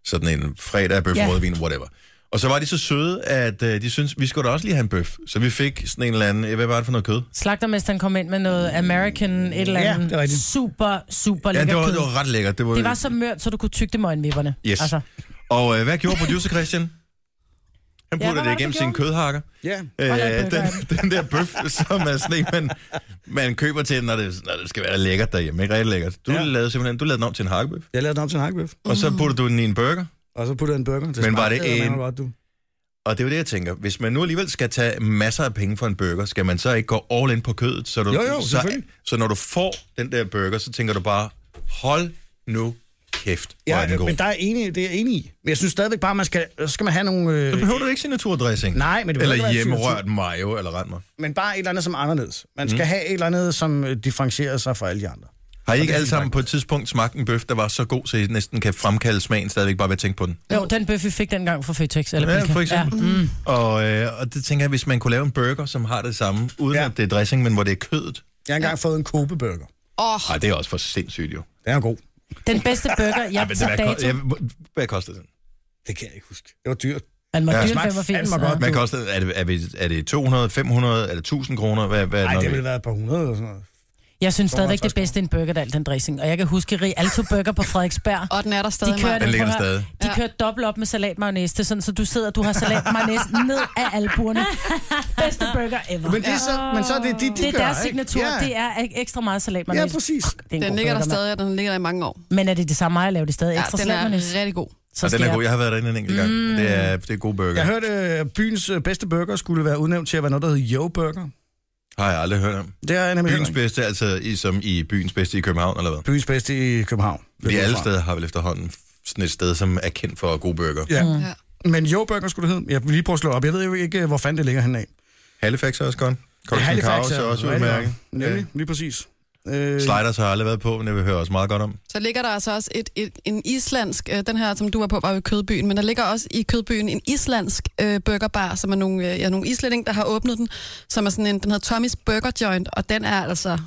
Speaker 1: sådan en fredag, bøf,
Speaker 4: Ja.
Speaker 1: ja. rødvin, whatever. Og så var de så søde, at øh, de synes vi skulle da også lige have en bøf. Så vi fik sådan en eller anden, øh, hvad var det for noget kød?
Speaker 4: Slagtermesteren kom ind med noget American et eller
Speaker 6: Ja,
Speaker 4: andet
Speaker 6: det er rigtigt.
Speaker 4: super, super
Speaker 1: Ja,
Speaker 4: lækker
Speaker 1: det var,
Speaker 4: kød.
Speaker 1: det var ret lækkert. Det var,
Speaker 4: det var så mørt, så du kunne tygge det med øjenvipperne.
Speaker 1: Yes. Altså. Og øh, hvad gjorde producer Christian? Han
Speaker 4: Ja,
Speaker 1: puttede
Speaker 4: hvad
Speaker 1: ja,
Speaker 4: var
Speaker 1: det
Speaker 4: det,
Speaker 1: igennem
Speaker 4: du
Speaker 1: sin kødhakker.
Speaker 6: Ja.
Speaker 1: Øh,
Speaker 4: Og lavede bøffer af
Speaker 1: den, den der bøf, som er sådan en, man, man køber til, når det, når det skal være lækkert derhjemme. Ikke rigtig lækkert. Du ja. lavede simpelthen du lavede den om til en hakkebøf,
Speaker 6: Jeg lavede den om til en hakkebøf,
Speaker 1: og
Speaker 4: Mm.
Speaker 1: så puttede du den i en burger.
Speaker 6: og så puttede jeg en burger. Det
Speaker 1: Men var
Speaker 6: smagte
Speaker 1: det
Speaker 6: eddermame
Speaker 1: en-
Speaker 6: Godt, du.
Speaker 1: Og det er jo det, jeg tænker. Hvis man nu alligevel skal tage masser af penge for en burger, skal man så ikke gå all in på kødet? Så du,
Speaker 6: Jo, jo,
Speaker 1: så,
Speaker 6: selvfølgelig.
Speaker 1: så når du får den der burger, så tænker du bare, hold nu kæft, hvor ja, er
Speaker 6: Ja,
Speaker 1: den god.
Speaker 6: men der er enig, det er jeg enig i. Men jeg synes stadigvæk bare, man skal, så skal man have nogle... Øh,
Speaker 1: Så behøver du ikke signaturdressing.
Speaker 6: Nej, men det behøver ikke
Speaker 1: Eller
Speaker 6: være
Speaker 1: hjemmerørt mayo, eller rent mig.
Speaker 6: men bare et eller andet som er anderledes. Man skal
Speaker 1: Mm.
Speaker 6: mm. have et eller andet, som øh, differentierer sig fra alle de andre.
Speaker 1: Har I
Speaker 6: Og
Speaker 1: ikke
Speaker 6: det er
Speaker 1: alle
Speaker 6: fint
Speaker 1: sammen på et tidspunkt smagt en bøf, der var så god, så I næsten kan fremkalde smagen stadigvæk bare ved at tænke på den?
Speaker 4: Jo, den bøf, vi fik dengang fra Føtex. Eller
Speaker 1: Ja,
Speaker 4: Bilka.
Speaker 1: for eksempel.
Speaker 4: Ja. Mm.
Speaker 1: Og, øh, og det tænker jeg, hvis man kunne lave en burger, som har det samme, uden ja. at det er dressing, men hvor det er kødet.
Speaker 6: Jeg har engang fået en kobeburger.
Speaker 3: Åh,
Speaker 1: Nej, det er også for sindssygt jo.
Speaker 6: Den er god.
Speaker 4: Den bedste burger, jeg
Speaker 1: Ej,
Speaker 4: ja,
Speaker 1: men
Speaker 4: til
Speaker 1: hvad,
Speaker 4: dato.
Speaker 1: ko- ja, hvor- hvad kostede den?
Speaker 6: Det kan jeg ikke huske. Det var dyrt.
Speaker 4: Han var
Speaker 1: Ja.
Speaker 4: ja, dyrt
Speaker 6: Smagte
Speaker 4: 85.
Speaker 6: fandme godt.
Speaker 1: Hvad
Speaker 6: Du-
Speaker 1: koster det? Er det, er, vi, er det 200, 500, er det 1000 kroner? Hvad, hvad er
Speaker 6: Nej,
Speaker 1: det
Speaker 6: det
Speaker 1: nok?
Speaker 6: ville have været et par hundrede eller sådan noget.
Speaker 4: Jeg synes stadigvæk, det bedste er en burger, der er al den dressing. Og jeg kan huske Rialto Burger på Frederiksberg.
Speaker 3: Og den er der stadig,
Speaker 4: De kørte,
Speaker 3: Maja. Den ligger der
Speaker 4: prøv at høre,
Speaker 3: stadig.
Speaker 4: De
Speaker 3: Ja.
Speaker 4: kørte dobbelt op med salatmagnæs, det er sådan, så du sidder, du har salatmagnæs ned af albuerne. Bedste burger ever.
Speaker 6: Men det er så- men så er det de, de
Speaker 4: Det er
Speaker 6: gør,
Speaker 4: deres
Speaker 6: ikke?
Speaker 4: signatur,
Speaker 6: Ja.
Speaker 4: det er ek- ekstra meget salatmagnæs.
Speaker 6: Ja, præcis.
Speaker 4: en
Speaker 3: Den
Speaker 4: god
Speaker 3: ligger der
Speaker 4: burger,
Speaker 3: stadig, og den ligger der i mange år.
Speaker 4: mand. Men er det det samme, jeg laver det stadig
Speaker 3: Ja,
Speaker 4: ekstra
Speaker 3: den er
Speaker 4: salatmagnæs?
Speaker 3: rigtig god.
Speaker 1: Så og den er god. Jeg har været derinde en enkelt gang. Mm. Det, er, det er gode burger.
Speaker 6: Jeg hørte, at byens øh, bedste burger skulle være udnævnt til at være noget, der hedder Yo Burger.
Speaker 1: Har jeg aldrig hørt om.
Speaker 6: Det har jeg nemlig
Speaker 1: Byens
Speaker 6: hørt om.
Speaker 1: bedste, altså i, som i byens bedste i København, eller hvad?
Speaker 6: Byens bedste i København.
Speaker 1: Fordi alle steder har vel efterhånden sådan et sted, som er kendt for gode burger.
Speaker 6: Ja. Mm. Men Yo Burger skulle det hedde. Jeg vil lige prøve at slå op. Jeg ved jo ikke, øh, hvor fanden det ligger henad.
Speaker 1: Halifax er også godt. Cox and
Speaker 6: Halifax
Speaker 1: Cows er
Speaker 6: er
Speaker 1: også
Speaker 6: rigtig
Speaker 1: udmærket.
Speaker 6: godt. Nemlig, lige præcis. Øh,
Speaker 1: Sliders har jeg aldrig været på, men det vil jeg høre også meget godt om.
Speaker 3: Så ligger der altså også et, et, en islandsk, øh, den her, som du var på, var jo i Kødbyen, men der ligger også i Kødbyen en islandsk øh, burgerbar, som er nogle, øh, ja, nogle islænding, der har åbnet den, som er sådan en, den hedder Tommy's Burger Joint, og den er altså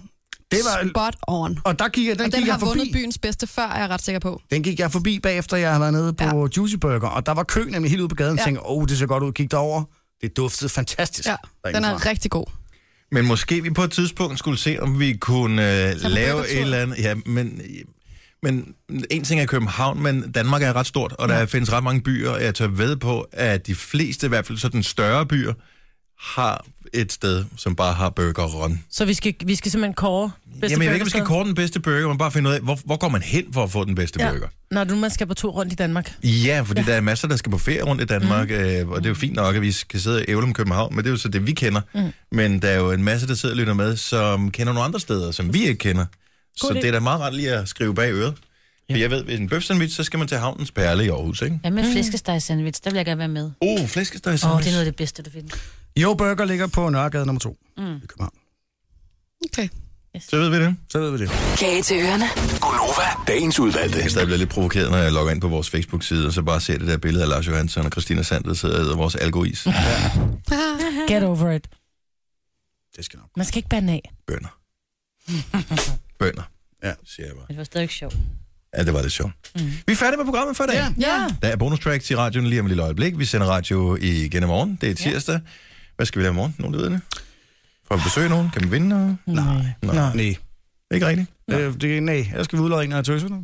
Speaker 6: Det var-
Speaker 3: spot on.
Speaker 6: Og der gik jeg, den,
Speaker 3: og den
Speaker 6: gik
Speaker 3: har
Speaker 6: jeg forbi.
Speaker 3: vundet byens bedste før, er jeg ret sikker på.
Speaker 6: Den gik jeg forbi bagefter, jeg havde været nede på ja. Juicy Burger, og der var kø nemlig helt ude på gaden, og
Speaker 3: Ja.
Speaker 6: tænkte, åh, oh, det ser godt ud, gik derover. Det duftede fantastisk.
Speaker 3: Ja, den er rigtig god.
Speaker 1: Men måske vi på et tidspunkt skulle se, om vi kunne øh,
Speaker 3: på
Speaker 1: lave
Speaker 3: burgertur.
Speaker 1: et eller andet... Ja, men, men en ting er København, men Danmark er ret stort, og der findes ret mange byer, og jeg tør ved på, at de fleste, i hvert fald sådan større byer, har et sted, som bare har burger run.
Speaker 4: Så vi skal, vi skal simpelthen kåre bedste
Speaker 1: Jamen, jeg ved ikke, om vi skal
Speaker 4: burgersted?
Speaker 1: kåre den bedste burger, men bare finde ud af, hvor, hvor går man hen for at få den bedste ja. burger?
Speaker 4: Når du man skal på tur rundt i Danmark.
Speaker 1: Ja, fordi ja. der er masser, der skal på ferie rundt i Danmark,
Speaker 3: Mhm.
Speaker 1: mm. øh, og det er jo fint nok, at vi skal sidde og ævle om København, men det er jo så det, vi kender.
Speaker 3: Mhm.
Speaker 1: Mm. Men der er jo en masse, der sidder og lytter med, som kender nogle andre steder, som vi ikke kender. God så
Speaker 7: idé.
Speaker 1: det er da meget rart lige at skrive bag øret. Ja. Jeg ved, hvis en bøfsandwich, så skal man til Havnens Perle i Aarhus, ikke?
Speaker 7: Ja,
Speaker 3: Mm.
Speaker 7: med flæskesteg sandwich, der vil jeg gerne være med.
Speaker 1: Oh, flæskesteg
Speaker 7: Åh, oh,
Speaker 1: sandwich.
Speaker 7: det er noget af det bedste, du finder.
Speaker 6: Jo Burger ligger på Nørregade nummer 2.
Speaker 7: Mm.
Speaker 3: Okay.
Speaker 1: Så ved vi det.
Speaker 6: Så ved vi det.
Speaker 9: Kage til ørerne.
Speaker 8: Gunova, dagens udvalgte.
Speaker 1: Jeg er stadig blevet lidt provokeret, når jeg logger ind på vores Facebook-side, og så bare ser det der billede af Lars Johansson og Christina Sand, der sidder og æder vores algois.
Speaker 4: Get over it.
Speaker 6: Det skal nok.
Speaker 4: Man skal ikke bande af.
Speaker 1: Bønder. Bønder, ja. siger jeg bare.
Speaker 7: Det var stadig sjovt.
Speaker 1: Ja, det var lidt sjovt. Mm. Vi er færdige med programmet for i dag. Ja.
Speaker 7: Ja.
Speaker 1: Der er bonus tracks i radioen lige om et lille øjeblik. Vi sender radio igen i morgen. Det er tirsdag. Hvad skal vi lave i morgen? Nogen, der ved det? Får vi besøg af nogen? Kan vi vinde noget?
Speaker 6: Nej.
Speaker 1: Nå.
Speaker 6: Nej. Nej.
Speaker 1: Ikke rigtigt?
Speaker 6: Øh, det, nej, jeg skal vi udlade en af tøserne.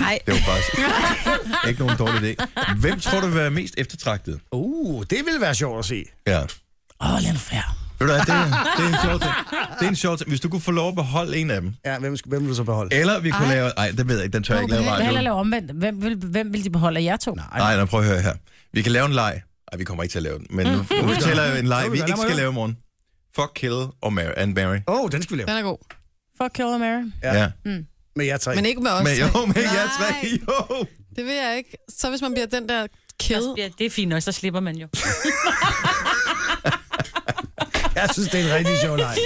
Speaker 3: Nej.
Speaker 1: Det var faktisk ikke nogen dårlig idé. Hvem tror du vil være mest eftertragtet?
Speaker 6: Uh, det ville være sjovt at se.
Speaker 1: Ja.
Speaker 4: Åh, oh, lad nu færre.
Speaker 1: Ved du hvad, det, er- det er en sjov ting. Det er en sjov ting. Hvis du kunne få lov at beholde en af dem.
Speaker 6: Ja, hvem, skal, hvem vil du så beholde?
Speaker 1: Eller vi kunne
Speaker 4: Ej.
Speaker 1: lave... Nej, det ved jeg ikke. Den tør jeg ikke lave
Speaker 4: Jeg vil hellere
Speaker 1: radio.
Speaker 4: lave omvendt. Hvem vil, hvem vil de beholde af jer to?
Speaker 1: Nej, nej, prøv at høre her. Vi kan lave en leg. Nej, vi kommer ikke til at lave den.
Speaker 3: Mm.
Speaker 1: Men nu, nu fortæller jeg en leg, vi ikke skal lave i morgen. Fuck, kill og Mary, and Mary.
Speaker 6: Åh, oh, den skal vi lave.
Speaker 3: Den er god.
Speaker 4: Fuck, kill Mm. or marry.
Speaker 1: Ja. ja.
Speaker 6: Med jer tre.
Speaker 3: Men ikke med os.
Speaker 1: Men jo,
Speaker 3: tre.
Speaker 1: men jeg tre,
Speaker 3: Nej,
Speaker 1: jo.
Speaker 3: det vil jeg ikke. Så hvis man bliver den der kæde.
Speaker 7: Ja, det er fint nok, så slipper man jo.
Speaker 6: Jeg synes, det er en rigtig sjov leg.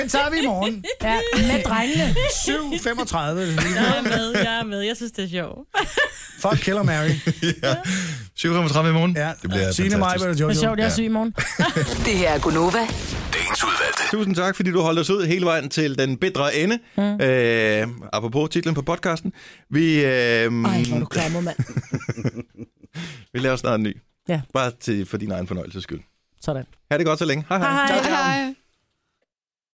Speaker 6: Den tager vi i morgen.
Speaker 4: Ja, med drengene.
Speaker 6: 7.35.
Speaker 7: Jeg er med, jeg er med. Jeg synes, det er sjovt.
Speaker 6: Fuck, Killer Mary.
Speaker 1: ja. 7.35 i morgen.
Speaker 6: Ja.
Speaker 1: Det bliver
Speaker 6: Signe, mig,
Speaker 1: fantastisk.
Speaker 6: hvad
Speaker 4: Det er sjovt, jeg er syg i morgen.
Speaker 9: Det her er Gunova.
Speaker 1: Tusind tak, fordi du holdt os ud hele vejen til den bedre ende. Mm. Øh, apropos titlen på podcasten. Vi, øh, Ej,
Speaker 4: Ej, hvor er du klammer, mand.
Speaker 1: vi laver snart en ny.
Speaker 4: Ja.
Speaker 1: Bare til, for din egen fornøjelses skyld.
Speaker 4: Sådan.
Speaker 1: Ha' det godt så længe. Hej hej.
Speaker 4: Hej, hej.
Speaker 3: Hej.